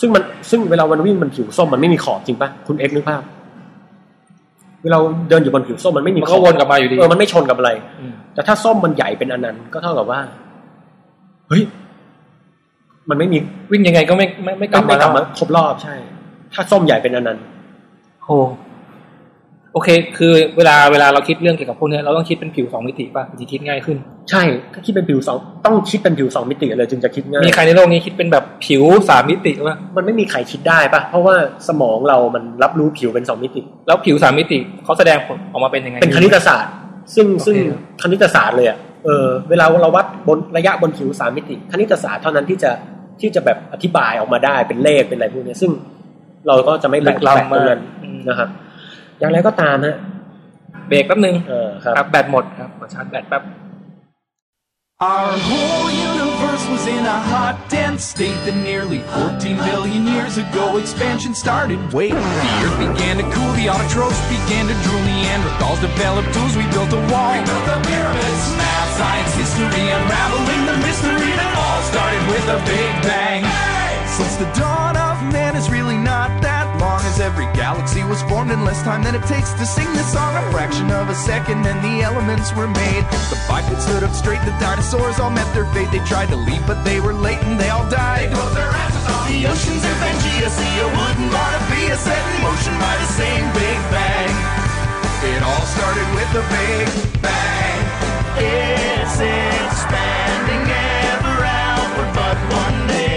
A: ซึ่งมันซึ่งเวลามันวิ่งมันผิวส้มมันไม่มีขอบจริงปะคุณเอ็กซ์นึกภาพ เวลาเดินอยู่บนผิวส้มมันไม่มี
B: มัน
A: ข
B: ก็
A: อบ
B: วนกลับมาอยู่ดี
A: เออมันไม่ชนกับอะไร
B: ม
A: แต่ถ้าส้มมันใหญ่เป็นอนันต์ก็เท่ากับว่าเฮ้ยมันไม่มี
B: วิ่งยังไงก็ไม่ไม่ไม่กลับ
A: ไม่
B: มา
A: ลั
B: แล้ว
A: บมาครบรอบใช่ ถ้าส้มใหญ่เป็นอนันต์
B: โอ้โอเค คือเวลาเวลาเราคิดเรื่องเกี่ยวกับพวกเนี้ยเราต้องคิดเป็นผิวสองมิติป่ะจะคิดง่ายขึ้น
A: ใช่ ถ้าคิดเป็นผิวสองต้องคิดเป็นผิวสองมิติเลยจึงจะคิดง่าย
B: มีใครในโลกนี้คิดเป็นแบบผิวสามมิติป่ะ
A: มันไม่มีใครคิดได้ปะเพราะว่าสมองเรามันรับรู้ผิวเป็นสองมิติ
B: แล้วผิวสามมิติเขาแสดงผลออกมาเป็นยังไง
A: เป็นคณิตศาสตร์ ซึ่ง
B: โอเค
A: ซึ่งคณิตศาสตร์เลยอะเออ เวลาเราวัดบนระยะบนผิวสามมิติ คณิตศาสตร์เท่านั้นที่จะที่จะแบบอธิบายออกมาได้เป็นเลขเป็นอะไรพวกเนี้ยซึ่งเราก็จะไม่
B: ลึก
A: แปลก
B: ล้ำ
A: เตือก
B: มา
A: น
B: อืม
A: นะครับ อย่างไรก็ตามฮะ
B: เบรกแป๊บนึง
A: เออครับ
B: ครับแบตหมดครับขอชาร์จแบตแป๊บ
C: Our whole universe was in a hot, dense state that nearly 14 billion years ago expansion started. Wait, the earth began to cool, the autotrophs began to drool, Neanderthals developed tools, we built a wall. We built the pyramids, math, science, history, unraveling the mystery that all started with a big bang. Since the dawn of man is really not that long as every galaxy was formed in less time than it takes to sing this song. A fraction of a second and the elements were made. The bipeds stood up straight, the dinosaurs all met their fate. They tried to leave, but they were late and they all died. They closed their eyes and saw the oceans of Pangea. See a wooden Monopia set in motion by the same Big Bang. It all started with a big bang. It's expanding ever outward, but one day.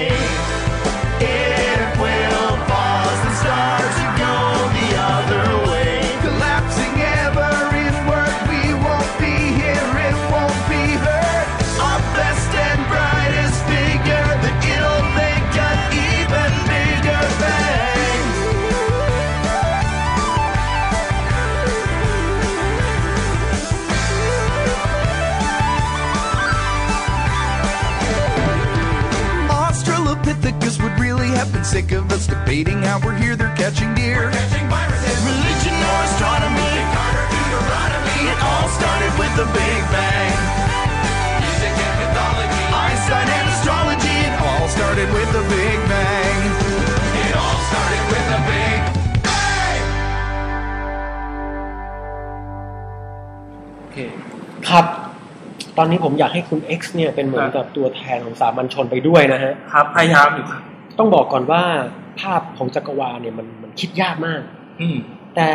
C: It will pause and start to go the other way. Collapsing ever inward, we won't be here, it won't be heard. Our best and brightest figure, that it'll make an even bigger bang. Australopithecus would really have been sick of us debating how we're here, they're catching deer. catching viruses, religion or astronomy. Carter, Deuteronomy. It all started with the Big Bang. Music and mythology. Einstein and astrology. It all started with the Big Bang. It all started with the Big Bang.
B: โอเค
A: ครับ ตอนนี้ผมอยากให้คุณ X เนี่ยเป็นเหมือนกับตัวแทนของสามัญชนไปด้วยนะฮะ
B: ครับพยายามอยู่ครับ
A: ต้องบอกก่อนว่าภาพของจักรวาลเนี่ยมันมันคิดยากมาก
B: อืม
A: แต่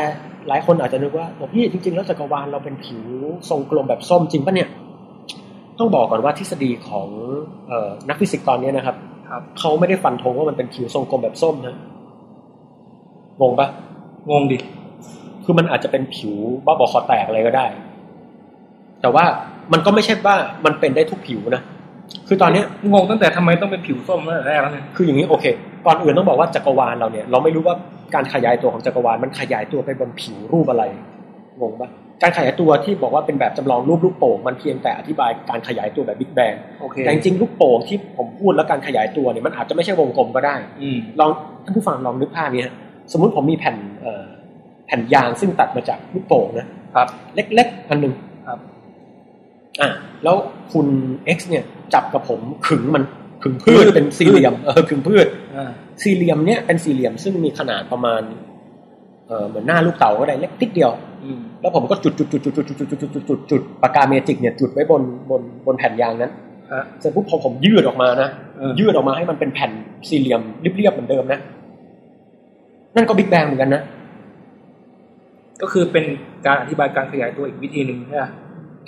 A: หลายคนอาจจะนึกว่าบอกพี่จริงๆ แล้วจักรวาลเราเป็นผิวทรงกลมแบบส้มจริงปะเนี่ย ต้องบอกก่อนว่าทฤษฎีของเออนักฟิสิกส์ตอนเนี้ยนะครับ
B: ครับ
A: เขาไม่ได้ฟันธงว่ามันเป็นผิวทรงกลมแบบส้มนะงงปะ
B: งงดิ
A: คือมันอาจจะเป็นผิวบ้าบอคอแตกอะไรก็ได้ แต่ว่ามันก็ไม่ใช่ว่ามันเป็นได้ทุกผิวนะคือตอนเนี้ย
B: งงตั้งแต่ทำไมต้องเป็นผิวส้มตั้งแต่แรกแล้วเนี่ย
A: คืออย่างนี้โอเค ก่อนอื่นต้องบอกว่าจักรวาลเราเนี่ย เราไม่รู้ว่าการขยายตัวของจักรวาลมันขยายตัวไปบนผิวรูปอะไรงงปะ การขยายตัวที่บอกว่าเป็นแบบจำลองรูปลูกโป่งมันเพียงแต่อธิบายการขยายตัวแบบบิ๊กแบง
B: โอเค
A: แต่จริงๆลูกโป่งที่ผมพูดแล้วการขยายตัวเนี่ยมันอาจจะไม่ใช่วงกลมก็ได้
B: อืม
A: ลองท่านผู้ฟังลองนึกภาพนี้ฮะสมมุติผมมีแผ่นเอ่อแผ่นยางซึ่งตัดมาจากลูกโป่งนะครับ เล็กๆอันหนึ่ง
B: ครับ
A: อ่ะแล้วคุณ X เนี่ยจับกับผมขึงมันขึงพืชเป็นสี่เหลี่ยมเออขึงพืช
B: อ่า
A: สี่เหลี่ยมเนี่ยเป็นสี่เหลี่ยมซึ่งมีขนาดประมาณเอ่อเหมือนหน้าลูกเต๋าก็ได้เล็กนิดเดียว
B: อืม
A: แล้วผมก็จุดจุดจุดจุดจุดจุดจุดจุดจุดจุดจุดปากกาเมจิกเนี่ยจุดไว้บนบนบนแผ่นยางนั้น
B: ฮะ
A: เสร็จปุ๊บพอผมยืดออกมานะ
B: เออ
A: ยืดออกมาให้มันเป็นแผ่นสี่เหลี่ยมเรียบๆเหมือนเดิมนะ นั่นก็บิ๊กแบงเหมือนกันนะ
B: ก็คือเป็นการอธิบายการขยายตัวอีกวิธีหนึ่งใช่ไหม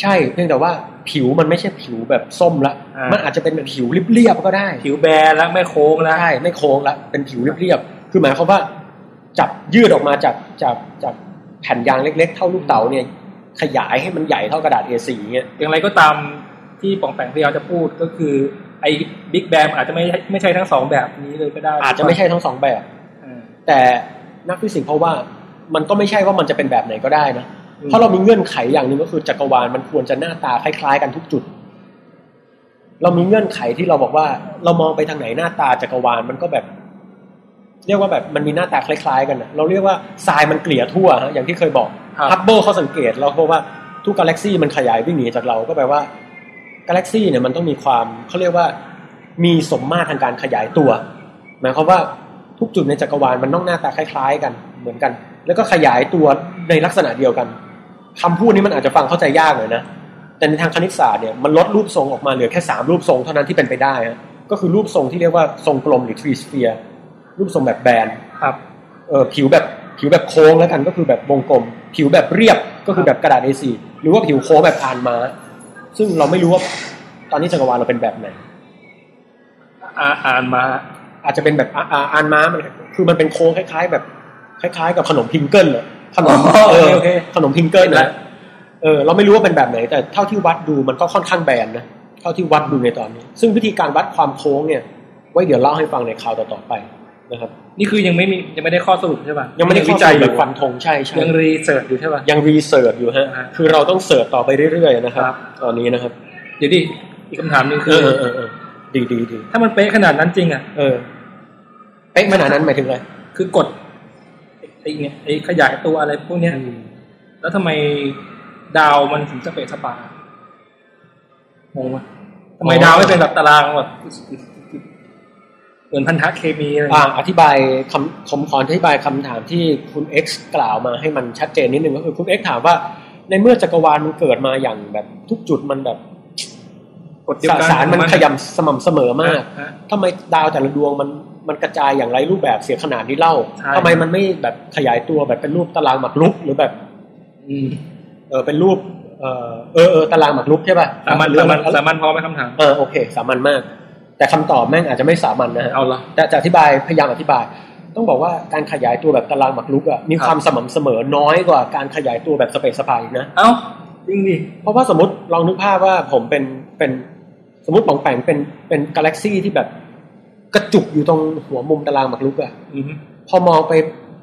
A: ใช่เพียงแต่ว่าผิวมันไม่ใช่ผิวแบบส้มละ
B: อ่ามั
A: มันอาจจะเป็นผิวเรียบๆก็ได้
B: ผิวแบนแล้วไม่โค้งแล้ว
A: ใช่ไม่โค้งละเป็นผิวเรียบๆคือหมายความว่าจับยืดออกมาจากจากจากแผ่นยางเล็ก ๆ เท่าลูกเต๋าเนี่ย ขยายให้มันใหญ่เท่ากระดาษ A4 เงี้ย
B: อย่างไรก็ตามที่ปองแปงพยายามจะพูดก็คือ ไอ้บิ๊กแบมอาจจะไม่ใช่ไม่ใช่ทั้งสองแบบนี้เลยก็ได้
A: อาจจะไม่ใช่ทั้งสองแบบ
B: อ่า
A: แต่นักฟิสิกส์เพราะว่ามันก็ไม่ใช่ว่ามันจะเป็นแบบไหนก็ได้นะ
B: อืม
A: เพราะเรามีเงื่อนไขอย่างหนึ่งก็คือจักรวาลมันควรจะหน้าตาคล้าย ๆ กันทุกจุด เรามีเงื่อนไขที่เราบอกว่า เรามองไปทางไหนหน้าตาจักรวาลมันก็แบบ เรียกว่าแบบมันมีหน้าตาคล้าย ๆ กันนะเราเรียกว่าทรายมันเกลี่ยทั่วฮะอย่างที่เคยบอก
B: ครับ
A: ฮับเบิลเขาสังเกตเราพบว่าทุกกาแล็กซี่มันขยายวิ่งหนีจากเราก็แปลว่ากาแล็กซี่เนี่ยมันต้องมีความเขาเรียกว่ามีสมมาตรทางการขยายตัว หมายความว่าทุกจุดในจักรวาลมันต้องหน้าตาคล้ายๆ กันเหมือนกัน แล้วก็ขยายตัวในลักษณะเดียวกันคำพูดนี้มันอาจจะฟังเข้าใจยากหน่อยนะแต่ในทางคณิตศาสตร์เนี่ยมันลดรูปทรงออกมาเหลือแค่สามรูปทรงเท่านั้นที่เป็นไปได้ฮะก็คือรูปทรงที่เรียกว่าทรงกลมหรือ three sphere รูปทรงแบบแบน
B: ครับ
A: เออผิวแบบผิวแบบโค้งแล้วกันก็คือแบบวงกลม ผิวแบบเรียบก็คือแบบกระดาษ A4 หรือว่าผิวโค้งแบบพานม้า ซึ่งเราไม่รู้ว่าตอนนี้จักรวาลเราเป็นแบบไหน
B: อ่าอ่านมา
A: อาจจะเป็นแบบอ่าอ่าอ่านม้ามันคือมันเป็นโค้งคล้าย ๆ แบบ คล้าย ๆ กับขนมพิงเกิลเหรอขนมเออขนมพิงเกิลนะเออเราไม่รู้ว่าเป็นแบบไหน แต่เท่าที่วัดดูมันก็ค่อนข้างแบนนะเท่าที่วัดดูในตอนนี้ ซึ่งวิธีการวัดความโค้งเนี่ย ไว้เดี๋ยวเล่าให้ฟังในคราวต่อๆไปนะครับ
B: นี่คือยังไม่มียังไม่ได้ข้อสรุปใช่ป่ะ
A: ยังไม่ได้
B: วิ
A: เข้าใจ
B: จัยอ
A: แบ
B: ยู่
A: บฟันธงใช่ใช่
B: ยังรีเสิร์ชอยู่ใช่ป่ะ
A: ยังรีเสิร์ชอยู่ฮะ
B: อ่าฮะ
A: คือเราต้องเสิร์ชต่อไปเรื่อยๆนะครับ
B: ครับ
A: ตอนนี้นะครับ
B: เดี๋ยวดิอีกคำถามหนึง
A: เอ
B: คือ
A: อเออเออดีดีดี
B: ถ้ามันเป๊ะขนาดนั้นจริงอ่ะ
A: เออเอ๊ะขนาดนั้นหมายถึงอะไร
B: คือกดไอ้เนี่ยไอ้ขยายตัวอะไรพวกเนี้ยแล้วทำไมดาวมันถึงสเปซสปางงปะทำไมดาวไม่เป็นแบบตารางแบบเหมือนพันธะเคมีอะไรอย่าง
A: อ่า
B: เงี้ย
A: อธิบายคำผมขออธิบายคำถามที่คุณ X กล่าวมาให้มันชัดเจนนิดนึงก็คือคุณ X ถามว่า ในเมื่อจักรวาลมันเกิดมาอย่างแบบทุกจุดมันแบบ
B: กฎเดียว
A: ส
B: กัน
A: สารมันขยำสม่ำเสมอมาก
B: ฮะ
A: ทำไมดาวแต่ละดวงมันมันกระจายอย่างไรรูปแบบเสียขนาดนี้เล่า
B: ใช่
A: ทำไมมันไม่แบบขยายตัวแบบเป็นรูปตารางหมากรุกหรือแบบ
B: อืม
A: เออเป็นรูปเออเออเออตารางหมากรุกใช่ป่ะ
B: สามัญสามัญสามัญพอไหมคำถาม
A: เออโอเค สามัญมาก แต่คำตอบแม่งอาจจะไม่สามัญนะฮะ
B: เอาละ
A: แต่จะอธิบายพยายามอธิบาย ต้องบอกว่าการขยายตัวแบบตารางหมากรุกอะมี
B: ครับ
A: ความสม่ำเสมอน้อยกว่าการขยายตัวแบบสเปซสปายอีกนะ
B: เอ้าจริงดิ
A: เพราะว่าสมมติลองนึกภาพว่าผมเป็นเป็นสมมติปองแปงเป็นเป็นกาแล็กซี่ที่แบบกระจุกอยู่ตรงหัวมุมตารางหมากรุกอะ
B: อือฮึ
A: พอมองไป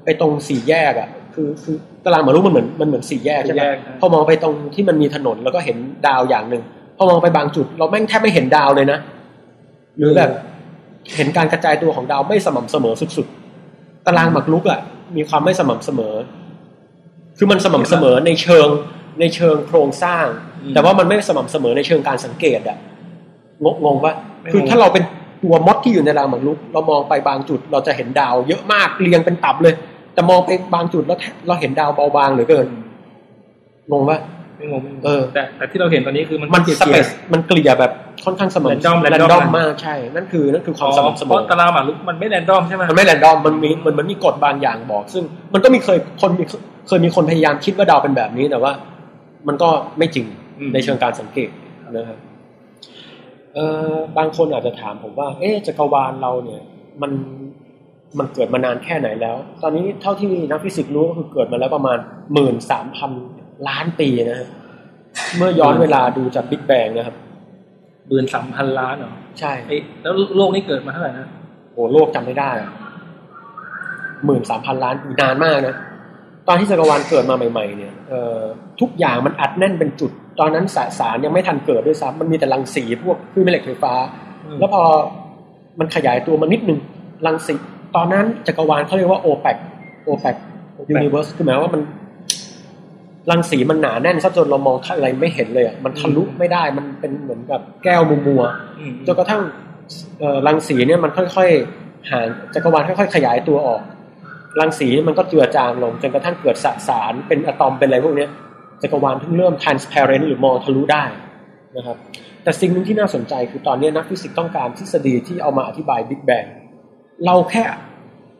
A: ไปตรงสี่แยกอ่ะคือคือตารางหมากรุกมันเหมือนมันเหมือนสี่แยกใช่ไห
B: สี่
A: ม
B: แยกครับ
A: พอมองไปตรงที่มันมีถนนแล้วก็เห็นดาวอย่างหนึ่งพอมองไปบางจุด เราแม่งแทบไม่เห็นดาวเลยนะหรือแบบเห็นการกระจายตัวของดาวไม่สม่ำเสมอสุดๆตารางหมากรุกอ่ะมีความไม่สม่ำเสมอ คือมันสม่ำเสมอในเชิงในเชิงโครงสร้าง แต่ว่ามันไม่สม่ำเสมอในเชิงการสังเกตอ่ะงงงปะ
B: ไม่
A: คือง
B: ง
A: ถ้าเราเป็นตัวมดที่อยู่ในรางหมากรุก เรามองไปบางจุด เราจะเห็นดาวเยอะมากเรียงเป็นตับเลย แต่มองไปบางจุดแล้วเราเห็นดาวเบาบางเหลือเกินงงปะ
B: ไม่งงไม่งง
A: เออ
B: แต่แต่ที่เราเห็นตอนนี้คือมัน
A: มัน
B: กลี่ย
A: ส
B: ๆ
A: เปซมันเกลี่ยแบบค่อนข้างสม่ำ
B: Random
A: random
B: random
A: มากใช่ นั่นคือนั่นคือความ
B: อ๋อ
A: สม่ำเสม
B: เพ
A: อ
B: ราะตารางหมากรุกมันไม่แรนดอมใช่ไหม
A: มันไม่แรนดอมมันมีมันมันมีกฎบางอย่างบอก ซึ่งมันก็มีเคยคนมีเคยมีคนพยายามคิดว่าดาวเป็นแบบนี้แต่ว่า มันก็ไม่จริง
B: อืม
A: ในเชิงการสังเกตนะครับเอ่อบางคนอาจจะถามผมว่า เอ๊ะจักรวาลเราเนี่ย มันมันเกิดมานานแค่ไหนแล้ว ตอนนี้เท่าที่นักฟิสิกส์รู้ก็คือเกิดมาแล้วประมาณหมื่นสามพันล้านปีนะฮะเมื่อย้อนเวลาดูจากบิ๊กแบงนะครับ
B: หมื่นสามพันล้านเหรอ
A: ใช่
B: ไอ้แล้วโลกนี้เกิดมาเท่าไหร่นะ
A: โอ้โหโลกจำไม่ได้หมื่นสามพันล้านปีนานมากนะ ตอนที่จักรวาลเกิดมาใหม่ ๆ เนี่ยเอ่อทุกอย่างมันอัดแน่นเป็นจุด ตอนนั้นสสารยังไม่ทันเกิดด้วยซ้ำมันมีแต่รังสีพวกคลื่นแม่เหล็กไฟฟ้า
B: อืม
A: แล้วพอมันขยายตัวมันนิดนึงรังสีตอนนั้นจักรวาลเขาเรียกว่าโอแปกโอแปกยูนิเวอร์สคือหมายความว่ามันรังสีมันหนาแน่นซะจนเรามองอะไรไม่เห็นเลยอะมันทะลุไม่ได้มันเป็นเหมือนกับแก้วมัวๆ
B: อืม
A: จนกระทั่งเอ่อรังสีเนี่ยมันค่อยๆหารจักรวาลค่อยๆขยายตัวออก รังสีมันก็เจือจางลงจนกระทั่งเกิดสสารเป็นอะตอมเป็นอะไรพวกเนี้ยจักรวาลเพิ่งเริ่ม transparent หรือมองทะลุได้นะครับแต่สิ่งหนึ่งที่น่าสนใจคือตอนเนี้ยนักฟิสิกส์ต้องการทฤษฎีที่เอามาอธิบาย Big Bang เราแค่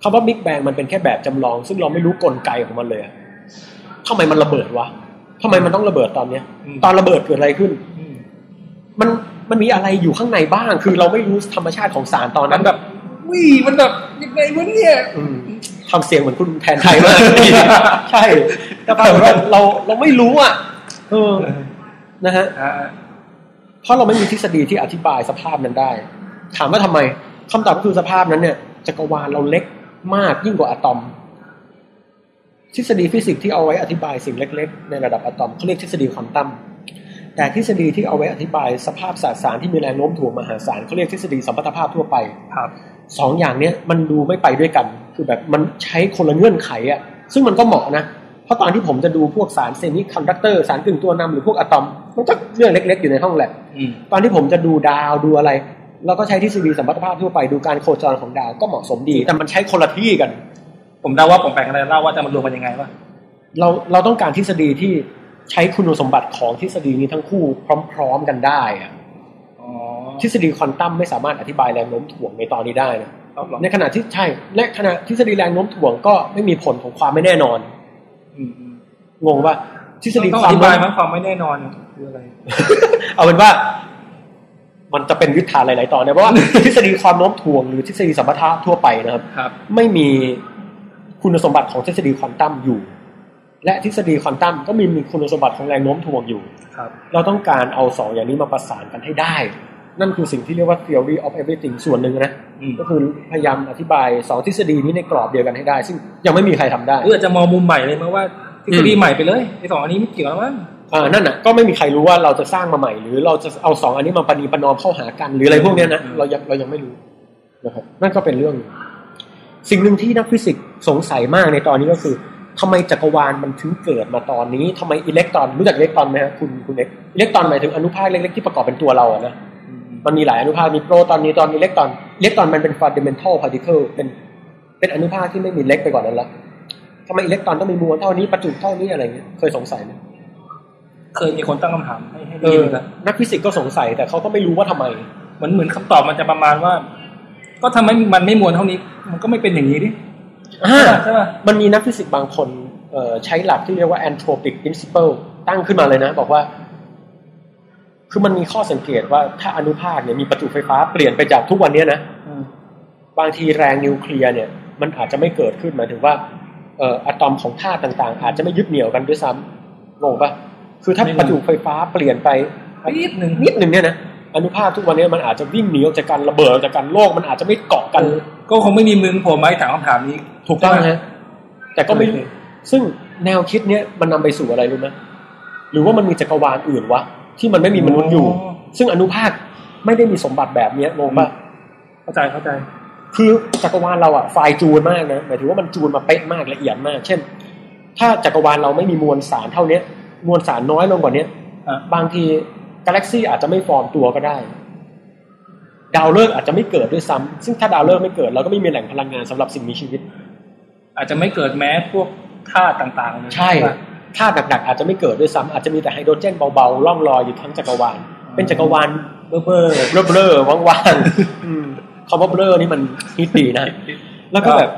A: คำว่า Big Bang มันเป็นแค่แบบจำลอง ซึ่งเราไม่รู้กลไกของมันเลยอะทำไมมันระเบิดวะทำไมมันต้องระเบิดตอนเนี้ย ตอนระเบิดเกิดอะไรขึ้น
B: อืม
A: มันมันมีอะไรอยู่ข้างในบ้าง คือเราไม่รู้ธรรมชาติของสารตอน
B: มั
A: นั้น น
B: แบบวิ่งมันแบบยังไงวะเนี่ย
A: อืมทำเสียงเหมือนคุณแทนไทยมาก ใช่แต่ปรากฏว่าเราเราไม่รู้อ่ะเออนะฮะ
B: อ่า
A: เพราะเราไม่มีทฤษฎีที่อธิบายสภาพนั้นได้ ถามว่าทำไมคำตอบก็คือสภาพนั้นเนี่ยจักรวาลเราเล็กมากยิ่งกว่าอะตอม ทฤษฎีฟิสิกส์ที่เอาไว้อธิบายสิ่งเล็ก ๆ ในระดับอะตอมเขาเรียกทฤษฎีควอนตัมแต่ทฤษฎีที่เอาไว้อธิบายสภาพสสารที่มีแรงโน้มถ่วงมหาศาลเขาเรียกทฤษฎีสัมพัทธภาพทั่วไป
B: ครับ
A: สองอย่างเนี้ยมันดูไม่ไปด้วยกัน คือแบบมันใช้คนละเงื่อนไขอะซึ่งมันก็เหมาะนะ เพราะตอนที่ผมจะดูพวกสารเซมิคอนดักเตอร์สารกึ่งตัวนำหรือพวกอะตอม มันก็เรื่องเล็ก ๆ อยู่ในห้องแลบ
B: อืม
A: ตอนที่ผมจะดูดาวดูอะไร เราก็ใช้ทฤษฎีสัมพัทธภาพทั่วไปดูการโคจรของดาวก็เหมาะสมดี แต่มันใช้คนละที่กัน
B: ผมเดาว่าผมแปลงอะไรเล่าว่าจะมันรวมกันยังไงวะ
A: เราเราต้องการทฤษฎีที่ใช้คุณสมบัติของทฤษฎีนี้ทั้งคู่พร้อม ๆ กันได้อะ
B: อ๋อ
A: ทฤษฎีควอนตัมไม่สามารถอธิบายแรงโน้มถ่วงในตอนนี้ได้นะ
B: รอบหรอ
A: ในขณะที่ใช่และขณะทฤษฎีแรงโน้มถ่วงก็ไม่มีผลของความไม่แน่นอน
B: อืมอืม
A: งงว่าทฤษฎี
B: ต้อง
A: ค
B: อ
A: วาม
B: ธิบายมั้ยความไม่แน่นอนคืออะไร
A: เอาเป็นว่า มันจะเป็นวิถีหลาย ๆ ตอนนะเพราะ ว่า ทฤษฎีความโน้มถ่วงหรือทฤษฎีสัมพัทธภาพทั่วไปนะครับ
B: ครับ
A: ไม่มีคุณสมบัติของทฤษฎีควอนตัมอยู่ และทฤษฎีควอนตัมก็มีมีคุณสมบัติของแรงโน้มถ่วงอยู่
B: ครับ
A: เราต้องการเอาสองอย่างนี้มาประสานกันให้ได้ นั่นคือสิ่งที่เรียกว่า theory of everything ส่วนหนึ่งนะ
B: อืม
A: ก็คือพยายามอธิบายสองทฤษฎีนี้ในกรอบเดียวกันให้ได้ ซึ่งยังไม่มีใครทำได้
B: เอออาจจะมองมุมใหม่เลยมั้ยว่าทฤษฎีใหม่ไปเลยไอสองอันนี้ไม่เกี่ยวแล้วมั้ง
A: อ่านั่นน่ะก็ไม่มีใครรู้ว่าเราจะสร้างมาใหม่ หรือเราจะเอาสองอันนี้มาปณีประนอมเข้าหากันหรืออะไรพวกเนี้ยนะเรายังเรายังไม่รู้นะครับนั่นก็เป็นเรื่องหนึ่งสิ่งหนึ่งที่นักฟิสิกส์สงสัยมากในตอนนี้ก็คือทำไมจักรวาลมันถึงเกิดมาตอนนี้ทำไมอิเล็กตรอนรู้จักอิเล็กตรอนไหมครับคุณคุณเอกอิเล็กตรอนหมายถึงอนุภาคเล็กๆที่ประกอบเป็นตัวเราอะนะมันมีหลายอนุภาคมีโปรตอนนิวตรอนอิเล็กตรอนอิเล็กตรอนมันเป็น fundamental particle เป็นเป็นอนุภาคที่ไม่มีเล็กไปกว่านั้นละทำไมอิเล็กตรอนต้องมีมวลเท่านี้ประจุเท่านี้อะไรเงี้ยเคยสงสัยไหม
B: เคยมีคนตั้งคำถามให้ให้
A: เอ
B: ได้ยิ
A: อน
B: นะ
A: นักฟิสิกส์ก็สงสัยแต่เขาก็ไม่รู้ว่าทำไม
B: เหมือนเหมือนคำตอบมันจะประมาณว่า ก็ทำให้มันไม่มวลเท่านี้ มันก็ไม่เป็นอย่างนี้ดิใช่ป่ะใช่ป่ะ
A: มันมีนักฟิสิกส์บางคนเอ่อใช้หลักที่เรียกว่า anthropic principle ตั้งขึ้นมาเลยนะ บอกว่า คือมันมีข้อสังเกตว่าถ้าอนุภาคเนี่ยมีประจุไฟฟ้าเปลี่ยนไปจากทุกวันเนี้ยนะ
B: อืม
A: บางทีแรงนิวเคลียร์เนี่ยมันอาจจะไม่เกิดขึ้นหมายถึงว่าเอ่ออะตอมของธาตุต่าง ๆ อาจจะไม่ยึดเหนี่ยวกันด้วยซ้ำงงปะคือถ้าประจุไฟฟ้าเปลี่ยนไป
B: นิดหนึ่ง
A: นิดหนึ่งเนี่ยนะอนุภาคทุกวันเนี้ยมันอาจจะวิ่งหนีออกจากกันระเบิดออกจากกันโลกมันอาจจะไม่เกาะกัน
B: เออก็คงไม่มีมึงโผล่มาให้ถามคำถามนี้
A: ถูกต้อง
B: ใช่ไหม
A: ฮะแต่ก็ไม่
B: โอเค
A: ซึ่งแนวคิดเนี้ยมันนำไปสู่อะไรรู้ไหมหรือว่ามันมีจักรวาลอื่นวะที่มันไม่มีมนุษย์อยู่ ซึ่งอนุภาคไม่ได้มีสมบัติแบบเนี้ยงงปะ
B: เข้าใจเข้าใจ
A: คือจักรวาลเราอะไฟล์จูนมากนะหมายถึงว่ามันจูนมาเป๊ะมากละเอียดมาก เช่น ถ้าจักรวาลเราไม่มีมวลสารเท่าเนี้ยมวลสารน้อยลงกว่าเนี้ย
B: อ่ะ
A: บางทีกาแล็กซี่อาจจะไม่ฟอร์มตัวก็ได้ ดาวฤกษ์อาจจะไม่เกิดด้วยซ้ำซึ่งถ้าดาวฤกษ์ไม่เกิดเราก็ไม่มีแหล่งพลังงานสำหรับสิ่งมีชีวิต
B: อาจจะไม่เกิดแม้พวกธาตุต่างๆเลย
A: ใช่
B: ป่ะ
A: ธาตุหนักๆอาจจะไม่เกิดด้วยซ้ำอาจจะมีแต่ไฮโดรเจนเบาๆล่องลอยอยู่ทั้งจักรวาล
B: อืม
A: เป็นจักรวาล
B: เบอร์เบอร์
A: เบลอๆว่างๆอืมคำว่าเบลอนี่มันฮิตดีนะ แล้วก็แบบ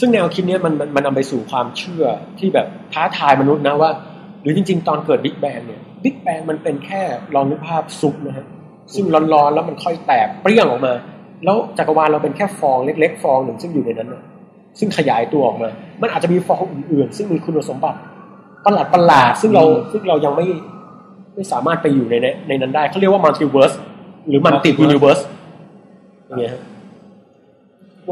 A: ซึ่งแนวคิดเนี้ยมันมันมันนำไปสู่ความเชื่อที่แบบท้าทายมนุษย์นะว่า หรือจริง ๆ ตอนเกิดบิ๊กแบงเนี่ยบิ๊กแบงมันเป็นแค่ลองนึกภาพซุปนะฮะซึ่งร้อนๆแล้วมันค่อยแตกเปรี้ยงออกมา แล้วจักรวาลเราเป็นแค่ฟองเล็ก ๆ ฟองหนึ่งซึ่งอยู่ในนั้นนะซึ่งขยายตัวออกมา มันอาจจะมีฟองอื่นๆ ซึ่งมีคุณสมบัติประหลาดประหลาดๆซึ่งเราซึ่งเรายังไม่ไม่สามารถไปอยู่ในในในนั้นได้เขาเรียกว่ามัลติเวิร์สหรือมันติยูนิเวิร์สอย่างเงี้ยฮะ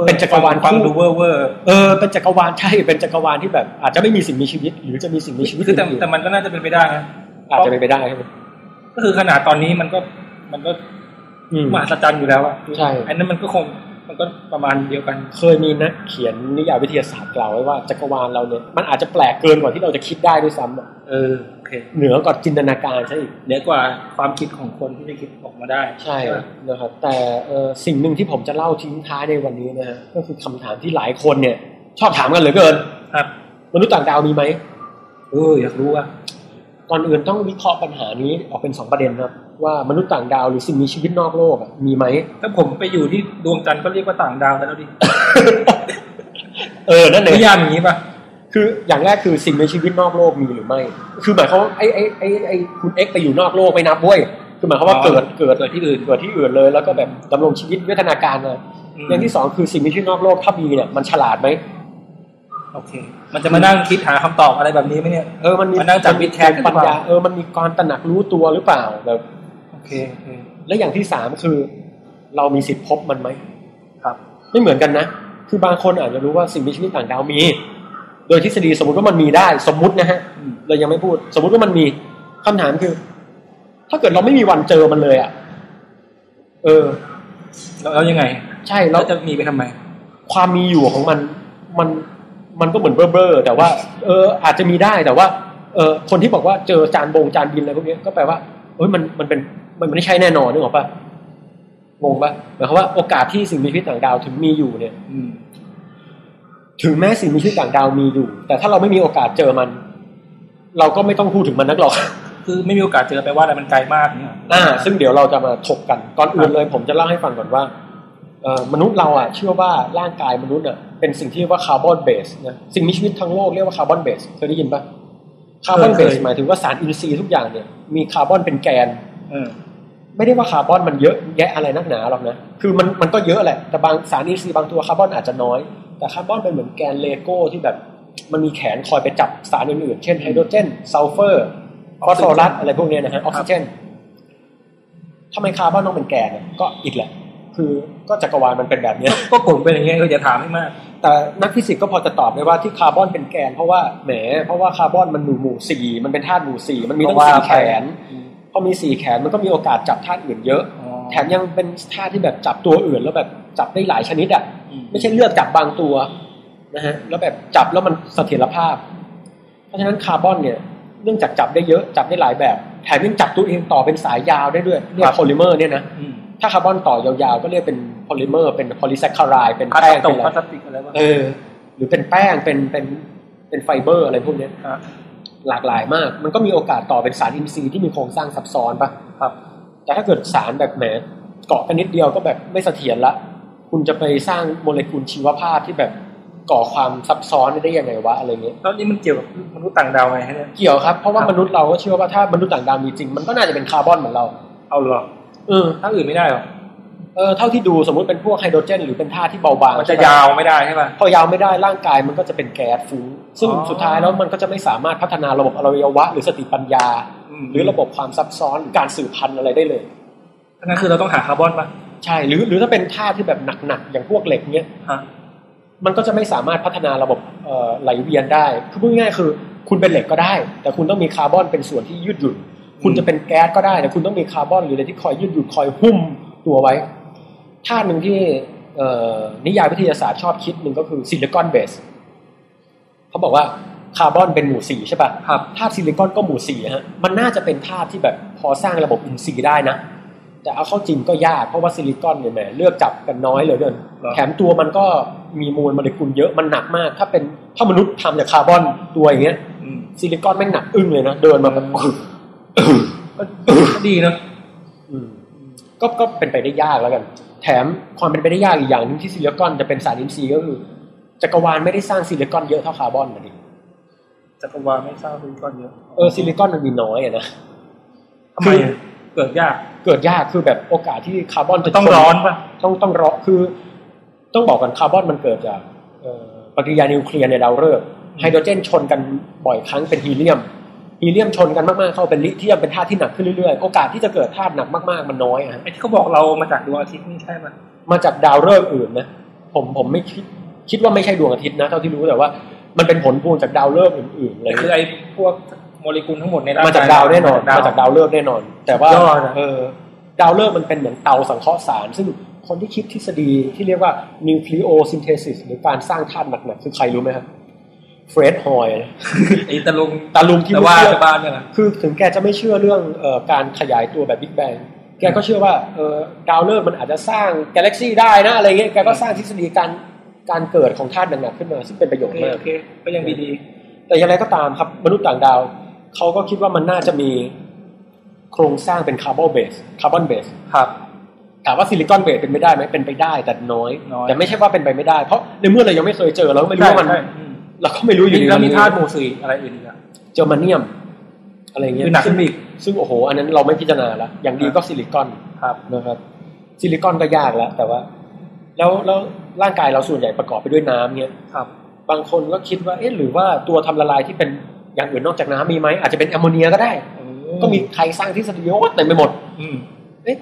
A: เป็นจักรวาล
B: ฟัง
A: คู่
B: ดูเวอร์เวอร์
A: เออเป็นจักรวาล ใช่เป็นจักรวาลที่แบบอาจจะไม่มีสิ่งมีชีวิต หรือจะมีสิ่งมีชีวิต
B: คือแต่
A: อื่น
B: แต่มันก็น่าจะเป็นไปได้นะ
A: ๆอาจจะเป็นไปได้ใช่ไหม
B: ก็คือขนาดตอนนี้มันก็มันก็
A: อืม
B: มหัศจรรย์อยู่แล้วอะ
A: ใช่
B: อันนั้นมันก็คงมันก็ประมาณเดียวกัน
A: เคยมีนักเขียนนิยายวิทยาศาสตร์กล่าวไว้ว่าจักรวาลเราเนี่ยมันอาจจะแปลกเกินกว่าที่เราจะคิดได้ด้วยซ้ำอะ
B: เออโอเค
A: เหนือกว่าจินตนาการใช่อีก
B: เหนือกว่าความคิดของคนที่จะคิดออกมาได้
A: ใช่
B: ไหม
A: นะครับแต่เอ่อสิ่งหนึ่งที่ผมจะเล่าทิ้งท้ายในวันนี้นะฮะก็คือคำถามที่หลายคนเนี่ย ชอบถามกันเหลือเกิน
B: ครับ
A: มนุษย์ต่างดาวมีไหม
B: เอออยากรู้อะ
A: ก่อนอื่นต้องวิเคราะห์ปัญหานี้ออกเป็นสองประเด็นนะครับว่ามนุษย์ต่างดาวหรือสิ่งมีชีวิตนอกโลกอะมี ไหม
B: ถ้าผมไปอยู่ที่ดวงจันทร์ก็เรียกว่าต่างดาวแล้วดิ
A: เออนั่นเอ
B: นิ
A: ง
B: ยามอย่างนี้ป่ะ
A: คืออย่างแรกคือสิ่งมีชีวิตนอกโลกมีหรือไม่ คือหมายความว่าไอ้ไอ้ไอ้ไอ้คุณเอ็กไปอยู่นอกโลกไม่นับเว้ยคือหมายความว่าเกิดเกิด
B: เกิดที่อื่น
A: เกิดที่อื่นเลย แล้วก็แบบดำรงชีวิตวิทนาการเลยอย่างที่สองคือสิ่งมีชีวิตนอกโลกถ้ามีเนี่ยมันฉลาดไหม
B: โอเค มันจะมานั่งคิดหาคำตอบอะไรแบบนี้ไหมเนี่ย
A: เออ มันมี
B: มันนั่งจับวิดแคสกัน
A: ปัญ
B: หรือ
A: ญา
B: เปล่า
A: เออ มันมีความตระหนักรู้ตัวหรือเปล่าแบบ
B: โอเค
A: และอย่างที่สามคือ เรามีสิทธิ์พบมันไหม
B: ครับ
A: ไม่เหมือนกันนะ คือบางคนอาจจะรู้ว่าสิ่งมีชีวิตต่างดาวมี โดยทฤษฎีสมมติว่ามันมีได้ สมมตินะฮะ เรายังไม่พูด สมมติว่ามันมีคำถามคือ ถ้าเกิดเราไม่มีวันเจอมันเลยอ่ะ เออ
B: แล้วแล้วยังไง
A: ใช่แล้
B: เรา
A: ว
B: จะมีไปทำไม
A: ความมีอยู่ของมันมันมันก็เหมือนเบ้อๆแต่ว่า เอออาจจะมีได้แต่ว่า เออคนที่บอกว่าเจอจานบงจานบินอะไรพวกเนี้ยก็แปลว่าเอ้ยมันมันเป็นมันไม่ใช่แน่นอนนึกออกปะงงปะหมายความว่าโอกาสที่สิ่งมีชีวิตต่างดาวถึงมีอยู่เนี่ย
B: อืม
A: ถึงแม้สิ่งมีชีวิตต่างดาวมีอยู่ แต่ถ้าเราไม่มีโอกาสเจอมัน เราก็ไม่ต้องพูดถึงมันนักหรอก
B: คือไม่มีโอกาสเจอไปลว่าอะไรมันไกลมากเนี่ย
A: อ่าซึ่งเดี๋ยวเราจะมาถกกันก่อนอื่นเลย ผมจะเล่าให้ฟังก่อนว่าเอ่อมนุษย์เราอ่ะเชื่อว่าร่างกายมนุษย์อ่ะเป็นสิ่งที่เรียกว่าคาร์บอนเบสนะสิ่งมีชีวิตทั้งโลกเรียกว่าคาร์บอนเบสเคยได้ยินปะคาร์บอนเบสหมายถึงว่าสารอินทรีย์ทุกอย่างเนี่ยมีคาร์บอนเป็นแกน
B: เออ
A: ไม่ได้ว่าคาร์บอนมันเยอะแยะอะไรนักหนาหรอกนะคือมันมันก็เยอะแหละแต่บางสารอินทรีย์บางตัวคาร์บอนอาจจะน้อย แต่คาร์บอนเป็นเหมือนแกนเลโก้ที่แบบมันมีแขนคอยไปจับสารอื่นๆเช่นไฮโดรเจนซัลเฟอร์ฟอสฟอรัสอะไรพวกเนี้ยนะฮะออกซิเจน ทำไมคาร์บอนต้องเป็นแกนเนี่ยก็อีกแหละ คือก็จักรวาลมันเป็นแบบเนี้ย
B: ก็กลุ่มเป็นอย่างเงี้ยเอออย่าถามให้มาก
A: แต่นักฟิสิกส์ก็พอจะตอบได้ว่าที่คาร์บอนเป็นแกน เพราะว่าแหม เพราะว่าคาร์บอนมันหมู่หมู่สี่มันเป็นธาตุหมู่สี่มันมีตั้ง
B: เพราะว่า
A: สี่แขน
B: อืม
A: พอมีสี่แขนมันก็มีโอกาสจับธาตุอื่นเยอะ
B: อ๋อ
A: แถมยังเป็นธาตุที่แบบจับตัวอื่น แล้วแบบจับได้หลายชนิดอ่ะ
B: อื
A: ไม่ใช่เลือกจับบางตัวนะฮะแล้วแบบจับแล้วมันเสถียรภาพ เพราะฉะนั้นคาร์บอนเนี่ยเนื่องจากจับได้เยอะจับได้หลายแบบแถมยังจับตัวเองต่อเป็นสายยาวได้ด้วยเรียกโพลิเมอร์เนี่ยนะ
B: อืม
A: ถ้าคาร์บอนต่อยาวๆ ก็เรียกเป็นโพลิเมอร์ เป็นโพลิแซคคารายเป็น
B: พลา
A: แป้
B: ส
A: ง
B: ติ
A: เป็น
B: ก
A: อะ
B: พลาส
A: ไร
B: ติกอะไรวะ
A: เออ หรือเป็นแป้งเป็นเป็นเป็นไฟเบอร์อะไรพวกเนี้ย
B: ครับ
A: หลากหลายมาก มันก็มีโอกาสต่อเป็นสารอินทรีย์ที่มีโครงสร้างซับซ้อนปะ
B: ครับ
A: แต่ถ้าเกิดสารแบบแหมเกาะกันนิดเดียวก็แบบไม่เสถียรละ คุณจะไปสร้างโมเลกุลชีวภาพที่แบบก่อความซับซ้อนได้ยังไงวะอะไรเงี้ย
B: แล้วนี่มันเกี่ยวกับมนุษย์ต่างดาวไงฮะเนี่ย
A: เกี่ยวครับ เพราะว่า
B: ครับ
A: มนุษย์เราก็เชื่อว่าถ้ามนุษย์ต่างดาวมีจริง มันก็น่าจะเป็นคาร์บอนเหมือนเรา
B: เอาเหรอ
A: เออ
B: ถ้าอื่นไม่ได้เหรอ
A: เออ เท่าที่ดูสมมุติเป็นพวกไฮโดรเจน หรือเป็นธาตุที่เบาบาง
B: มันจะยาวไม่ได้ใช่ป่ะ
A: พอยาวไม่ได้ร่างกายมันก็จะเป็นแก๊สฟุ้งซึ่ง
B: อ๋อ
A: สุดท้ายแล้วมันก็จะไม่สามารถพัฒนาระบบอวัยวะ หรือสติปัญญา
B: ม
A: หรือระบบความซับซ้อนหรือการสืบพันธุ์อะไรได้เลย
B: งั้นคือเราต้องหาคาร์บอนป่ะ
A: ใช่หรือหรือถ้าเป็นธาตุที่แบบหนักๆอย่างพวกเหล็กเนี้ย
B: ฮะ
A: มันก็จะไม่สามารถพัฒนาระบบเอ่อไหลเวียนได้คือพูดง่ายๆคือ คุณเป็นเหล็กก็ได้ แต่คุณต้องมีคาร์บอนเป็นส่วนที่ยืดหยุ่น คุณจะเป็นแก๊สก็ได้แต่คุณต้องมีคาร์บอนหรืออะไรที่คอยยืดหยุ่นคอยหุ้มตัวไว้ธาตุหนึ่งที่เอ่อนิยายวิทยาศาสตร์ชอบคิดหนึ่งก็คือซิลิคอนเบสเขาบอกว่าคาร์บอนเป็นหมู่สี่ใช่ปะ
B: ครับ
A: ธาตุซิลิคอนก็หมู่สี่ฮะมันน่าจะเป็นธาตุที่แบบพอสร้างระบบอินทรีย์ได้นะ แต่เอาเข้าจริงก็ยากเพราะว่าซิลิคอนเนี่ยแหมเลือกจับกันน้อยเหลือเกิน
B: หรอ
A: แถมตัวมันก็มีมวลโมเลกุลเยอะมันหนักมาก ถ้าเป็นถ้ามนุษย์ทำจากคาร์บอนตัวอย่างเงี้ย
B: อืม
A: ซิลิคอนแม่งหนักอึ้งเลยนะเดินมาแบบ
B: ก็ก็ดีเนาะ
A: อืมก็ก็เป็นไปได้ยากแล้วกัน แถมความเป็นไปได้ยากอีกอย่างหนึงที่ซิลิคอนจะเป็นสารอินทรีย์ก็คือจักรวาลไม่ได้สร้างซิลิคอนเยอะเท่าคาร์บอนนะดิ
B: จักรวาลไม่สร้างซิลิคอนเยอะ
A: เออซิลิคอนมันมีน้อยอะนะ
B: ทำไมอะเกิดยาก
A: เกิดยากคือแบบโอกาสที่คาร์บอนจะ
B: ต้องร้อนป่ะ
A: ต้องต้องร้อนคือ ต้องบอกกันคาร์บอนมันเกิดจากเอ่อปฏิกิริยานิวเคลียร์ในดาวฤกษ์ไฮโดรเจนชนกันบ่อยครั้งเป็นฮีเลียมฮีเลียมชนกันมากๆเข้าเป็นลิเทียมเป็นธาตุที่หนักขึ้นเรื่อยๆโอกาสที่จะเกิดธาตุหนักมากๆมันน้อยอะฮะ
B: ไอ้ที่เขาบอกเรามาจากดวงอาทิตย์นี่ใช่ไหม
A: มาจากดาวฤกษ์อื่นนะ ผมผมไม่คิดคิดว่าไม่ใช่ดวงอาทิตย์นะเท่าที่รู้แต่ว่า มันเป็นผลพวงจากดาวฤกษ์อื่นๆเลย
B: คือไอ้พวกโมเลกุลทั้งหมดในร่ง
A: มาจากดาวแน่นอน
B: ม
A: มาจากดาวฤกษ์แน่นอน แต่ว่า
B: ยอดอะ
A: เออดาวฤกษ์มันเป็นเหมือนเตาสังเคราะห์สาร ซึ่งคนที่คิดทฤษฎีที่เรียกว่านิวคลีโอซินเทซิสหรือการสร้างธาตุหนักๆคือใครรู้ไหมครับเฟรดฮอยล์
B: ไอ้ตะลุง
A: ตาลุงที่
B: แต่
A: ไม่
B: ว่า
A: เชื่อ
B: แต่บ้านเนี่ยแหละ
A: คือถึงแกจะไม่เชื่อเรื่องเออการขยายตัวแบบบิ๊กแบงแกก็เชื่อว่าเออดาวฤกษ์มันอาจจะสร้างกาแล็กซี่ได้นะอะไรเงี้ยแกก็สร้างทฤษฎีการการเกิดของธาตุหนักๆขึ้นมา ซึ่งเป็นประโย
B: โอ
A: ชน์
B: เค
A: มาก
B: โอเคก็ยังดีดี
A: แต่อย่างไรก็ตามครับ มนุษย์ต่างดาวเขาก็คิดว่ามันน่าจะมีโครงสร้างเป็นคาร์บอนเบสคาร์บอนเบส
B: ครับ
A: ถามว่าซิลิคอนเวทเป็นไปได้ไหมเป็นไปได้แต่น้อย
B: น้อย
A: แต่ไม่ใช่ว่าเป็นไปไม่ได้เพราะในเมื่อเรายังไม่เคยเจอเราก็ไม่รู้ว่ามัน
B: ใช่อืม
A: เราก็ไม่รู้อยู่ดี
B: แล้วมีธาตุหมู่สี่อะไรอื่นอีกอะ
A: เจอร์มาเนียม อะไรเงี้ย
B: คือหนักขึ้น
A: ซึ่ง
B: อีก
A: ซึ่งโอ้โห อันนั้นเราไม่พิจารณาละอย่างดีก็ซิลิคอน
B: ครับ
A: นะครับซิลิคอนก็ยากแล้วแต่ว่า แล้วแล้วร่างกายเราส่วนใหญ่ประกอบไปด้วยน้ำเนี่ย
B: ครับ
A: บางคนก็คิดว่าเอ๊ะหรือว่าตัวทำละลายที่เป็นอย่างอื่นนอกจากน้ำมีไหมอาจจะเป็นแอมโมเนียก็ได้ ก็มีใครสร้างทฤษฎีโอ้เต็มไปหมด
B: อืม
A: เอ๊ะ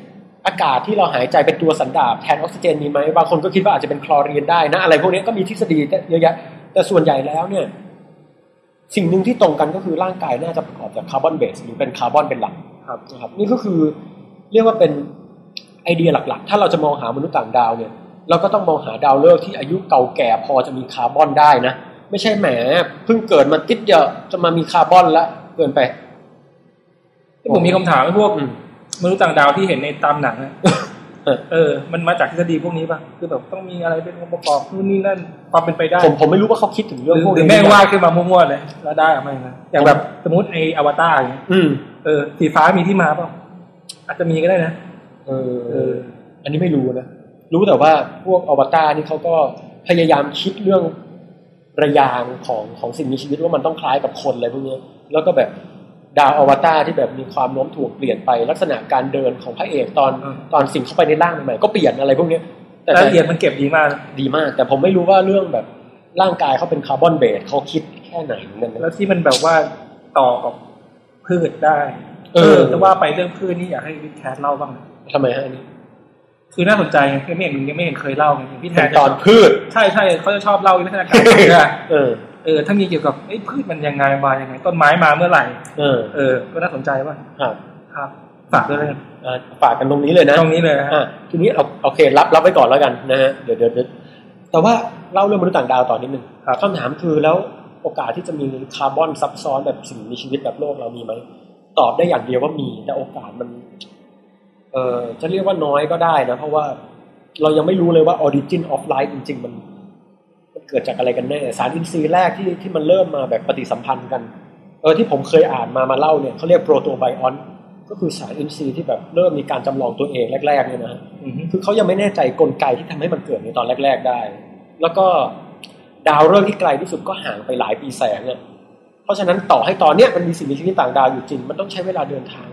A: อากาศที่เราหายใจเป็นตัวสันดาปแทนออกซิเจนมีไหมบางคนก็คิดว่าอาจจะเป็นคลอรีนได้นะ อะไรพวกนี้ก็มีทฤษฎีเยอะแยะ แต่ส่วนใหญ่แล้วเนี่ย สิ่งหนึ่งที่ตรงกันก็คือร่างกายน่าจะประกอบจากคาร์บอนเบสหรือเป็นคาร์บอนเป็นหลัก
B: ครับ
A: นะครับ นี่ก็คือเรียกว่าเป็นไอเดียหลักๆ ถ้าเราจะมองหามนุษย์ต่างดาวเนี่ย เราก็ต้องมองหาดาวฤกษ์ที่อายุเก่าแก่พอจะมีคาร์บอนได้นะ ไม่ใช่แหมเพิ่งเกิดมาติดเดียวจะมามีคาร์บอนละเกินไป
B: แล้วผมมีคำถามไอ้พวก
A: อืม
B: มนุษย์ต่างดาวที่เห็นในตามหนังอะ
A: เออ
B: เออ มันมาจากทฤษฎีพวกนี้ป่ะคือแบบต้องมีอะไรเป็นองค์ประกอบนู่นนี่นั่นความเป็นไปได้
A: ผมผมไม่รู้ว่าเขาคิดถึง
B: หรื
A: เรื่อ
B: อง
A: พวก
B: หรื
A: นี้
B: อแม่งวาดขึ้นมามั่วๆเลย แล้วได้อะไรนะอย่างแบบสมมติไออวตารอย่างเงี้ย
A: อืม
B: เออสีฟ้ามีที่มาเปล่าอาจจะมีก็ได้นะ
A: เอ
B: เอ
A: อ
B: อ
A: อันนี้ไม่รู้นะ รู้แต่ว่าพวกอวตารนี่เขาก็พยายามคิดเรื่องระยางของของสิ่งมีชีวิตว่ามันต้องคล้ายกับคนอะไรพวกเนี้ยแล้วก็แบบดาวอวตารที่แบบมีความโน้มถ่วงเปลี่ยนไป ลักษณะการเดินของพระเอกตอน
B: อืม
A: ตอนสิ่งเข้าไปในร่างใหม่ๆก็เปลี่ยนอะไรพวกเนี้ยแต่
B: รายละเอียดมันเก็บดีมาก
A: ดีมาก แต่ผมไม่รู้ว่าเรื่องแบบร่างกายเขาเป็นคาร์บอนเบสเขาคิดแค่ไหนนั่น
B: แล้
A: นะ
B: วที่มันแบบว่าต่อกับพืชได้
A: เออ
B: แต่ว่าไปเรื่องพืชนี่อยากให้พี่แคทเล่าบ้างนะ
A: ทำไมฮะอันนี้
B: คือน่าสนใจไงไม่เห็นยังไม่เห็นเคยเล่าไงพี่แท
A: เป็น นตอนพืช
B: ใช่ใช่เขาจะชอบเล่าวิวัฒนาการของพืช อะ
A: เออ
B: เออถ้ามีเกี่ยวกับเอ้ยพืชมันยังไงมายังไง ต้นไม้มาเมื่อไหร่
A: เออ
B: เออ ก็น่าสนใจว่า
A: ครับ
B: ครับฝากด้วยแล้วกัน
A: อ่ะฝากกันตรงนี้เลยนะ
B: ตรงนี้เลยนะ
A: อ่ะทีนี้เอาโอเครับรับไว้ก่อนแล้วกันนะฮะเดี๋ยวเดี๋ยวเดี๋ยวแต่ว่าเล่าเรื่องมนุษย์ต่างดาวต่อนิดนึง
B: ครับ
A: คำถามคือแล้วโอกาสที่จะมีคาร์บอนซับซ้อนแบบสิ่งมีชีวิตแบบโลกเรามีไหมตอบได้อย่างเดียวว่ามี แต่โอกาสมัน เอ่อจะเรียกว่าน้อยก็ได้นะ เพราะว่าเรายังไม่รู้เลยว่า origin of life จริง ๆ มันมันเกิดจากอะไรกันแน่สารอินทรีย์แรกที่ที่มันเริ่มมาแบบปฏิสัมพันธ์กัน เออที่ผมเคยอ่านมามาเล่าเนี่ยเขาเรียกโปรโตไบออนก็คือสารอินทรีย์ที่แบบเริ่มมีการจำลองตัวเองแรกๆเนี่ยนะฮะ
B: อือฮึ
A: คือเขายังไม่แน่ใจกลไกที่ทำให้มันเกิดในตอนแรก ๆได้ แล้วก็ดาวฤกษ์ที่ไกลที่สุดก็ห่างไปหลายปีแสงเนี่ยเพราะฉะนั้นต่อให้ตอนเนี้ยมันมีสิ่งมีชีวิตต่างดาวอยู่จริง มันต้องใช้เวลาเดินทาง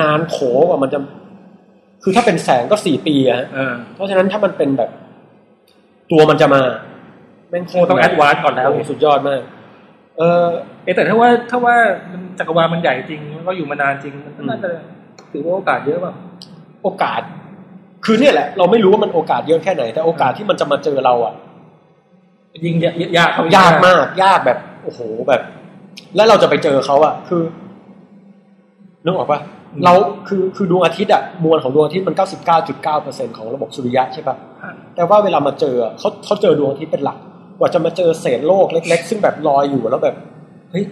A: นานโขกว่ามันจะ คือถ้าเป็นแสงก็สี่ปีอะฮะ
B: เออ
A: เพราะฉะนั้นถ้ามันเป็นแบบ ตัวมันจะมาแม่งโคตร
B: ต้องแอดวานซ์ก่อนแล้ว
A: โโหสุดยอดมาก เออ
B: เอยแต่ถ้าว่าถ้าว่ามันจักรวาลมันใหญ่จริงแล้วก็อยู่มานานจริงมันก็น่าจะถือว่าโอกาสเยอะป่ะ
A: โอกาส คือเนี่ยแหละ เราไม่รู้ว่ามันโอกาสเยอะแค่ไหน แต่โอกาสที่มันจะมาเจอเราอ่ะ
B: ยิงยากยากเข
A: ยากมาก ยากแบบโอ้โหแบบ แล้วเราจะไปเจอเขาอะคือนึกออกปะเราคือคือดวงอาทิตย์อะมวลของดวงอาทิตย์มัน 99.9%ของระบบสุริยะใช่ปะแต่ว่าเวลามาเจออะเขาเขาเจอดวงอาทิตย์เป็นหลัก กว่าจะมาเจอเศษโลกเล็ก ๆ ซึ่งแบบลอยอยู่แล้วแบบเฮ้ย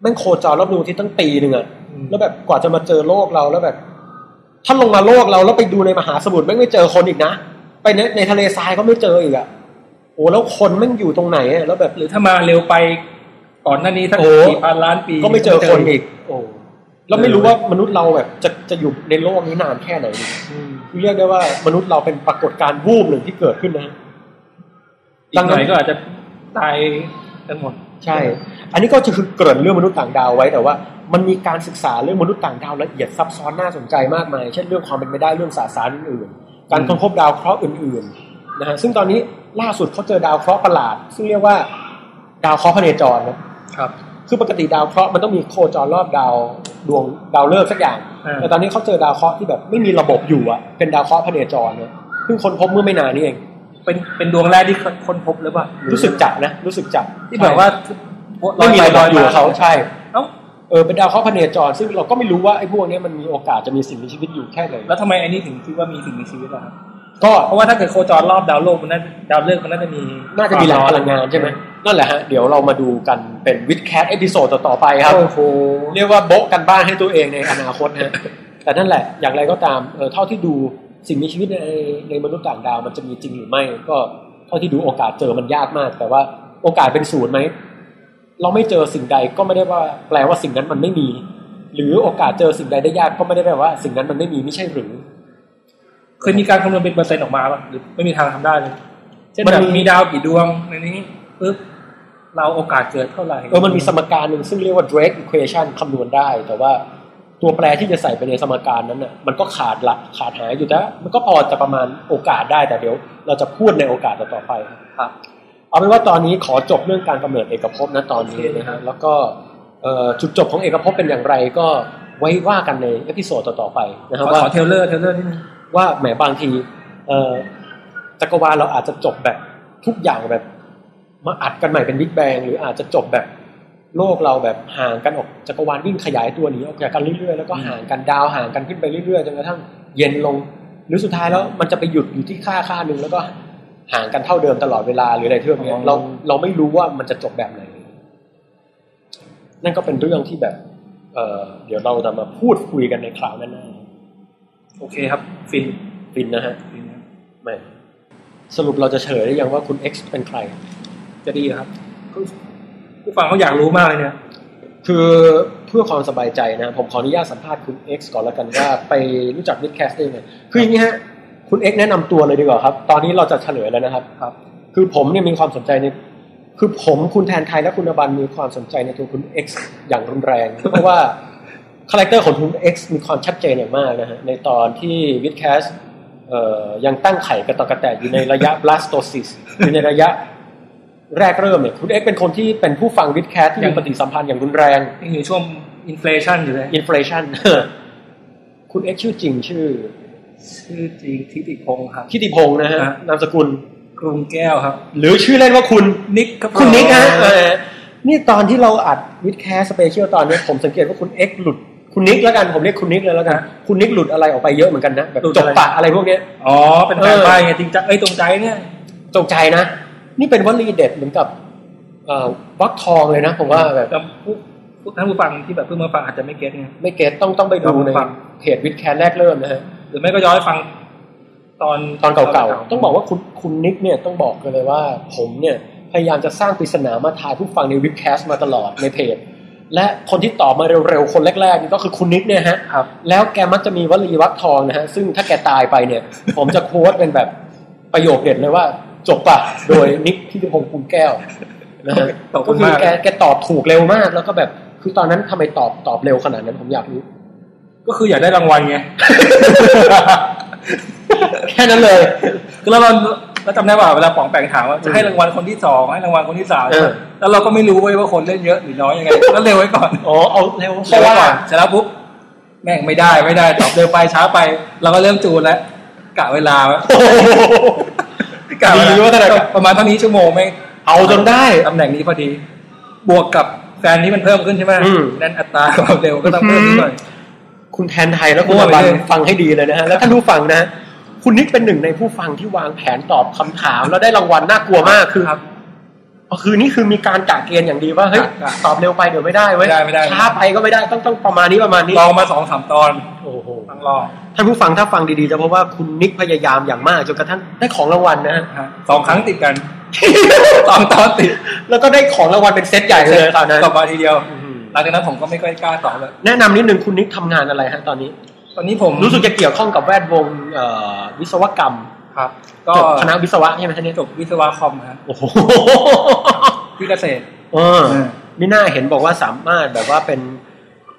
A: แม่งโคจรรอบดวงอาทิตย์ตั้งปีหนึ่งอะ
B: อืม
A: แล้วแบบกว่าจะมาเจอโลกเราแล้วแบบ ถ้าลงมาโลกเราแล้วไปดูในมหาสมุทรแม่งไม่เจอคนอีกนะไปในในทะเลทรายก็ไม่เจออีกอะโอ้แล้วคนแม่งอยู่ตรงไหนอะแล้วแบบ
B: หรือถ้ามาเร็วไปก่อนหน้านี้สัก
A: โอ้
B: สี่พันล้านปี
A: ก็ไม่เจอคนอีก โอ้แล้วไม่รู้ว่ามนุษย์เราแบบจะจะอยู่ในโลกนี้นานแค่ไหนอีก
B: อืม
A: คือเรียกได้ว่ามนุษย์เราเป็นปรากฏการณ์วูบหนึ่งที่เกิดขึ้นนะ
B: อีกหน่อยก็อาจจะตายกันหมด
A: ใช่ อันนี้ก็จะคือเกริ่นเรื่องมนุษย์ต่างดาวไว้แต่ว่า มันมีการศึกษาเรื่องมนุษย์ต่างดาวละเอียดซับซ้อนน่าสนใจมากมาย เช่นเรื่องความเป็นไปได้เรื่องสสารอื่นๆ การค้นพบดาวเคราะห์อื่นๆนะฮะซึ่งตอนนี้ล่าสุดเขาเจอดาวเคราะห์ประหลาด ซึ่งเรียกว่าดาวเคราะห์พเนจรนะ
B: ครับ
A: คือปกติดาวเคราะห์มันต้องมีโคจรรอบดาวดวงดาวฤกษ์สักอย่าง
B: อ่า
A: แต่ตอนนี้เขาเจอดาวเคราะห์ที่แบบไม่มีระบบอยู่อะเป็นดาวเคราะห์พเนจรเนี่ยเพิ่งค้นพบเมื่อไม่นานนี้เอง
B: เป็นเป็นดวงแรกที่ค้นพบหรือเปล่ารู้
A: รู้สึกจับนะรู้สึกจับ
B: ที่แบบว่า
A: ไม่มีอะไรลอยอยู่กับเขาใช่
B: เอ้า
A: เออเป็นดาวเคราะห์พเนจรซึ่งเราก็ไม่รู้ว่าไอ้พวกเนี้ยมันมีโอกาสจะมีสิ่งมีชีวิตอยู่แค่ไหน
B: แล้วทำไมไอ้นี่ถึงคิดว่ามีสิ่งมีชีวิตล่ะครับ
A: ก็
B: เพราะว่าถ้าเกิดโคจรรอบดาวโลกมันน่าดาวฤกษ์มันน่าจะมี
A: น่าจะมีแหล่งพลังงานใช่ไหมนั่นแหละฮะ เดี๋ยวเรามาดูกันเป็นวิดแคสเอพิโซดต่อๆไปครับ
B: โอ้โห
A: เรียกว่าโบะกันบ้านให้ตัวเองในอนาคต นะ แต่นั่นแหละอย่างไรก็ตามเออเท่าที่ดูสิ่งมีชีวิตในในมนุษย์ต่างดาวมันจะมีจริงหรือไม่ ก็เท่าที่ดูโอกาสเจอมันยากมาก แต่ว่าโอกาสเป็นศูนย์ไหมเราไม่เจอสิ่งใดก็ไม่ได้ว่าแปลว่าสิ่งนั้นมันไม่มี หรือโอกาสเจอสิ่งใดได้ยากก็ไม่ได้แปลว่าสิ่งนั้นมันไม่มีไม่ใช่หรือ
B: เคยมีการคำนวณเป็นเปอร์เซ็นต์ออกมาป่ะหรือไม่มีทางทำได้เลยเช่น
A: มัน
B: แบบมีดาวกี่ดวงในนี้ปึ๊บเราโอกาสเกิดเท่าไหร่
A: เออมันมีสมการหนึ่งซึ่งเรียกว่า Drake equation คำนวณได้ แต่ว่าตัวแปรที่จะใส่ไปในสมการนั้นน่ะมันก็ขาดหลักขาดหายอยู่นะมันก็พอจะประมาณโอกาสได้แต่เดี๋ยว เราจะพูดในโอกาสต่อๆไป
B: ครับ
A: เอาเป็นว่าตอนนี้ขอจบเรื่องการกำเนิดเอกภพนะตอนนี้นะฮะแล้วก็เอ่อจุดจบของเอกภพเป็นอย่างไรก็ไว้ว่ากันในเอพิโซดต่อๆไปนะ
B: ข
A: ฮะ
B: อ
A: ว่า
B: ขอเทรลเลอร์เทรลเลอร์นิดนึง
A: ว่าแหมบางทีเออจักรวาลเราอาจจะจบแบบทุกอย่างแบบ มาอัดกันใหม่เป็นบิ๊กแบงหรืออาจจะจบแบบโลกเราแบบห่างกันออกจักรวาลวิ่งขยายตัวหนีออกจากกันเรื่อยๆแล้วก็ห่างกันดาวห่างกันขึ้นไปเรื่อยๆจนกระทั่งเย็นลง หรือสุดท้ายแล้วมันจะไปหยุดอยู่ที่ค่าค่าหนึ่งแล้วก็ห่างกันเท่าเดิมตลอดเวลาหรืออะไรที่แบบเนี้ยเราเราไม่รู้ว่ามันจะจบแบบไหน นั่นก็เป็นเรื่องที่แบบ เออเดี๋ยวเราจะมาพูดคุยกันในคราวหน้า
B: โอเคครับ ฟิน
A: ๆฟินนะฮะ
B: ฟินครับ
A: ไม่สรุปเราจะเฉลยได้ยังว่าคุณ X เป็นใคร
B: จะดีเหรอครับผู้ผู้ฟังเขาอยากรู้มากเลยเนี่ย
A: คือเพื่อความสบายใจนะ ผมขออนุญาตสัมภาษณ์คุณ X ก่อนแล้วกันว่า ไปรู้จักมิดแคสได้ยังไงคืออย่างนี้ฮะ คุณ X แนะนำตัวเลยดีกว่าครับ ตอนนี้เราจะเฉลยแล้วนะครับ
B: ครับ
A: คือผมเนี่ยมีความสนใจในคือผมคุณแทนไทยและคุณอบันมีความสนใจในตัวคุณ X อย่างรุนแรง เพราะว่าคาแรคเตอร์ของคุณ X มีความชัดเจนอย่างมากนะฮะในตอนที่วิดแคสเอ่อยังตั้งไข่กระตอกกระแตกอยู่ในระยะ blastosis อยู่ในระยะแรกเริ่มเนี่ยคุณ X เป็นคนที่เป็นผู้ฟังวิดแคสที่มีปฏิสัมพันธ์อย่างรุนแรง
B: ยังอยู่ช่วงอินฟล t ชันอยู่เลย
A: อินฟล t ชัน คุณ X ชื่อจริงชื่อ
B: ชื่อจริงทิติพงศ์ครับ
A: ทิติพงษ์นะฮะ
B: ฮะ
A: นามสกุล
B: กรุงแก้วครับ
A: หรือชื่อเล่นว่าคุณ
B: นิกครับ
A: คุณนิกฮะ
B: เอ
A: เอ
B: อ
A: อนี่ตอนที่เราอัดวิดแคสสเปเชียลตอนเนี้ยผมสังเกตว่าคุณเอ็กหลุด คุณนิกแล้วกันผมเรียกคุณนิกเลยแล้วกัน คุณนิกหลุดอะไรออกไปเยอะเหมือนกันนะแบบจกปะอะไรพวกเนี้ย
B: อ๋อ เป็นการ
A: เออ
B: ไปไงจริงจังเอ้ยตรงใจเนี่ย
A: จงใจนะ นี่เป็นวลีเด็ดเหมือนกับเอ่อวักทองเลยนะ ผมว่าแบบ
B: แต่ผู้ผู้ท่านผู้ฟังที่แบบเพิ่งมาฟังอาจจะไม่เก็ตไง
A: ไม่เก็ตต้องต้องไปดูใน
B: ครับ
A: เพจวิดแคสแรกเริ่มนะฮะ
B: หรือไม่ก็ย้อนไปฟังตอน
A: ตอนเก่าๆ ต้องบอกว่าคุณคุณนิกเนี่ยต้องบอกกันเลยว่าผมเนี่ยพยายามจะสร้างปริศนามาทายผู้ฟังในวิดแคสมาตลอดในเพจ และคนที่ตอบมาเร็วๆ คนแรกๆนี่ก็คือคุณนิกเนี่ยฮะ
B: ครับ
A: แล้วแกมักจะมีวลีวักทองนะฮะ ซึ่งถ้าแกตายไปเนี่ย ผมจะโค้ดเป็นแบบประโยคเด็ดเลยว่า จบปะโดยนิกทิติพงษ์ภูมิแก้วนะฮะ
B: ขอบคุ
A: ก็
B: ณ
A: คื
B: มา
A: อก แกแกตอบถูกเร็วมาก แล้วก็แบบคือตอนนั้นทำไมตอบตอบเร็วขนาดนั้นผมอยากรู้
B: ก็คืออยากได้รางวัลไง
A: แค่นั้นเลย
B: คือแล้วเราเราจำได้ว่าเวลาป๋องแปงถามว่าจะให้รางวัลคนที่สองให้รางวัลคนที่สาม
A: เออ
B: แล้วเราก็ไม่รู้เว้ยว่าคนเล่นเยอะหรือน้อยยังไง ก็เร็วไว้ก่อน
A: อ๋อเอาเร็วเพ
B: เร็ว
A: ราะ
B: ไว้
A: ว่า
B: ก่อนเสร็จแล้วปุ๊บแม่งไม่ได้ไม่ได้ตอบเร็วไปช้าไป เราก็เริ่มจูนแล้วกะเวลาไว้กะเวลา
A: ดีด้วยแต่ละกะ
B: ประมาณเท่านี้ชั่วโมงแม่ง
A: เอาจนได้
B: ตำแหน่งนี้พอดี บวกกับแฟนที่มันเพิ่มขึ้นใช่ไหม
A: อืม
B: นั่นอัตราความเร็วก็ต้องเพิ่มนิดหน่อย
A: คุณแทนไทยและคุณ
B: มั่
A: อ
B: วไป
A: บัน
B: เลย
A: ฟังให้ดีเลยนะฮะแล้วท่านผู้ฟังนะ คุณนิกเป็นหนึ่งในผู้ฟังที่วางแผนตอบคำถามแล้วได้รางวัลน่ากลัวมากคือ
B: ครับ
A: คือนี่คือมีการกะเกณฑ์อย่างดีว่าเฮ้ย
B: กะ
A: ตอบเร็วไปเดี๋ยวไม่ได้เว้ย
B: ไม่ได้ไม่ได้
A: ช้าไปก็ไม่ได้ต้องต้องประมาณนี้ประมาณนี้
B: ลองมาสองสามตอน
A: โอ้โห
B: ลองลอง
A: ท่านผู้ฟังถ้าฟังดีๆจะพบว่าคุณนิกพยายามอย่างมากจนกระทั่งได้ของรางวัลนะฮะ
B: ฮะสองครั้งติดกัน สองตอนติด
A: แล้วก็ได้ของรางวัลเป็นเซตใหญ่เลย ตอนนั้น
B: ตอบมาทีเดียวหลังจากนั้นผมก็ไม่ค่อยกล้าตอบแล้ว
A: แนะนำนิดนึงคุณนิกทำงานอะไรฮะตอนนี้
B: ตอนนี้ผม
A: รู้สึกจะเกี่ยวข้องกับแวดวงเอ่อวิศวกรรม
B: ครับ ก็
A: จบคณะวิศวะใช่ไหมฮะเนี่ย
B: จบวิศวะคอมครับ
A: โอ้โห
B: ที่เกษตร
A: เออ
B: เออ
A: มิน่าเห็นบอกว่าสามารถแบบว่าเป็น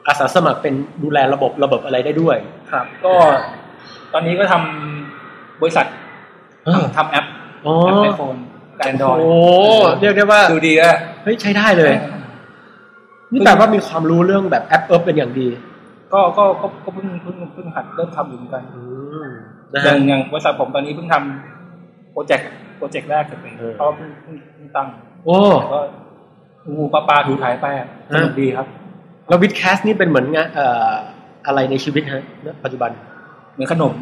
A: อาสาสมัครเป็นดูแลระบบระบบอะไรได้ด้วย
B: ครับ ก็ตอนนี้ก็ทำบริษัท
A: เออ
B: ทำทำแอป
A: อ๋อ
B: แอปไอโฟนแอนดรอย
A: โอ้โหเรียกได้ว่า
B: ดูดีอะ
A: เฮ้ยใช้ได้เลย นี่แต่ว่ามีความรู้เรื่องแบบแอปเอิเป็นอย่างดี
B: ก็ก็ก็ก็เพิ่งเพิ่งเพิ่งหัดเริ่มทำอยู่เหมือนกัน
A: นะ
B: อ
A: ฮะ
B: ย่างอย่างบริษัทผมตอนนี้เพิ่งทำโปรเจกต์ โปรเจกต์แรกเกิดเป็น
A: เออ
B: เขาเพิ่งเพิ่งเพิ่งตั้ง
A: โอ้
B: แต่ก็งูปลาปลาถูถ่ายไปอะสนุก
A: ฮะ
B: ดีครับ
A: แล้ววิดแคสนี่เป็นเหมือนงานเอ่ออะไรในชีวิตฮะณปัจจุบัน
B: เหมือนขนม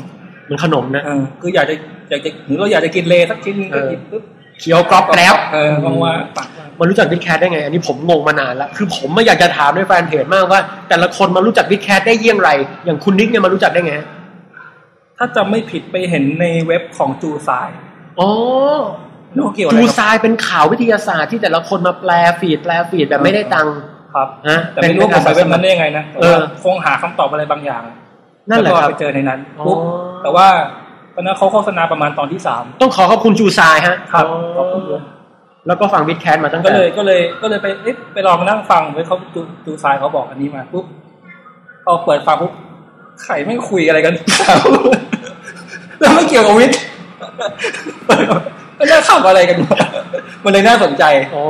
A: เหมันขนมนะ
B: เออคืออยากจะอยากจะหรือเราอยากจะกินเลสักชิ้นหนึ่งก็
A: เออ
B: หยิบปุ๊บ
A: เคี้ยวกรอบแกรบ
B: เออว่างว่าตักมา
A: มารู้จักวิดแคทได้ไง อันนี้ผมงงมานานละคือผมไม่อยากจะถามด้วยแฟนเพจมากว่า แต่ละคนมารู้จักวิดแคทได้เยี่ยงไร อย่างคุณนิกเนี่ยมารู้จักได้ไงฮะ
B: ถ้าจำไม่ผิดไปเห็นในเว็บของจูซาย
A: อ๋อ
B: ไม่รู้เกี่ยวอะไร
A: จู
B: กับ
A: ซายเป็นข่าววิทยาศาสตร์ที่แต่ละคนมาแปลฟีดแปลฟีดแบบไม่ได้ตังค์
B: ครับ
A: ฮะ
B: แต่ไม่รู้ว่าผมไปเว็บนั้นได้ยังไงนะแต่
A: เออ
B: ว่าคงหาคำตอบอะไรบางอย่าง
A: นั่นแหละ
B: ว
A: ค
B: ก็
A: รับ
B: ไปเจอในนั้น
A: อ๋อ
B: ปุ๊บแต่ว่าตอนนั้นเขาโฆษณาประมาณตอนที่สาม
A: ต้องขอขอบคุณจูซายฮะ
B: ครับ
A: อ๋
B: ขอบคุณ
A: อแล้วก็ฟังวิดแคทมาตั้ง
B: ก็
A: แต่
B: เลยก็เลยก็เลยไปเอ๊ะไปลองนั่งฟังเว้ยเขาจูจูซายเขาบอกอันนี้มาปุ๊บพอเปิดฟังปุ๊บไข่ไม่งคุยอะไรกัน แล้วไม่เกี่ยวกับวิทย์ ก็น่าขับอะไรกันวะมันเลยน่าสนใจ
A: อ๋อ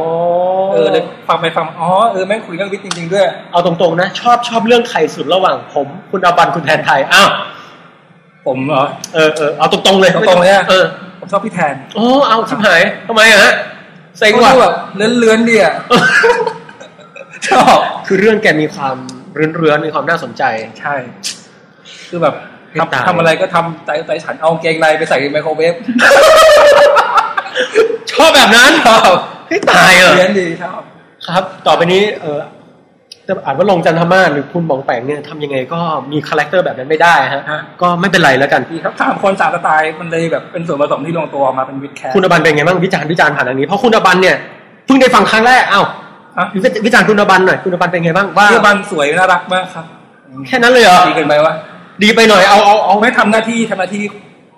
B: เออเลยฟังไปฟังมาอ๋อเออแม่งคุยเรื่องวิทย์จริงๆด้วย
A: เอาตรงๆนะ ชอบชอบเรื่องใครสุดระหว่างผม คุณอาบันคุณแทนไทยอ้าว
B: ผมเหรอ
A: เออเออเอาตรงๆเลย
B: ตรงๆเลยอะ
A: เออ
B: ผมชอบพี่แทน
A: โอ้เอาชิบหายทำไมอะฮะเซ็ง
B: ก็
A: ว่ะ
B: ดู แบบเลื้อนๆดีอ่ะ ชอบ
A: คือเรื่องแกมีความเรื้อนเรือนๆมีความน่าสนใจ
B: ใช่ คือแบบ
A: ให้ตาย
B: ทำทำอะไรก็ทำใจใจฉันเอากางเกงในไปใส่ไมโครเวฟ
A: ชอบแบบนั้น
B: ชอบ
A: ให้ตายเหรอ
B: เลื้อนดีชอบ
A: ครับ ต่อไปนี้เออจะอ่านว่าลงจันทมาศหรือคุณบองแปงเนี่ยทำยังไงก็มีคาแรคเตอร์แบบนั้นไม่ได้ฮะก็ไม่เป็นไรแล้วกัน
B: ดีครับสามคนสามสไตล์มันเลยแบบเป็นส่วนผสมที่ลงตัวออกมาเป็นวิดแคส
A: คุณอบันเป็นไงบ้างวิจารณ์วิจารณ์ผ่านทางนี้เพราะคุณอบันเนี่ยเพิ่งได้ฟังครั้งแรกเอ้า
B: ฮะ
A: วิจารณ์คุณอบันหน่อยคุณอบันเป็นไงบ้างว่า
B: เสื้อบันสวยน่ารักมากครับ
A: แค่นั้นเลยเหรอ
B: ดีเกินไปวะ
A: ดีไปหน่อยเอาเอาเอา
B: ไม่ทำหน้าที่ทำหน้าที่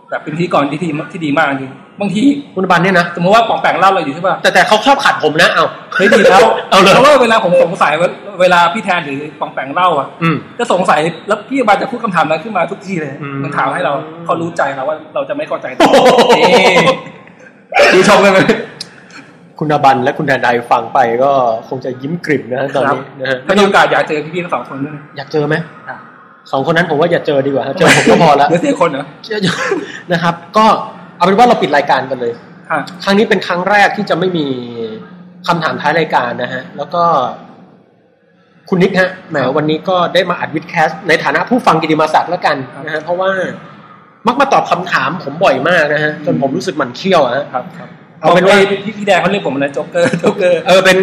B: แบบเป็นพธี่ก่อนที่ดีที่ดีมากจริงบางที
A: คุณอบันเนี่ยนะ
B: สมมติว่าป๋องแปงเล่าเราอยู่ใช่ป่ะ
A: แต่แต่เขาชอบขัดผมนะเอา
B: เฮ้ยดีแล้ว
A: เอาเลย
B: เพราะว่าเวลาผมสงสัยเวลเวลาพี่แทนหรือปองแปงเล่าอ่ะ
A: อืม
B: จะสงสัยแล้วพี่บาลจะพูดคำถามนั้นขึ้นมาทุกทีเลย
A: อืม
B: มันถามให้เราเขารู้ใจเราว่าเราจะไม่เข้าใจ
A: โอ้โห
B: นี่ดูชมกันไหม
A: คุณอบันและคุณแดนไดฟังไปก็คงจะยิ้มกริ่มนะฮะตอนนี้
B: ครับ
A: นะฮะ
B: ถ้ามีโอกาสอยากเจอพี่ๆทั้งสองคนด้วยนะ
A: อยากเจอไหม
B: อ่ะ
A: สองคนนั้นผมว่าอย่าเจอดีกว่าฮะเจอผมก็พอแล้ว
B: เดี๋ยวเสียคนเหรอ
A: นะครับ ก็เอาเป็นว่าเราปิดรายการกันเลย
B: อ่ะ
A: ครั้งนี้เป็นครั้งแรกที่จะไม่มีคำถามท้ายรายการนะฮะ แล้วก็คุณนิกฮะแหมวันนี้ก็ได้มาอัดวิดแคสต์ในฐานะผู้ฟังกิติมาศักดิ์แล้วกันนะฮะเพราะว่ามักมาตอบคำถามผมบ่อยมากนะฮะจนผมรู้สึกหมันเขี้ยวอะฮะ
B: ครับครับ
A: เอาเป็นว่า
B: พี่พี่แดงเขาเรียกผมอะไรโจ๊กเก อร์โจ๊กเกอร์
A: เออเป็น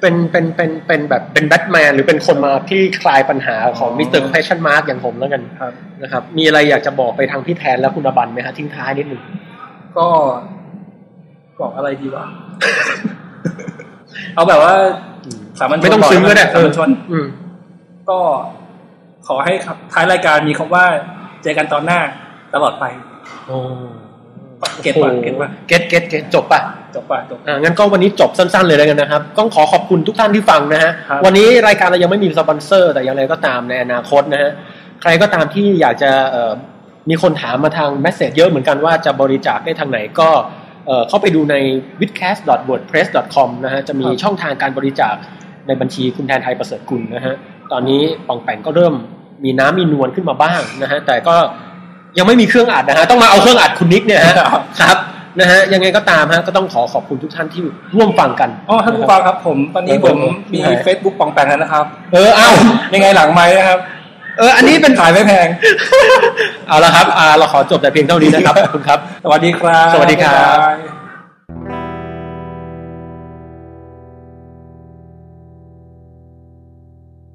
A: เป็นเป็นเป็นเป็นแบบเป็นแบทแมนหรือเป็นคนมาที่คลายปัญหาของมิสเตอร์เพชันมาร์กอย่างผมแล้วกัน
B: ครับ
A: นะครับ มีอะไรอยากจะบอกไปทางพี่แทนและคุณอบันไหมฮะทิ้งท้ายนิดหนึ่ง
B: ก็บอกอะไรดีวะ เอาแบบว่าสามัญชน
A: ไม่ต้องซึ้งก็ได้
B: สามัญชน
A: อืม
B: ก็ขอให้ครับท้ายรายการมีคำว่า เจอกันตอนหน้าตลอดไป
A: โอ้
B: เก็ตป่ะเก็ตป่ะ
A: เก็ตเก็ตเก็ตจบป่ะ
B: จบป่ะจบ
A: อ่างั้นก็วันนี้จบสั้นๆเลยแล้วกันนะครับต้องขอขอบคุณทุกท่านที่ฟังนะฮะ
B: ครับ
A: วันนี้รายการเรายังไม่มีสปอนเซอร์ แต่อย่างไรก็ตามในอนาคตนะฮะใครก็ตามที่อยากจะเอ่อมีคนถามมาทางแมสเซจเยอะเหมือนกันว่าจะบริจาคได้ทางไหนก็ เอ่อเข้าไปดูใน w i t c a s t w o r d p r e s s c o m นะฮะจะมี
B: ครับ
A: ช่องทางการบริจาคในบัญชีคุณแทนไทยประเสริฐกุลนะฮะตอนนี้ปองแปงก็เริ่มมีน้ำมีนวลขึ้นมาบ้างนะฮะแต่ก็ยังไม่มีเครื่องอัดนะฮะต้องมาเอาเครื่องอัดคุณนิกเนี่ยฮะครับนะฮะยังไงก็ตามฮะก็ต้องขอขอบคุณทุกท่านที่ร่วมฟังกัน
B: อ๋อท่านผู้ฟังครับผม ตอนนี้
A: เออ
B: ผม
A: ผม
B: มี
A: ใช่
B: Facebook ปองแปงแล้วนะครับ
A: เออเอา
B: ยังไงหลังไม้นะครับ
A: เอออันนี้เป็น
B: ขายไม่แพง
A: เอาละครับอ่าเราขอจบแต่เพียงเท่านี้นะครับขอบคุณครับ
B: สวัสดีครับ
A: สวัสดีครับ
B: บ๊ายบาย